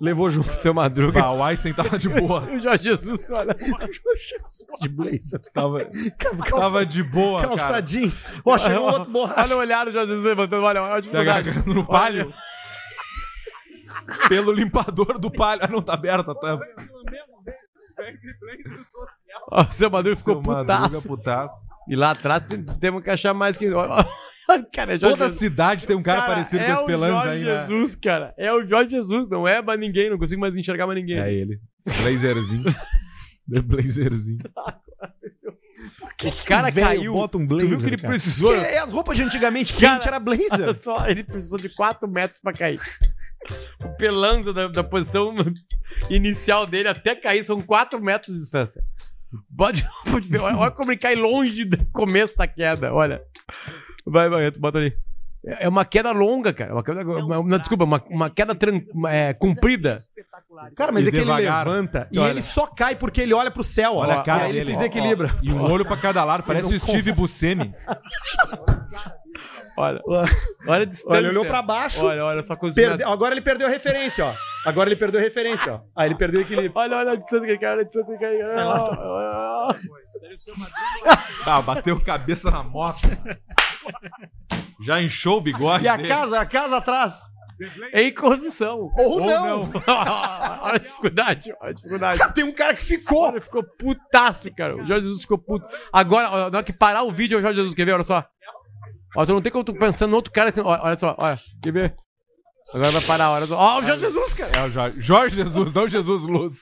Levou junto. Seu Madruga. Ah, o Einstein tava de boa. (laughs) O Jorge Jesus, (laughs) olha. Jesus de blazer. Tava, Calça- tava de boa, Calça cara. jeans. Ó, chegou outro borracha. Olha o olhar do Jorge Jesus levantando. Olha, olha a Se dificuldade. agarrando no palho. Pelo limpador do palho. Ah, não tá aberta a tampa. Ó, o seu Madruga Seu ficou Madruga, putaço. putaço. E lá atrás tem- temos que achar mais que. ó, ó. cara, é Jorge Toda Jesus. cidade tem um cara, parecido é com esse o Pelanza Jorge aí, né? Jesus, cara. É o Jorge Jesus, não é mais ninguém, não consigo mais enxergar mais ninguém. É ele. Blazerzinho. The Blazerzinho. o cara Velho, caiu. Bota um Tu blazer, viu que ele cara? precisou? né? Que é as roupas de antigamente Cara, quente era (laughs) Olha blazer. só, ele precisou de 4 metros pra cair. O Pelanza da, da posição inicial dele até cair são 4 metros de distância. Pode, (laughs) pode ver, olha, olha como ele cai longe do começo da queda, olha. Vai, Barreto, bota ali. É é uma queda longa, cara. Uma queda, uma- uma- desculpa, uma, uma queda tran- é, comprida. Cara, mas E é que devagar. ele levanta e Olha. ele só cai porque ele olha pro céu. Olha ó. a cara e aí ele dele, se ó. desequilibra. (laughs) E um olho pra cada lado. Parece não o Steve consegue. Buscemi. Olha, olha a distância. Olha, olhou pra baixo. Olha, olha só cozinha. Perde... Agora ele perdeu a referência, ó. Agora ele perdeu a referência, ó. Aí ele perdeu o equilíbrio. Olha, olha a distância que ele caiu, olha a distância que ele caiu. Ah, bateu cabeça na moto. Já inchou o bigode. E a dele. casa, a casa atrás. É Em condição. Ou não. (laughs) olha a dificuldade, olha a dificuldade. tem um cara que ficou. Ele ficou putaço, cara. O Jorge Jesus ficou puto. Agora, ó, na hora que parar o vídeo, o Jorge Jesus, quer ver? Olha só. Ó, tu não tem como tu pensando no outro cara. Assim, ó, olha só, olha. Quer ver? Agora vai parar a hora. só. Ó, o Jorge Jesus, cara. É o Jorge, Jorge Jesus, não Jesus Luz.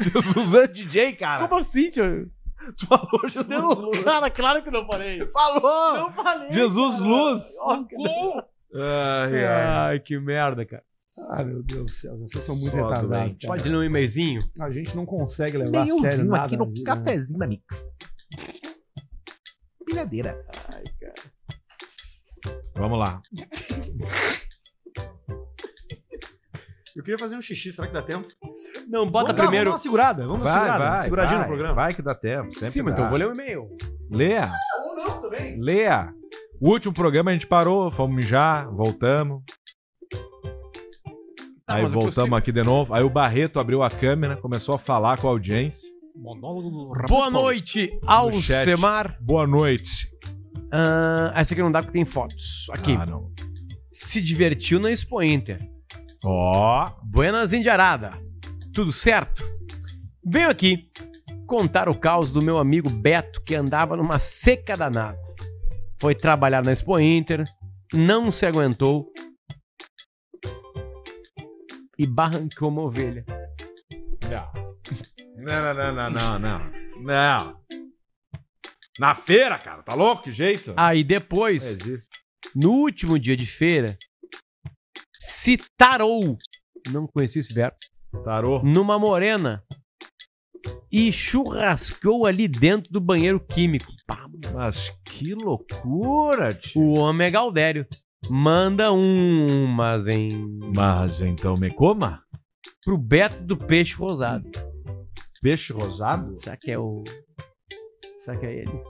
Jesus é DJ, cara. Como assim, tio? Tu falou Jesus Luz. Cara, claro que não falei. Falou! Não falei. Jesus cara. Luz. Ó, cara. Ai, Ai, que merda, cara. Ah, meu Deus do céu, vocês são muito Só retardados. doente. cara. Pode ler um e-mailzinho? A gente não consegue levar a sério Meiozinho nada aqui na no vida, né? cafezinho da Mix. Pilhadeira. Ai, cara. Vamos lá. Eu queria fazer um xixi, será que dá tempo? Não, bota Vamos dar- Vamos dar primeiro. uma segurada, vamos dar uma segurada. seguradinha vai, no programa. Vai que dá tempo. Sempre Sim, mas dá. então eu vou ler o e-mail. Leia. Leia. O último programa a gente parou, fomos mijar, voltamos. Aí mas eu voltamos consigo. aqui de novo. Aí o Barreto abriu a câmera, começou a falar com a audiência. Monólogo do Boa noite, no chat. Alcemar. Boa noite. Ah, essa aqui não dá porque tem fotos. Aqui. Ah, não. Se divertiu na Expo Inter. Ó. Buenas Indiarada. Tudo certo? Venho aqui contar o caos do meu amigo Beto que andava numa seca danada. Foi trabalhar na Expo Inter, não se aguentou e barrancou uma ovelha. Não. Não, não, não, não, não, não. Não. Na feira, cara. Tá louco? Que jeito? Aí Não depois, existe. no último dia de feira, se tarou. Não conheci esse verbo. Tarou. numa morena e churrascou ali dentro do banheiro químico. Pá, Mas que loucura, tio. o homem é Galdério. Manda um, mas em. Mas então me coma? Pro Beto do Peixe Rosado. Peixe rosado? Será que é o. Será que é ele?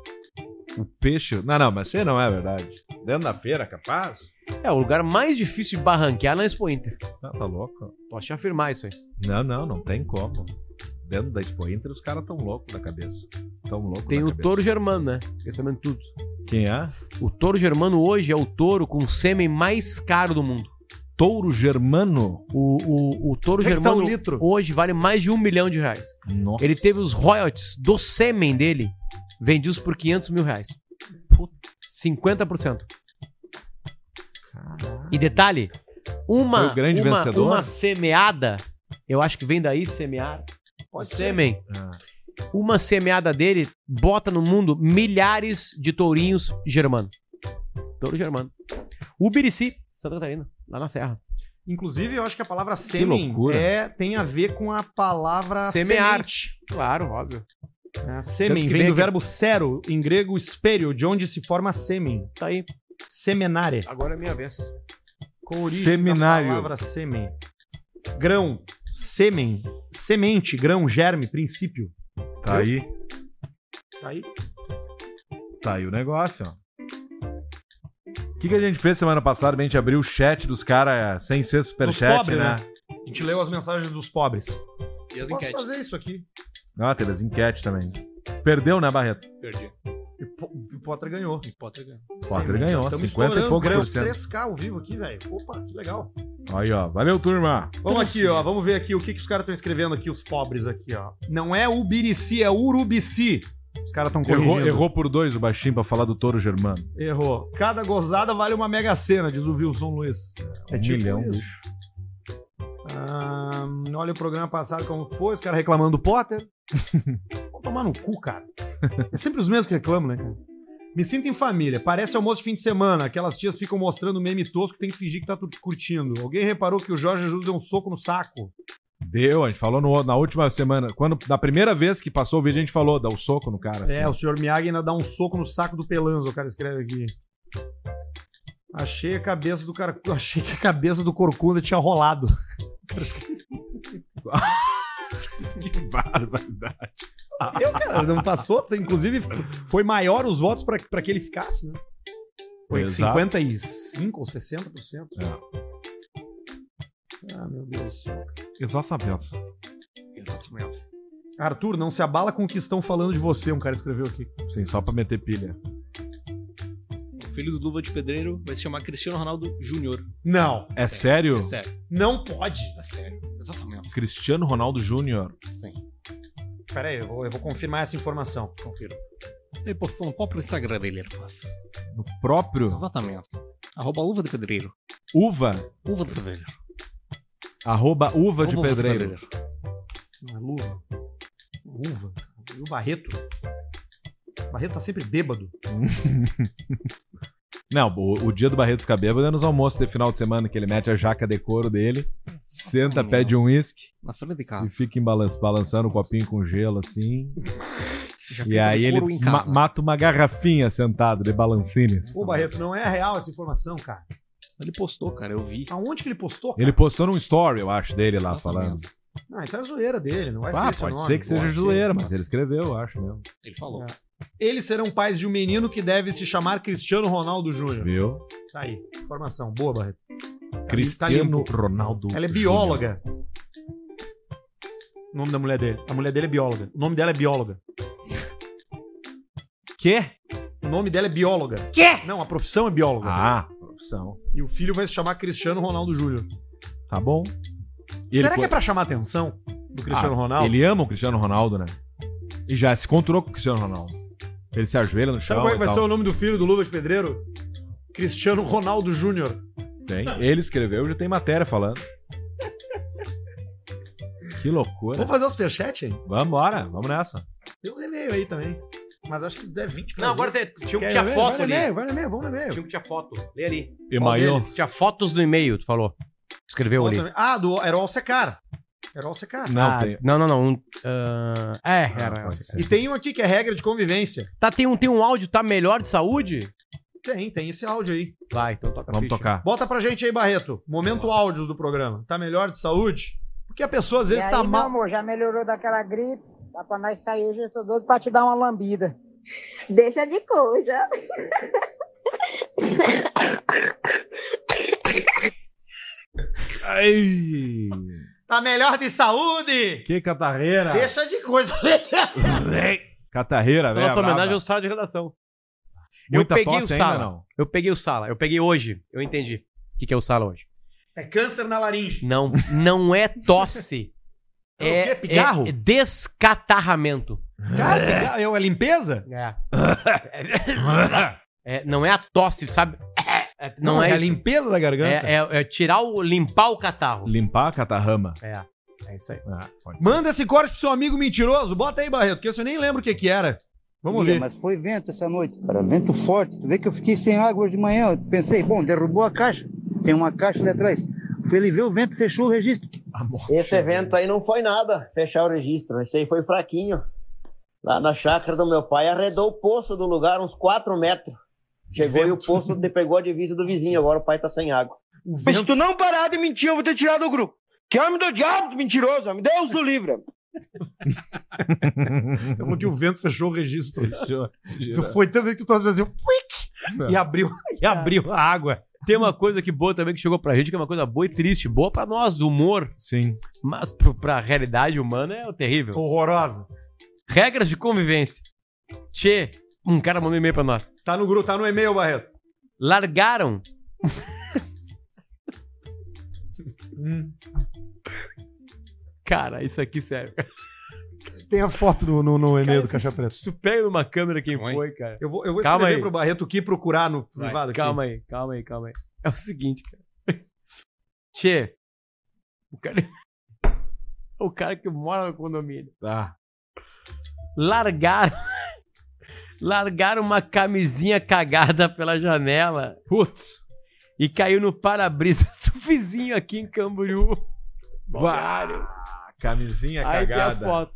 O peixe. Não, não, mas isso aí não é verdade. Dentro da feira, capaz? É o lugar mais difícil de barranquear na Expo Inter. Ah, tá louco? Posso te afirmar isso aí. Não, não, não tem como. Dentro da Expo Inter, os caras tão loucos da cabeça. Tão loucos Tem da o cabeça. touro germano, né? Fiquei sabendo tudo. Quem é? O touro germano hoje é o touro com o sêmen mais caro do mundo. Touro Germano. O, o, o touro Onde é que tá germano um litro? hoje vale mais de um milhão de reais. Nossa. Ele teve os royalties do sêmen dele vendidos por 500 mil reais. 50%. E detalhe, uma, Foi o grande uma, vencedor? uma semeada, eu acho que vem daí semear, Pode ser. sêmen, Ah, uma semeada dele bota no mundo milhares de tourinhos germano. Touro germano. Ubirici, Santa Catarina, lá na serra. Inclusive, eu acho que a palavra sêmen loucura. é, tem a ver com a palavra Semear. semente. Claro, óbvio. É, Tanto sêmen que vem vem do aqui- verbo sero, em grego espelho, de onde se forma sêmen. Tá aí. Semenare. Agora é minha vez. Com origem Seminário. da palavra sêmen. Grão, sêmen, semente, grão, germe, princípio. tá aí. Tá aí. Tá aí o negócio, ó. O que, que a gente fez semana passada? A gente abriu o chat dos caras sem ser Dos superchat, pobres, né? A gente leu as mensagens dos pobres. E as Posso enquetes? fazer isso aqui. Ah, teve as enquetes também. Perdeu, né, Barreto? Perdi. E po- O Potter ganhou. E Potter ganhou. O Potter ganhou, Tamo 50 e estourando, poucos por ganhamos cento. 3K ao vivo aqui, velho. Opa, que legal. Aí, ó. Valeu, turma. Vamos aqui, ó. Vamos ver aqui o que, que os caras estão escrevendo aqui, os pobres aqui, ó. Não é Ubirici, é Urubici. Os caras estão Errou, corrigindo. errou por dois o baixinho pra falar do touro germano. Errou. Cada gozada vale uma mega cena, diz o Wilson Luiz. um milhão, bicho. É tipo Ah, olha o programa passado como foi, os caras reclamando do Potter. Vão tomar no cu, cara. É sempre os mesmos que reclamam, né, cara? Me sinto em família. Parece almoço de fim de semana. Aquelas tias ficam mostrando meme tosco e tem que fingir que tá tudo curtindo. Alguém reparou que o Jorge Jesus deu um soco no saco? Deu, a gente falou no- na última semana. Quando, na primeira vez que passou o vídeo, a gente falou, dá o soco no cara. É, o assim. senhor Miyagi ainda dá um soco no saco do Pelanza, o cara escreve aqui. Achei a cabeça do cara. Achei que a cabeça do Corcunda tinha rolado. (laughs) que barbaridade. Eu, cara, não passou. Inclusive, f- foi maior os votos pra pra que ele ficasse, né? Foi Exato. É. 55 ou 60%? Ah, meu Deus do céu. Exatamente. Exatamente. Arthur, não se abala com o que estão falando de você, um cara escreveu aqui. Sim, só pra meter pilha. O filho do Luva de Pedreiro vai se chamar Cristiano Ronaldo Júnior. Não. É sério? É sério. Não pode. É sério. Exatamente. Cristiano Ronaldo Júnior. Pera aí, eu vou, eu vou confirmar essa informação. Confira. Ele postou no próprio Instagram dele, ele faz. No próprio Exatamente. Arroba Luva de Pedreiro. Uva. Uva de Pedreiro. Arroba Uva de Luva Pedreiro. Não é luva. Uva. E o Barreto? O Barreto tá sempre bêbado. Não, o, o dia do Barreto ficar bêbado é nos almoços de final de semana, que ele mete a jaca de couro dele, senta, pede um uísque Na frente de casa. e fica em balan- balançando o copinho com gelo assim. (laughs) E Já fica aí de ele couro em ma- casa. mata uma garrafinha sentado de balancines. Pô, Barreto, não é real essa informação, cara. Ele postou, cara, eu vi. Aonde que ele postou? cara? Ele postou num story, eu acho, dele lá falando. Ah, então é zoeira dele, não vai ser Ah, esse o pode nome. ser que seja Pode zoeira, mas ele escreveu, eu acho mesmo. Ele falou. Eles serão pais de um menino que deve se chamar Cristiano Ronaldo Júnior. Viu? Tá aí, informação. Boa, Barreto. tá Cristiano limpo. Ronaldo. Ela é Júnior. bióloga. O nome da mulher dele. A mulher dele é bióloga. O nome dela é bióloga. Quê? O nome dela é bióloga. Quê? Não, a profissão é bióloga. Ah, profissão. E o filho vai se chamar Cristiano Ronaldo Júnior. Tá bom. E Será ele que é co- pra chamar a atenção do Cristiano Ah, Ronaldo? Ele ama o Cristiano Ronaldo, né? E já se encontrou com o Cristiano Ronaldo. Ele se ajoelha no Sabe chão. qual é e que vai tal. ser o nome do filho do Luvas Pedreiro? Cristiano Ronaldo Júnior. Tem. Ele escreveu, já tem matéria falando. Que loucura. Vamos fazer o superchat, hein? Vambora, vamos nessa. Tem uns e-mail aí também. Mas acho que tipo, der 20 Não, agora tem- tinha um que tinha foto ali. Vai no e-mail, vamos no e-mail. Tinha um que tinha foto. Lê ali. E-mail. Qual deles? Tinha fotos no e-mail, tu falou. Escreveu Foto ali. também. Ah, do Herol Secar. Herol Secar. Não, Ah, tem- não, não, não. um, ah, é, era. pode essa ser. aqui. E tem um aqui que é regra de convivência. Tá, tem um, tem um áudio, tá melhor de saúde? Tem, tem esse áudio aí. Vai, então toca a Vamos ficha. tocar. Bota pra gente aí, Barreto. Momento áudios do programa. Tá melhor de saúde? Porque a pessoa às E vezes aí, tá meu mal. amor, já melhorou daquela gripe? Dá pra nós sair hoje, eu tô doido pra te dar uma lambida. Deixa de coisa. Ai! Tá melhor de saúde? Que catarreira! Deixa de coisa. Catarreira, Essa velho. nossa homenagem brava. ao sala de redação. Muita eu peguei tosse o ainda, sala. não? Eu peguei o sala. Eu peguei hoje. Eu entendi. O que, que é o sala hoje? é câncer na laringe. Não, não é tosse. (laughs) É o quê? é, Pigarro? é descatarramento. Cara, é limpeza? É. (laughs) É, não é a tosse, sabe? É, não, é, é a isso. limpeza da garganta. É, é- é tirar o, limpar o catarro. Limpar a catarrama. É, é isso aí. Ah, pode ser. Manda esse corte pro seu amigo mentiroso. Bota aí, Barreto, que esse eu nem lembro o que que era. Vamos Ih, ver. Mas foi vento essa noite, cara, vento forte. Tu vê que eu fiquei sem água hoje de manhã. Eu pensei, bom, derrubou a caixa. Tem uma caixa ali atrás. Fui ali ver o vento, fechou o registro. Esse evento aí não foi nada, fechar o registro. Esse aí foi fraquinho. Lá na chácara do meu pai, arredou o poço do lugar uns 4 metros. Chegou e o poço de- pegou a divisa do vizinho, agora o pai tá sem água. Se tu não parar de mentir, eu vou te tirar do grupo. Que homem do diabo, mentiroso, homem. Deus do livre. Ele falou que o vento fechou o registro. (laughs) (laughs) Fechou. Foi tanto que tu às vezes assim, e abriu, e abriu a água. Tem uma coisa que boa também que chegou pra gente, que é uma coisa boa e triste. Boa pra nós, do humor. Sim. Mas pro, pra realidade humana é terrível. Horrorosa. Regras de convivência. Tchê, um cara mandou um e-mail pra nós. Tá no grupo, tá no e-mail, Barreto. Largaram. (laughs) Cara, isso aqui, sério. Tem a foto no, no, no e-mail do Cara, Caixa Preta. Se tu pega numa câmera quem foi, cara. Eu vou, eu vou Calma escrever aí. pro Barreto o que procurar no Vai, privado aqui. Calma aí, calma aí, calma aí. É o seguinte, cara. (laughs) Tchê. O cara, (laughs) o cara que mora no condomínio. Tá. (laughs) Largaram. Largaram uma camisinha cagada pela janela. Putz. E caiu no para-brisa (laughs) do vizinho aqui em Camboriú. Balneário. Bah, Camisinha Aí tem É cagada. a foto.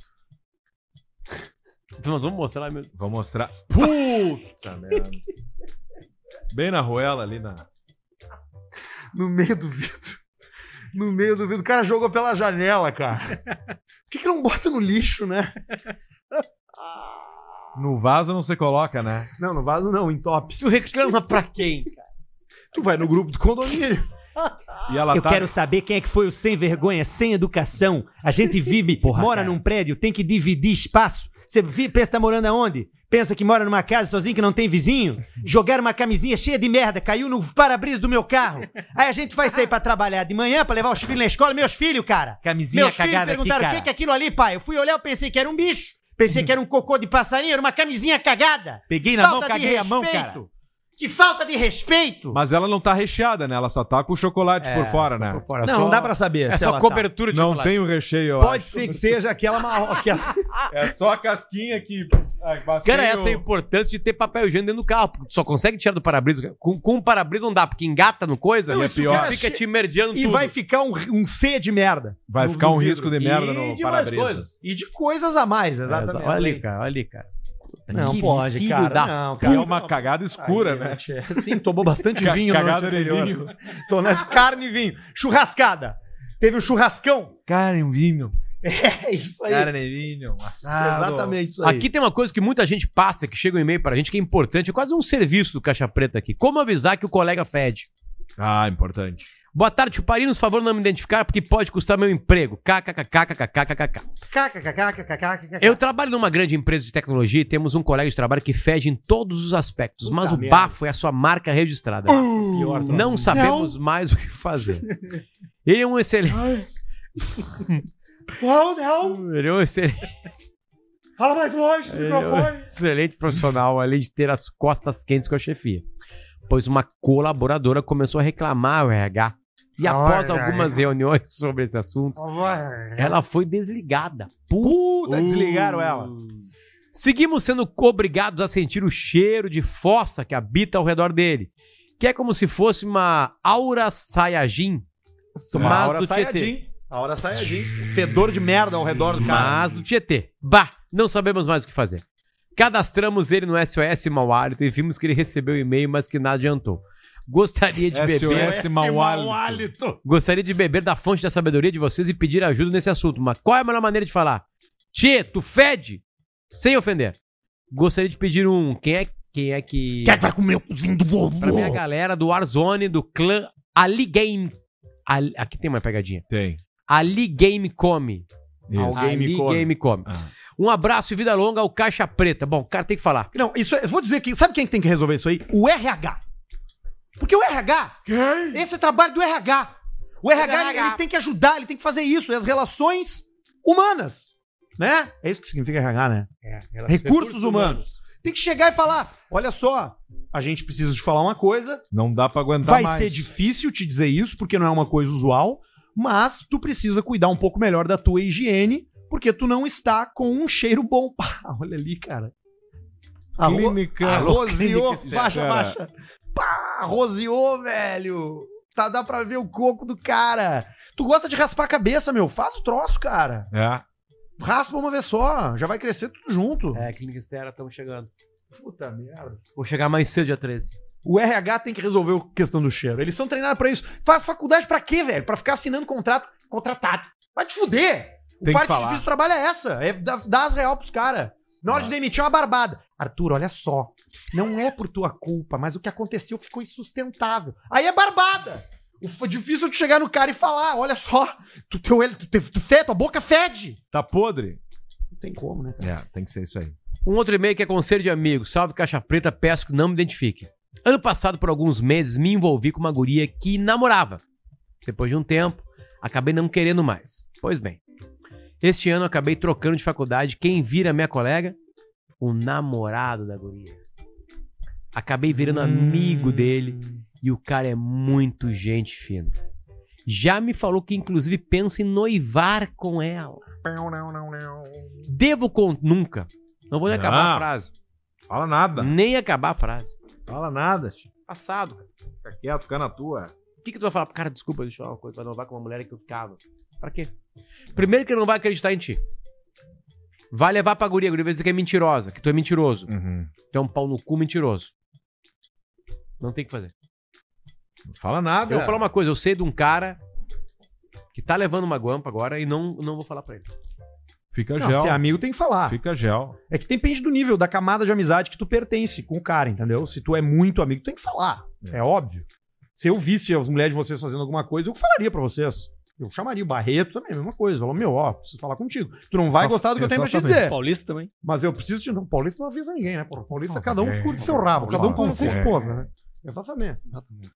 Então, nós vamos mostrar mesmo. Vou mostrar. Puta merda. Bem na roela ali na. No meio do vidro. No meio do vidro. O cara jogou pela (laughs) janela, cara. Por que, que não bota no lixo, né? No vaso não se coloca, né? Não, no vaso não, em top. Tu reclama pra quem, cara? Tu vai no grupo do condomínio. E ela Eu tá- quero saber quem é que foi o sem vergonha, sem educação. (laughs) A gente vive, mora num prédio, tem que dividir espaço. Você vi- pensa que tá morando aonde? Pensa que mora numa casa sozinho que não tem vizinho? Jogaram uma camisinha cheia de merda, caiu no para-brisa do meu carro. Aí a gente vai sair pra trabalhar de manhã pra levar os filhos na escola. Meus filhos, cara. Camisinha Meus filhos cagada aqui, perguntaram o cara." que que é aquilo ali, pai. Eu fui olhar, eu pensei que era um bicho. Pensei que era um cocô de passarinho, era uma camisinha cagada. Peguei na mão, caguei a mão, cara. Que falta de respeito. Mas ela não tá recheada, né? Ela só tá com o chocolate por fora, né? É, fora. Não, não dá pra saber É se só ela tá. cobertura de Não chocolate. tem o recheio, eu Pode acho. ser que seja aquela marrom. Aquela... É só a casquinha que. Ai, passei Cara, essa é a o- importância de ter papel higiênico dentro do carro. Porque tu só consegue tirar do para-brisa. Com, com o para-brisa não dá, porque engata no coisa. Não, e é isso o pior. cara Fica che- te merdeando E tudo. vai ficar um, um C de merda. Vai ficar um risco de merda E no de mais para-brisa. coisas. E de coisas a mais, exatamente. olha ali, cara, olha ali, cara. Não Que pode, filho cara. da Não, puta. cara. É uma cagada escura, né? Sim, tomou bastante Ca- vinho cagada no de noite anterior. vinho. Tornou de carne e vinho. Churrascada. Teve um churrascão. Carne e vinho. É isso aí. Carne e vinho, um assado. Exatamente isso aí. Aqui tem uma coisa que muita gente passa, que chega um e-mail pra gente, que é importante. É quase um serviço do Caixa Preta aqui. Como avisar que o colega fede? Ah, importante. Boa tarde, Chuparinos. Favor não me identificar, porque pode custar meu emprego. KKKKKKKKK. KKKKKKKK. Eu trabalho numa grande empresa de tecnologia e temos um colega de trabalho que fede em todos os aspectos, mas o merda. Uh! bafo é a sua marca registrada. não sabemos mais o que fazer. Ele é um (laughs) excelente. Não, não. Ele é um excelente. Fala mais longe do Ele é um microfone. excelente profissional, além de ter as costas quentes com a chefia. Pois uma colaboradora começou a reclamar ao RH. E após Olha. algumas reuniões (laughs) sobre esse assunto, ela foi desligada. Puta, desligaram ela. Seguimos sendo obrigados a sentir o cheiro de fossa que habita ao redor dele, que é como se fosse uma aura Sayajin, Uma mas aura do Tietê. Saiyajin. A hora Saiyajin. Fedor de merda ao redor do cara. Mas do Tietê. Bah, não sabemos mais o que fazer. Cadastramos ele no SOS Mau Hálito e vimos que ele recebeu o e-mail, mas que nada adiantou. Gostaria de beber... SOS mau hálito. Gostaria de beber da fonte da sabedoria de vocês e pedir ajuda nesse assunto, mas qual é a melhor maneira de falar? Tchê, tu fede? Sem ofender. Gostaria de pedir um. Quem é, quem é que. Quem é que vai comer o cozinho do vovô? Pra minha galera do Warzone, do clã Ali Game. Ali- Aqui tem uma pegadinha. Tem. Ali Game Come. Isso. Alguém me Ali come. Game Come. Um abraço e vida longa ao Caixa Preta. Bom, o cara tem que falar. Não, isso é, eu vou dizer que. Sabe quem tem que resolver isso aí? O RH. Porque o RH. Esse é trabalho do RH. O RH, ele- Ele, tem que ajudar, ele tem que fazer isso. E as relações humanas. Né? É isso que significa RH, né? Recursos, Recursos humanos. Tem que chegar e falar: olha só, a gente precisa te falar uma coisa. Não dá pra aguentar Vai mais. ser difícil te dizer isso, porque não é uma coisa usual, mas tu precisa cuidar um pouco melhor da tua higiene, porque tu não está com um cheiro bom. (laughs) Pá, olha ali, cara. Arro- Clínica- Arroziô, Clínica Estera. baixa, baixa. Pá, roseou, velho. Tá, dá pra ver o coco do cara. Tu gosta de raspar a cabeça, meu. Faz o troço, cara. É. Raspa uma vez só. Já vai crescer tudo junto. É, Clínica Estera, estamos chegando. Puta merda. Vou chegar mais cedo, dia 13. O RH tem que resolver a questão do cheiro. Eles são treinados pra isso. Faz faculdade pra quê, velho? Pra ficar assinando contrato, contratado. Vai te fuder. Tem que o parte falar. difícil do trabalho é essa. É dar, dar as real pros caras. Na hora de demitir é uma barbada. Arthur, olha só. Não é por tua culpa, mas o que aconteceu ficou insustentável. Aí é barbada. O f- difícil é tu chegar no cara e falar, olha só, tu teu olho, tu, te- tu fede, tua boca fede. Tá podre? Não tem como, né? É, tem que ser isso aí. Um outro e-mail que é conselho de amigo. Salve Caixa Preta, peço que não me identifique. Ano passado, por alguns meses, me envolvi com uma guria que namorava. Depois de um tempo, acabei não querendo mais. Pois bem, este ano eu acabei trocando de faculdade. Quem vira minha colega? O namorado da guria. Acabei virando amigo dele e o cara é muito gente fina. Já me falou que inclusive pensa em noivar com ela. Devo con... nunca. Não vou nem acabar a Não. frase. Fala nada. Nem acabar a frase. Fala nada, tio. Passado. cara. Fica quieto, fica na tua. O que, que tu vai falar? Cara, desculpa, deixa eu falar uma coisa. Vai não vai com uma mulher que eu ficava. Pra quê? Primeiro que ele não vai acreditar em ti. Vai levar pra guria. A guria vai dizer que é mentirosa, que tu é mentiroso. Uhum. Tu é um pau no cu mentiroso. Não tem o que fazer. Não fala nada. Eu vou falar uma coisa. Eu sei de um cara que tá levando uma guampa agora e não, não vou falar pra ele. Fica Não, gel. se é amigo, tem que falar. Fica gel. É que depende do nível, da camada de amizade que tu pertence com o cara, entendeu? Se tu é muito amigo, tu tem que falar. É, óbvio. Se eu visse as mulheres de vocês fazendo alguma coisa, eu falaria pra vocês. Eu chamaria o Barreto também, a mesma coisa. Falou, meu, ó, preciso falar contigo. Tu não vai Só- gostar do que eu tenho pra te exatamente. dizer. Paulista também. Mas eu preciso de. Não, Paulista não avisa ninguém, né? porra? Paulista, Ah, cada um é. cuida do seu rabo, cada um cuida da sua É. esposa, né? Exatamente.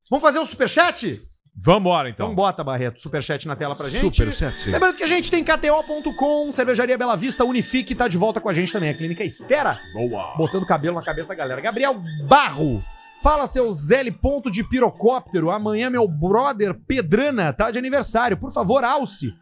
Vamos fazer um superchat? Vambora, então. Então bota, Barreto, superchat na tela pra gente. Superchat. Lembrando que a gente tem KTO.com, Cervejaria Bela Vista, Unifique, tá de volta com a gente também, a Clínica Estera. Boa. Botando cabelo na cabeça da galera. Gabriel Barro. Fala, seu Zé Ponto de Pirocóptero. Amanhã, meu brother Pedrana tá de aniversário. Por favor, alce.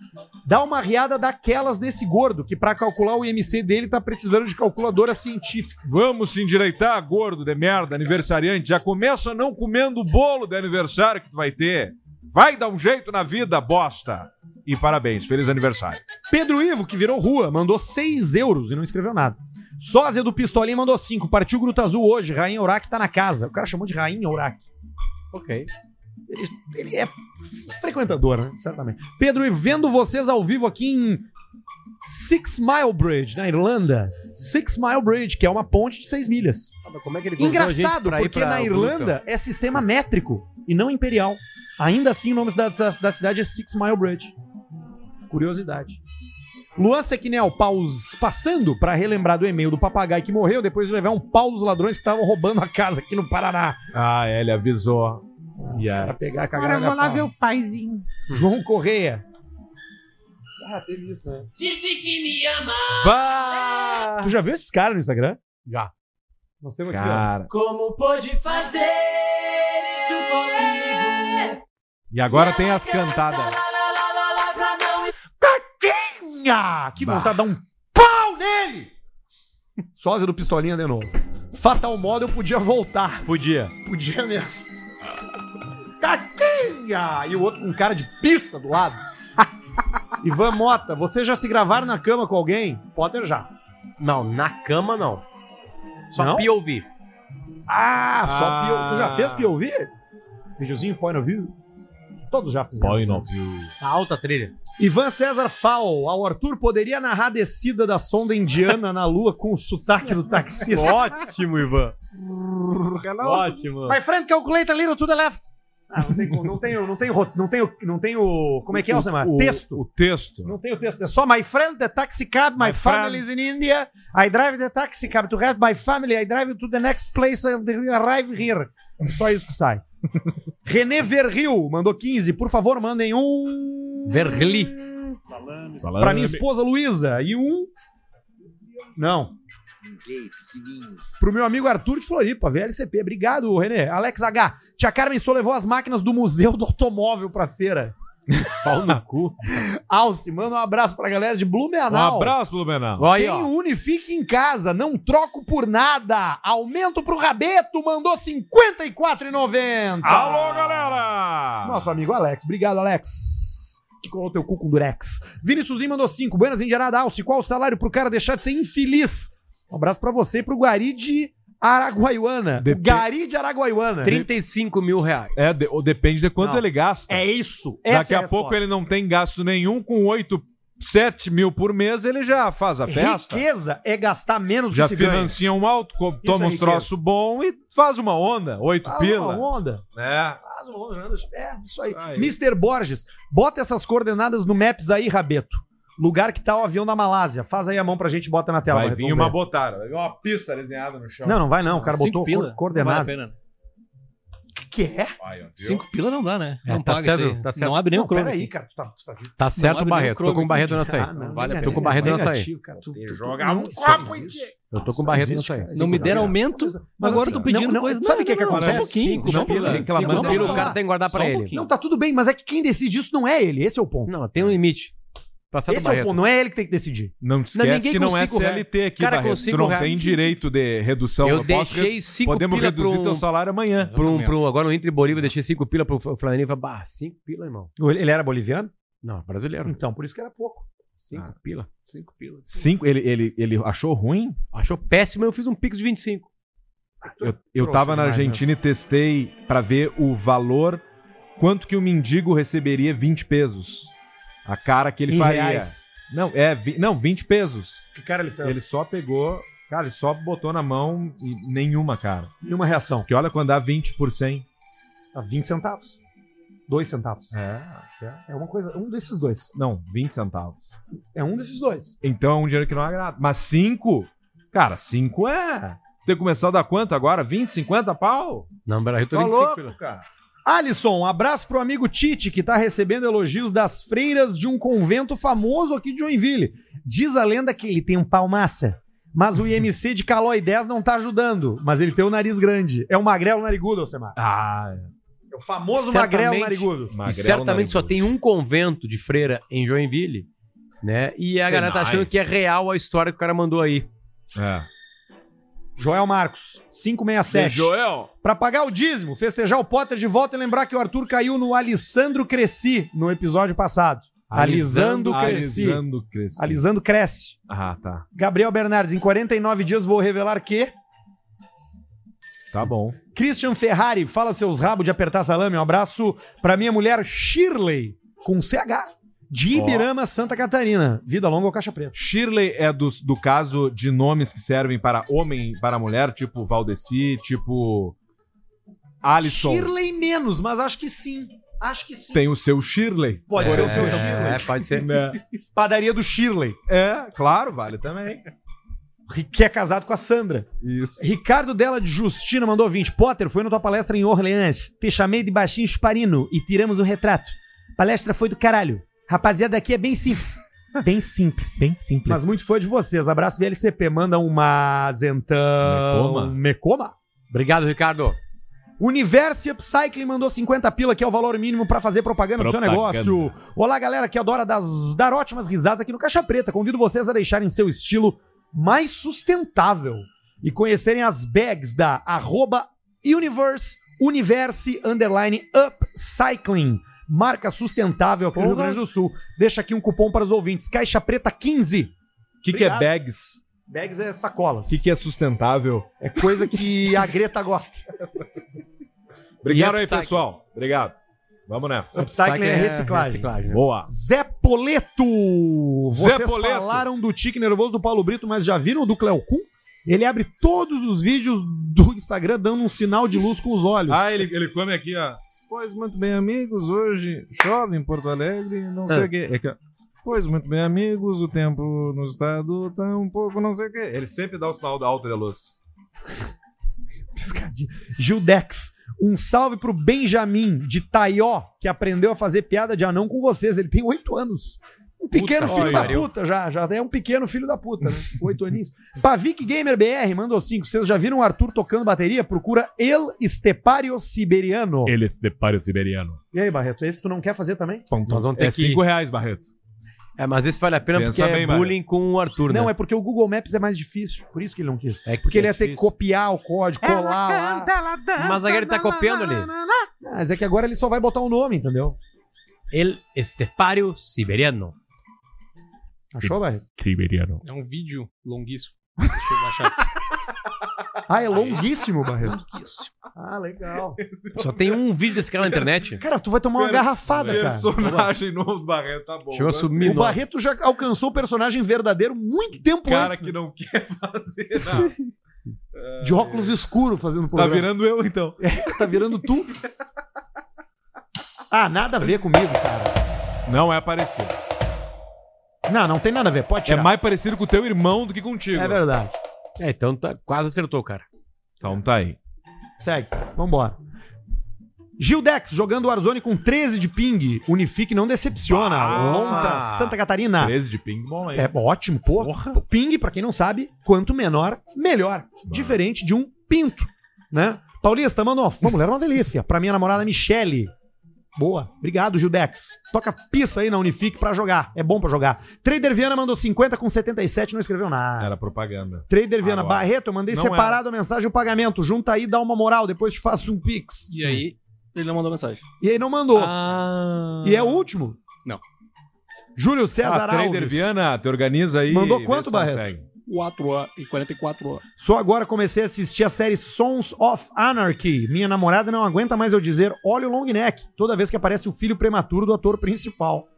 Dá uma riada daquelas nesse gordo, que pra calcular o IMC dele tá precisando de calculadora científica. Vamos se endireitar, gordo de merda, aniversariante. Já começa não comendo o bolo de aniversário que tu vai ter. Vai dar um jeito na vida, bosta. E parabéns, feliz aniversário. Pedro Ivo, que virou rua, mandou 6 euros e não escreveu nada. Sósia do Pistolinha mandou 5. Partiu Gruta Azul hoje. Rainha Orac tá na casa. O cara chamou de Rainha Orac. Ok. Ele, ele é frequentador, né? Certamente. Pedro Ivo, vendo vocês ao vivo aqui em Six Mile Bridge, na Irlanda. Six Mile Bridge, que é uma ponte de 6 milhas. Ah, Como é que Engraçado, porque na Irlanda é sistema métrico e não imperial. Ainda assim, o nome da, da- da cidade é Six Mile Bridge. Curiosidade. Luan Sequinel, paus passando para relembrar do e-mail do papagaio que morreu depois de levar um pau dos ladrões que estavam roubando a casa aqui no Paraná. Ah, é, ele avisou. E Pra aí? pegar cagar Agora na eu vou lá pau. ver o paizinho. João Correia. Hum. Ah, teve isso, né? Disse que me ama. Tu já viu esses caras no Instagram? Já. Nós temos aqui, Cara. Como pôde fazer isso comigo? E agora tem as cantadas. Ah, Catinha! Que vontade de dar um pau nele! Sósia do Pistolinha de novo. Fatal modo eu podia voltar. Podia. Podia mesmo. (laughs) Catinha! E o outro com cara de pizza do lado. Ivan Mota, vocês já se gravaram na cama com alguém? Potter já. Não, na cama não. Só Não? POV. Ah, só Ah. POV. Tu já fez POV? Videozinho, point of view? Todos já né? fizeram. Põe Na alta trilha. Ivan César Fal, ao Arthur poderia narrar a descida da sonda indiana na lua com o sotaque do taxista. Ótimo, Ivan. é Ótimo. My friend, calculate a little to the left. Ah, não tem, como- não tem, o- não tem, o rot- não tem, o- não tem o. Como é que é, Alcemar? O- Texto. O texto. Não tem o texto. É só My friend, the taxi cab, my, My family friend. is in India. I drive the taxi cab to help my family. I drive to the next place and arrive here. É só isso que (laughs) sai. René Verril mandou 15. Por favor, mandem um. Verli. Pra minha esposa Luísa. E um. Não. Pro meu amigo Arthur de Floripa, VLCP. Obrigado, René. Alex H. Tia Carmen só levou as máquinas do Museu do Automóvel pra feira. Pau (laughs) no cu. Alce, manda um abraço pra galera de Um Blumenau. abraço, Blumenau. Tem o Unifique em casa, não troco por nada. Aumento pro Rabeto, mandou 54,90. Alô, galera! Nosso amigo Alex. Obrigado, Alex. Que colou teu cu com durex. Vini Suzinho mandou 5. Buenas Indiarada Alce. Qual o salário pro cara deixar de ser infeliz? Um abraço pra você e pro Guari de Araguaiuana. O Gari de Araguaiuana. 35 mil reais. É, de- ou depende de quanto Não. ele gasta. É isso. Daqui a, pouco ele não tem gasto nenhum, com 8, 7 mil por mês ele já faz a festa. Riqueza é gastar menos Já que se ganha. financia um alto, co- toma é uns riqueza. troço bom e faz uma onda, 8 Faz pila. Tá uma onda. É. Faz um rolo, Jandro. É, isso aí. Mr. Borges, bota essas coordenadas no Maps aí, Rabeto. Lugar que tá o avião da Malásia. Faz aí a mão pra gente e bota na tela. Vai Barreto, vir vamos uma ver. botada, vai vir uma pista desenhada no chão. Não, não vai não. O cara Cinco botou pila? cor- coordenada. Não vale a pena. que é? Cinco pila não dá, né? É, não tá paga certo, isso aí. tá certo. Não abre nem Não, o Chrome. peraí, aqui. cara, tu tá- tu tá- Tá certo, abre nem Barreto. o Chrome Tô com o Barreto aqui. nessa aí. Ah, não, Vale a negativo, pena. Tô com é o Barreto nessa aí. negativo, cara. Tu- tu- Joga um isso copo existe. Eu tô com o Barreto nessa aí. Não me deram aumento, Mas agora assim, eu tô pedindo não, não, coisa. Sabe o que, não, que não, acontece? Só um pouquinho, Não, só um não, pouquinho. não, não, Cinco deixa eu pila. falar. cara tem que guardar Só pra um ele. pouquinho. Não, tá tudo bem, mas é que quem decide isso não é ele. Esse é o ponto. Não, tá tem um limite. Passado Esse é o ponto, não é ele que tem que decidir. Não esquece que não é CLT aqui, Cara, Barreto. com cinco tu não reais- tem direito de redução. Eu posso deixei re- 5 Podemos pila reduzir pro- teu salário amanhã. Pra um, pra um- agora no Entre Bolívia, eu deixei 5 pila pro Flamengo. Falei, bah, 5 pila, irmão. Ele era boliviano? Não, brasileiro. Então, por isso que era pouco. 5 pila. 5 pila. Cinco, ele, ele, ele achou ruim? Achou péssimo, eu fiz um pix de 25. Eu, eu tava na Argentina e testei pra ver o valor, quanto que o mendigo receberia 20 pesos. A cara que ele Em faria. reais. Não, é, vi- não, 20 pesos. Que cara ele fez? Ele só pegou, cara, ele só botou na mão e nenhuma, cara. Nenhuma reação. Porque olha quando dá 20 por 100. Dá 20 centavos. 2 centavos. É, É uma coisa, um desses dois. Não, 20 centavos. É um desses dois. Então é um dinheiro que não agrada. Mas 5? Cara, 5 é. Tem que começar a dar quanto agora? 20, 50 pau? Não, Beira Rio tá Tá 25, louco, né? cara. Alisson, um abraço pro amigo Tite, que tá recebendo elogios das freiras de um convento famoso aqui de Joinville. Diz a lenda que ele tem um pau massa, mas o IMC de Calói 10 não tá ajudando, mas ele tem o nariz grande. É o magrelo narigudo, Alcemar. Ah, é o famoso Certamente- magrelo narigudo. E Magrelo certamente narigudo. só tem um convento de freira em Joinville, né? E a Tem galera tá mais. achando que é real a história que o cara mandou aí. É. Joel Marcos, 567. E Joel? Pra pagar o dízimo, festejar o Potter de volta e lembrar que o Arthur caiu no Alissandro Cresci no episódio passado. Alisando, Cresci. Alisando cresci. Alisando Cresce. Ah, tá. Gabriel Bernardes, em 49 dias vou revelar que. Tá bom. Christian Ferrari, fala seus rabos de apertar salame. Um abraço pra minha mulher Shirley, com CH, de Ó. Ibirama, Santa Catarina. Vida longa ou caixa preta. Shirley é dos, do caso de nomes que servem para homem e para mulher, tipo Valdeci, tipo Alisson. Shirley menos, mas acho que sim. Acho que sim. Tem o seu Shirley. Pode ser o seu É, Shirley. pode ser. Padaria do Shirley. É, claro, vale também. Que é casado com a Sandra. Isso. Ricardo Della de Justina mandou 20. Potter, foi na tua palestra em Orleans. Te chamei de baixinho esparino e tiramos um retrato. Palestra foi do caralho. Rapaziada, aqui é bem simples. Bem simples, bem simples. Mas muito fã de vocês. Abraço VLCP. Manda uma zentão. Mecoma. Mecoma? Obrigado, Ricardo. Universe Upcycling mandou 50 pila, que é o valor mínimo pra fazer propaganda, Propaganda. do seu negócio. Olá, galera que adora das- dar ótimas risadas aqui no Caixa Preta. Convido vocês a deixarem seu estilo mais sustentável e conhecerem as bags da arroba Universe, Universe, underline, Upcycling. Marca sustentável aqui no Rio Porra. Grande do Sul. Deixa aqui um cupom para os ouvintes. Caixa Preta 15. O que, que é Obrigado. bags? Bags é sacolas. O que, que é sustentável? É coisa que a Greta gosta. Obrigado E aí, upcycling. pessoal. Obrigado. Vamos nessa. Upcycling é reciclagem. Boa. Zé Poleto! Zé Vocês Poleto. falaram do tique nervoso do Paulo Brito, mas já viram o do Cleo Kuhn? Ele abre todos os vídeos do Instagram dando um sinal de luz com os olhos. Ah, ele, ele come aqui, ó. Pois muito bem, amigos. Hoje chove em Porto Alegre, não sei Ah. o quê. É que- Pois muito bem, amigos. O tempo no estado tá um pouco não sei o quê. Ele sempre dá o sinal da alta da luz. Piscadinha. Gildex, um salve pro Benjamin de Taió, que aprendeu a fazer piada de anão com vocês. Ele tem oito anos. Um pequeno Puta filho que da pariu. puta, já, já é um pequeno filho da puta, né? Oito aninhos. (laughs) Pavic Gamer BR mandou cinco. Vocês já viram o Arthur tocando bateria? Procura El Estepario Siberiano. Ele se depara o siberiano. E aí, Barreto, esse tu não quer fazer também? Nós vamos ter É que- cinco reais, Barreto. É, mas esse vale a pena Pensa porque bem, é Mário. bullying com o Arthur, Não, né? é porque o Google Maps é mais difícil. Por isso que ele não quis. É porque ele é ia ter que difícil. copiar o código, colar lá. ela dança. Mas agora ele tá copiando ali. Mas é que agora ele só vai botar o nome, entendeu? El Estepario Siberiano. Achou, Barreto? Siberiano. É um vídeo longuíssimo. Deixa eu baixar. Ah, é longuíssimo, Barreto. Ah, legal. Só tem um vídeo desse cara (laughs) na internet. Cara, tu vai tomar uma garrafada, cara. Personagem novo do Barreto, tá bom. Deixa eu Gostei. assumir O Barreto já alcançou o personagem verdadeiro muito tempo Cara antes. que não quer fazer nada. né? (laughs) De óculos escuro fazendo Tá programa. virando eu, então. virando... tá virando tu. Ah, nada a ver comigo, cara. Não é parecido. Não, não tem nada a ver. Pode É tirar. mais parecido com o teu irmão do que contigo. é verdade. É, então tá, quase acertou, cara. Então tá aí. Segue. Vambora. Gildex jogando Warzone com 13 de ping. Unifique não decepciona. Lontra, Santa Catarina. 13 Ah, de ping, bom, hein? É ótimo, pô. Ping, pra quem não sabe, quanto menor, melhor. Diferente de um pinto, né? Paulista, mano, uma mulher é uma delícia. Pra minha namorada Michele. Boa. Obrigado, Gildex. Toca pizza aí na Unifique pra jogar. É bom pra jogar. Trader Viana mandou 50 com 77, não escreveu nada. Era propaganda. Trader Viana, Agora. Barreto, eu mandei Não separado a mensagem e o pagamento. Junta aí, dá uma moral, depois te faço um pix. E aí, ele não mandou mensagem. E aí não mandou. Ah. E é o último? Não. Júlio César ah, Trader Alves. Viana, te organiza aí. Mandou vê quanto, se tu Barreto? consegue. 4 horas e 44 horas. Só agora comecei a assistir a série Sons of Anarchy. Minha namorada não aguenta mais eu dizer olha o long neck toda vez que aparece o filho prematuro do ator principal.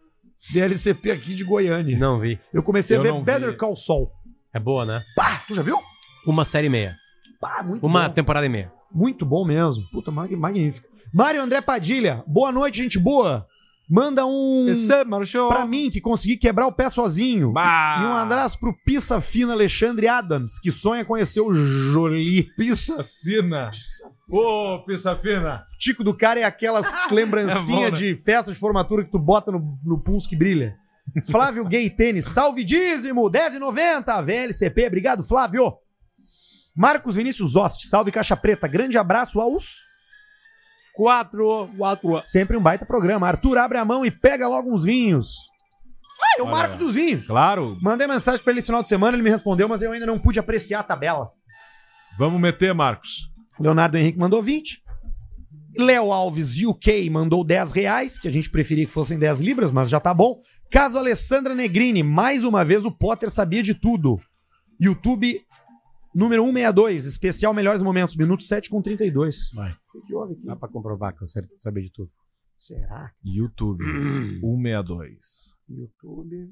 DLCP aqui de Goiânia. Não vi. Eu comecei Eu a ver não vi. Better Call Saul. É boa, né? Pá, tu já viu? Uma série e meia. Pá, muito Uma bom. temporada e meia. Muito bom mesmo. Puta, mag- magnífico. Mário André Padilha, boa noite, gente boa. Manda um pra mim que consegui quebrar o pé sozinho. E um abraço pro Pissa Fina Alexandre Adams, que sonha conhecer o Jolie. Pissa Fina. Ô, pizza fina. Tico do cara é aquelas lembrancinhas (laughs) É bom, né? de festa de formatura que tu bota no, no pulso que brilha. Flávio Gay Tênis, salve dízimo, 10,90, VLCP, obrigado Flávio. Marcos Vinícius Ost, salve Caixa Preta, grande abraço aos... Quatro, quatro. Sempre um baita programa. Arthur, abre a mão e pega logo uns vinhos. Ah, eu Olha. Marcos dos Vinhos. Claro. Mandei mensagem pra ele esse final de semana, ele me respondeu, mas eu ainda não pude apreciar a tabela. Vamos meter, Marcos. Leonardo Henrique mandou 20. Léo Alves UK mandou 10 reais, que a gente preferia que fossem 10 libras, mas já tá bom. Caso Alessandra Negrini, mais uma vez o Potter sabia de tudo. YouTube número 162, especial Melhores Momentos, minuto 7 com 32. Vai. que houve aqui? Dá pra comprovar que eu sei saber de tudo. Será? YouTube. Hum. 162. YouTube.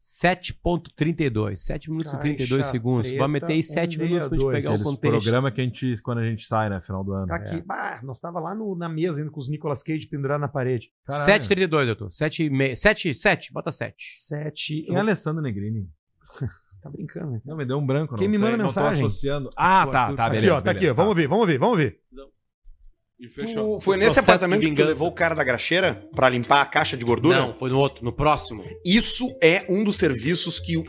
7.32. 7 minutos Caixa e 32 segundos. preta, Vai meter é aí 7 minutos pra gente 162. pegar o Esse contexto. programa que a gente, quando a gente sai, né? Final do ano. É Tá aqui. Bah, nós tava lá no- na mesa ainda com os Nicolas Cage pendurado na parede. 7,32, doutor. 7, e meia- 7, 7, bota 7. 7. Quem é Alessandro Negrini? Tá brincando, né? Não, me deu um branco. Quem não me tem- manda não tô mensagem? associando. Ah, tá, tá, beleza. aqui, ó, tá aqui, ó. beleza, Vamos ver, vamos ver, vamos ver. E fechou. foi nesse apartamento que tu levou o cara da graxeira para limpar a caixa de gordura? Não, foi no outro, no próximo. Isso é um dos serviços que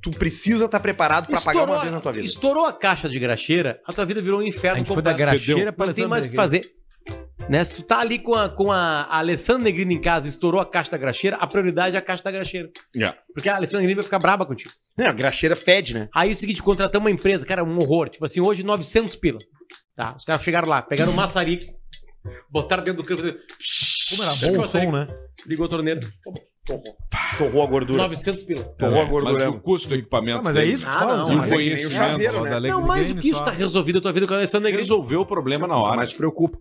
tu precisa estar preparado pra pagar uma vez na tua vida. Estourou a caixa de graxeira, a tua vida virou um A inferno gente foi da completo. graxeira Fedeu. pra Não tem Alessandro mais o que Negrini. fazer. Né? Se tu tá ali com a, com a Alessandra Negrini em casa e estourou a caixa da graxeira, a prioridade é a caixa da graxeira. Porque a Alessandra Negrini vai ficar braba contigo. É, a graxeira fede, né? Aí é o seguinte, contratamos uma empresa, cara, um horror. Tipo assim, hoje 900 pila. Tá, os caras chegaram lá, pegaram um maçarico, botaram dentro do crânio. fizeram- Como era bom Sabe o o som, maçarico? né? Ligou o torneiro. Torrou. Torrou a gordura. 900 pila. tá. Torrou a gordura. Mas e o custo do equipamento Ah, mas é dele? isso que tu Ah, fala, não, né? E o Mas é que nem o conhecimento chaveiro, só né? da Alec Não, mas o Green, que isso só- tá resolvido a tua vida com a Alessandra Negrini? Resolveu o problema na hora. Mas te preocupa.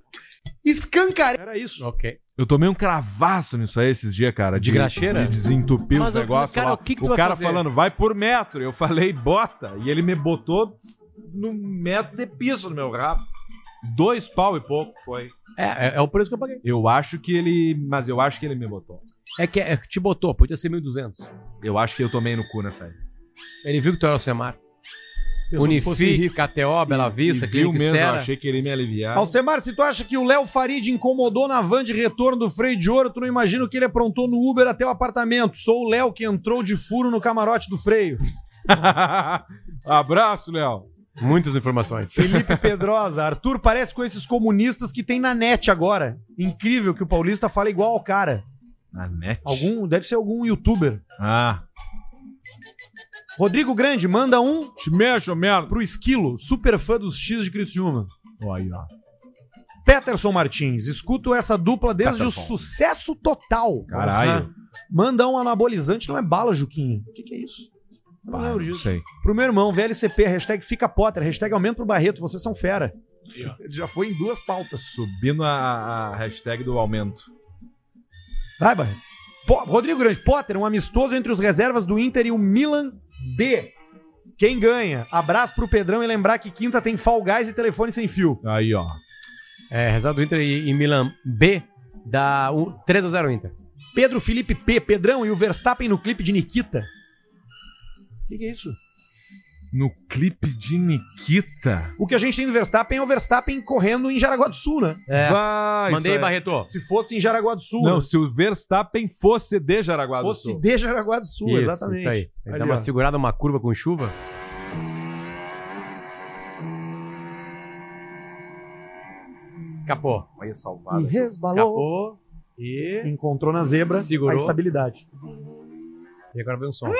Escancar. Era isso. Ok. Eu tomei um cravaço nisso aí esses dias, cara. De graxeira? De desentupir Mas, os ô, negócios. cara, lá. o que que tu o vai cara fazer? falando, vai por metro. Eu falei, bota. E ele me botou num metro de piso no meu rabo. Dois pau e pouco foi. É, é, é o preço que eu paguei. Eu acho que ele. Mas eu acho que ele me botou. É que é, que te botou, podia ser 1.200. Eu acho que eu tomei no cu nessa aí. Ele viu que tu era o Semar. Pensou que fosse Unifique, rico. KTO, Bela Vista, E viu Clínica mesmo, eu Estera. achei que ele ia me aliviar. Alcemar, se tu acha que o Léo Farid incomodou na van de retorno do freio de ouro, tu não imagina o que ele aprontou no Uber até o apartamento. Sou o Léo que entrou de furo no camarote do freio. (laughs) Abraço, Léo. Muitas informações. (laughs) Felipe Pedrosa, Arthur parece com esses comunistas que tem na net agora. Incrível que o paulista fala igual ao cara. Na net? Algum, deve ser algum youtuber. Ah. Rodrigo Grande, manda um. Te mexo, merda. Pro Esquilo, super fã dos X de Criciúma. Olha aí, ó. Peterson Martins, escuto essa dupla desde o Peterson. sucesso total. Caralho. Uhum. Manda um anabolizante, não é bala, Juquinha. O que, que é isso? Eu não Ah, lembro não disso. sei. Pro meu irmão, VLCP, hashtag fica Potter, hashtag aumenta pro Barreto, vocês são fera. Ele já foi em duas pautas. Subindo a, a hashtag do aumento. Vai, Barreto. Po- Rodrigo Grande, Potter, um amistoso entre os reservas do Inter e o Milan B. Quem ganha? Abraço pro Pedrão e lembrar que quinta tem Fall Guys e telefone sem fio. Aí, ó. É, rezado do Inter e, e Milan B dá um, 3x0 Inter. Pedro Felipe P, Pedrão e o Verstappen no clipe de Nikita. O que, que é isso? No clipe de Nikita. O que a gente tem do Verstappen é o Verstappen correndo em Jaraguá do Sul, né? É. Vai, Mandei, isso aí. Barreto. Se fosse em Jaraguá do Sul, Não, né? se o Verstappen fosse de Jaraguá fosse do Sul. de Jaraguá do Sul, Isso, exatamente. Isso aí. Ele dá Ali, uma ó. segurada, uma curva com chuva. Escapou. Olha salvado. E resbalou. Escapou. E... Encontrou na zebra Segurou. a estabilidade. e agora vem um som.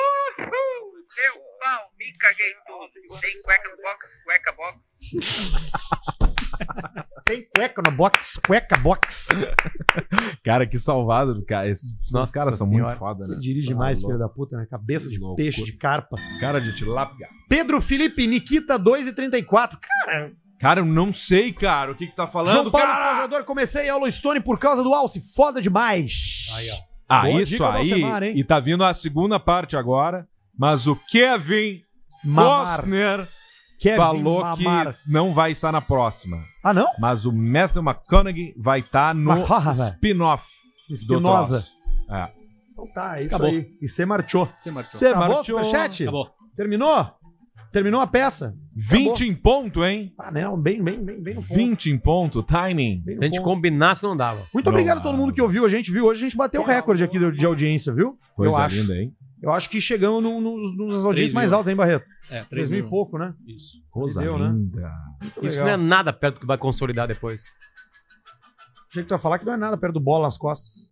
(laughs) Tem cueca na box, cueca box. (laughs) Cara, que salvado do cara. Esses Nossa caras são Senhora. muito foda, né? Ele dirige Tá mais, louco. filho da puta, né? Cabeça de Loucura. peixe, de carpa. Cara de tilápia. Pedro Felipe, Nikita 2 e 34. Cara, Cara, eu não sei, cara, o que que tá falando, João Paulo cara. Salvador, comecei a Stone por causa do Alce. Foda demais. Ah, Boa isso dica do aí. Alcemar, hein? e tá vindo a segunda parte agora. Mas o Kevin Mamar. Costner Kevin falou Mamar. que não vai estar na próxima. Ah, não? Mas o Matthew McConaughey vai estar no McConaughey. spin-off. do Espinosa. troço. É. Tá, é isso Acabou. aí. E você marchou. Você marchou. Acabou o marchou. superchat? Acabou. Terminou? Terminou a peça? 20 Acabou. em ponto, hein? Ah, não, bem, bem, bem, bem no ponto. 20 em ponto, timing. Se a gente combinasse, não dava. Muito obrigado a todo mundo que ouviu a gente, viu? Hoje a gente bateu o recorde aqui de de audiência, viu? Coisa eu acho. linda, hein? Eu acho que chegamos num- nos, nos Três audiências mil. mais altas, hein, Barreto? É, três Três mil e mil. pouco, né? Isso. Coisa Entendeu, né? linda. Isso legal. não é nada perto do que vai consolidar depois. Achei que tu ia falar que não é nada perto do bola nas costas.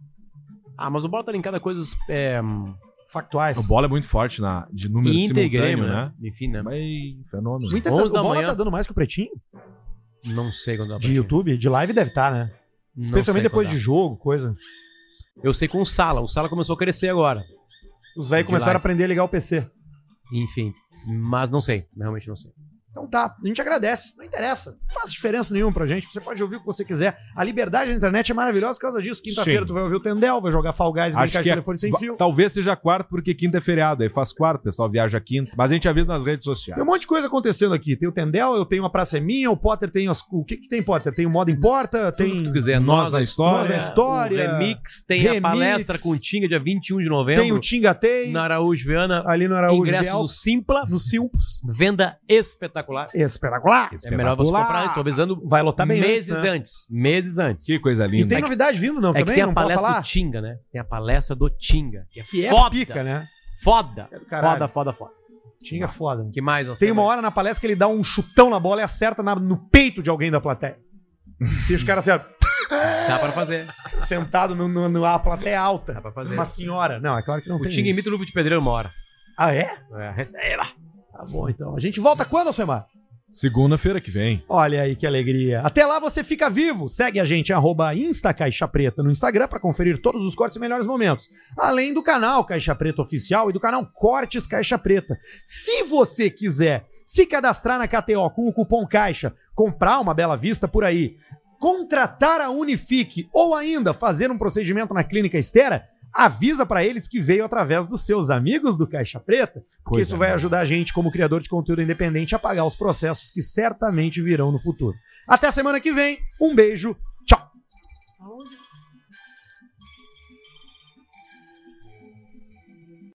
Ah, mas o Bola tá linkado a coisas é, hum, Factuais. O bola é muito forte na, de número Inter e simultâneo, Grêmio, né? né? Enfim, né? Mas fenômeno. Muita coisa. 11 O da bola manhã. tá dando mais que o pretinho? Não sei quando dá De YouTube? De live deve estar, né? Não Especialmente sei depois quando de dá. jogo, coisa. Eu sei com o Sala. O Sala começou a crescer agora. Os velhos De começaram a live. aprender a ligar o PC. Enfim. Mas não sei. Realmente não sei. Então tá, a gente agradece. Não interessa, não faz diferença nenhuma pra gente. Você pode ouvir o que você quiser. A liberdade da internet é maravilhosa por causa disso. Quinta-feira Sim. tu vai ouvir o Tendel, vai jogar Fall Guys e Acho brincar que de é- telefone sem va- fio. Talvez seja quarto, porque quinta é feriado. Aí faz quarto, o pessoal viaja quinta. Mas a gente avisa nas redes sociais. Tem um monte de coisa acontecendo aqui. Tem o Tendel, eu tenho a Praça é Minha, o Potter tem as... O que que tem, Potter? Tem o Moda Importa, tem... Se tu quiser, nós na história. Nós na história. O remix tem Remix. a palestra com o Tinga dia 21 de novembro. Tem o Tinga Tem. na Araújo Viana. Ali no Araújo Ingressos Vial. do Simpla. No Simples. Venda espetacular. Espetacular. É melhor você comprar isso, tô avisando Vai lotar bem meses antes, né? antes. Meses antes. Que coisa E tem novidade vindo, não? é que também? tem não a pode palestra falar? do Tinga, né? Tem a palestra do Tinga. Que é Que é foda. pica, né? Foda. caralho. Foda, foda, foda. Tinga é foda. Ah, que mais? Tem uma hora na palestra que ele dá um chutão na bola e acerta na- no peito de alguém da (laughs) plateia. E os caras assim, Dá pra fazer. ó, sentado no, no, no- a plateia alta. Dá pra fazer. Uma senhora. Não, é claro que não O tem. Tinga isso. imita o Luvo de Pedreiro uma hora. Ah, é? É, receba. Tá bom, então. A gente volta quando, Alcemar? Segunda-feira que vem. Olha aí que alegria. Até lá você fica vivo. Segue a gente, arroba Insta Caixa Preta no Instagram para conferir todos os cortes e melhores momentos. Além do canal Caixa Preta Oficial e do canal Cortes Caixa Preta. Se você quiser se cadastrar na KTO com o cupom Caixa, comprar uma bela vista por aí, contratar a Unifique ou ainda fazer um procedimento na Clínica Estera, avisa para eles que veio através dos seus amigos do Caixa Preta, porque Coisa isso vai boa. ajudar a gente como criador de conteúdo independente a pagar os processos que certamente virão no futuro. Até semana que vem, um beijo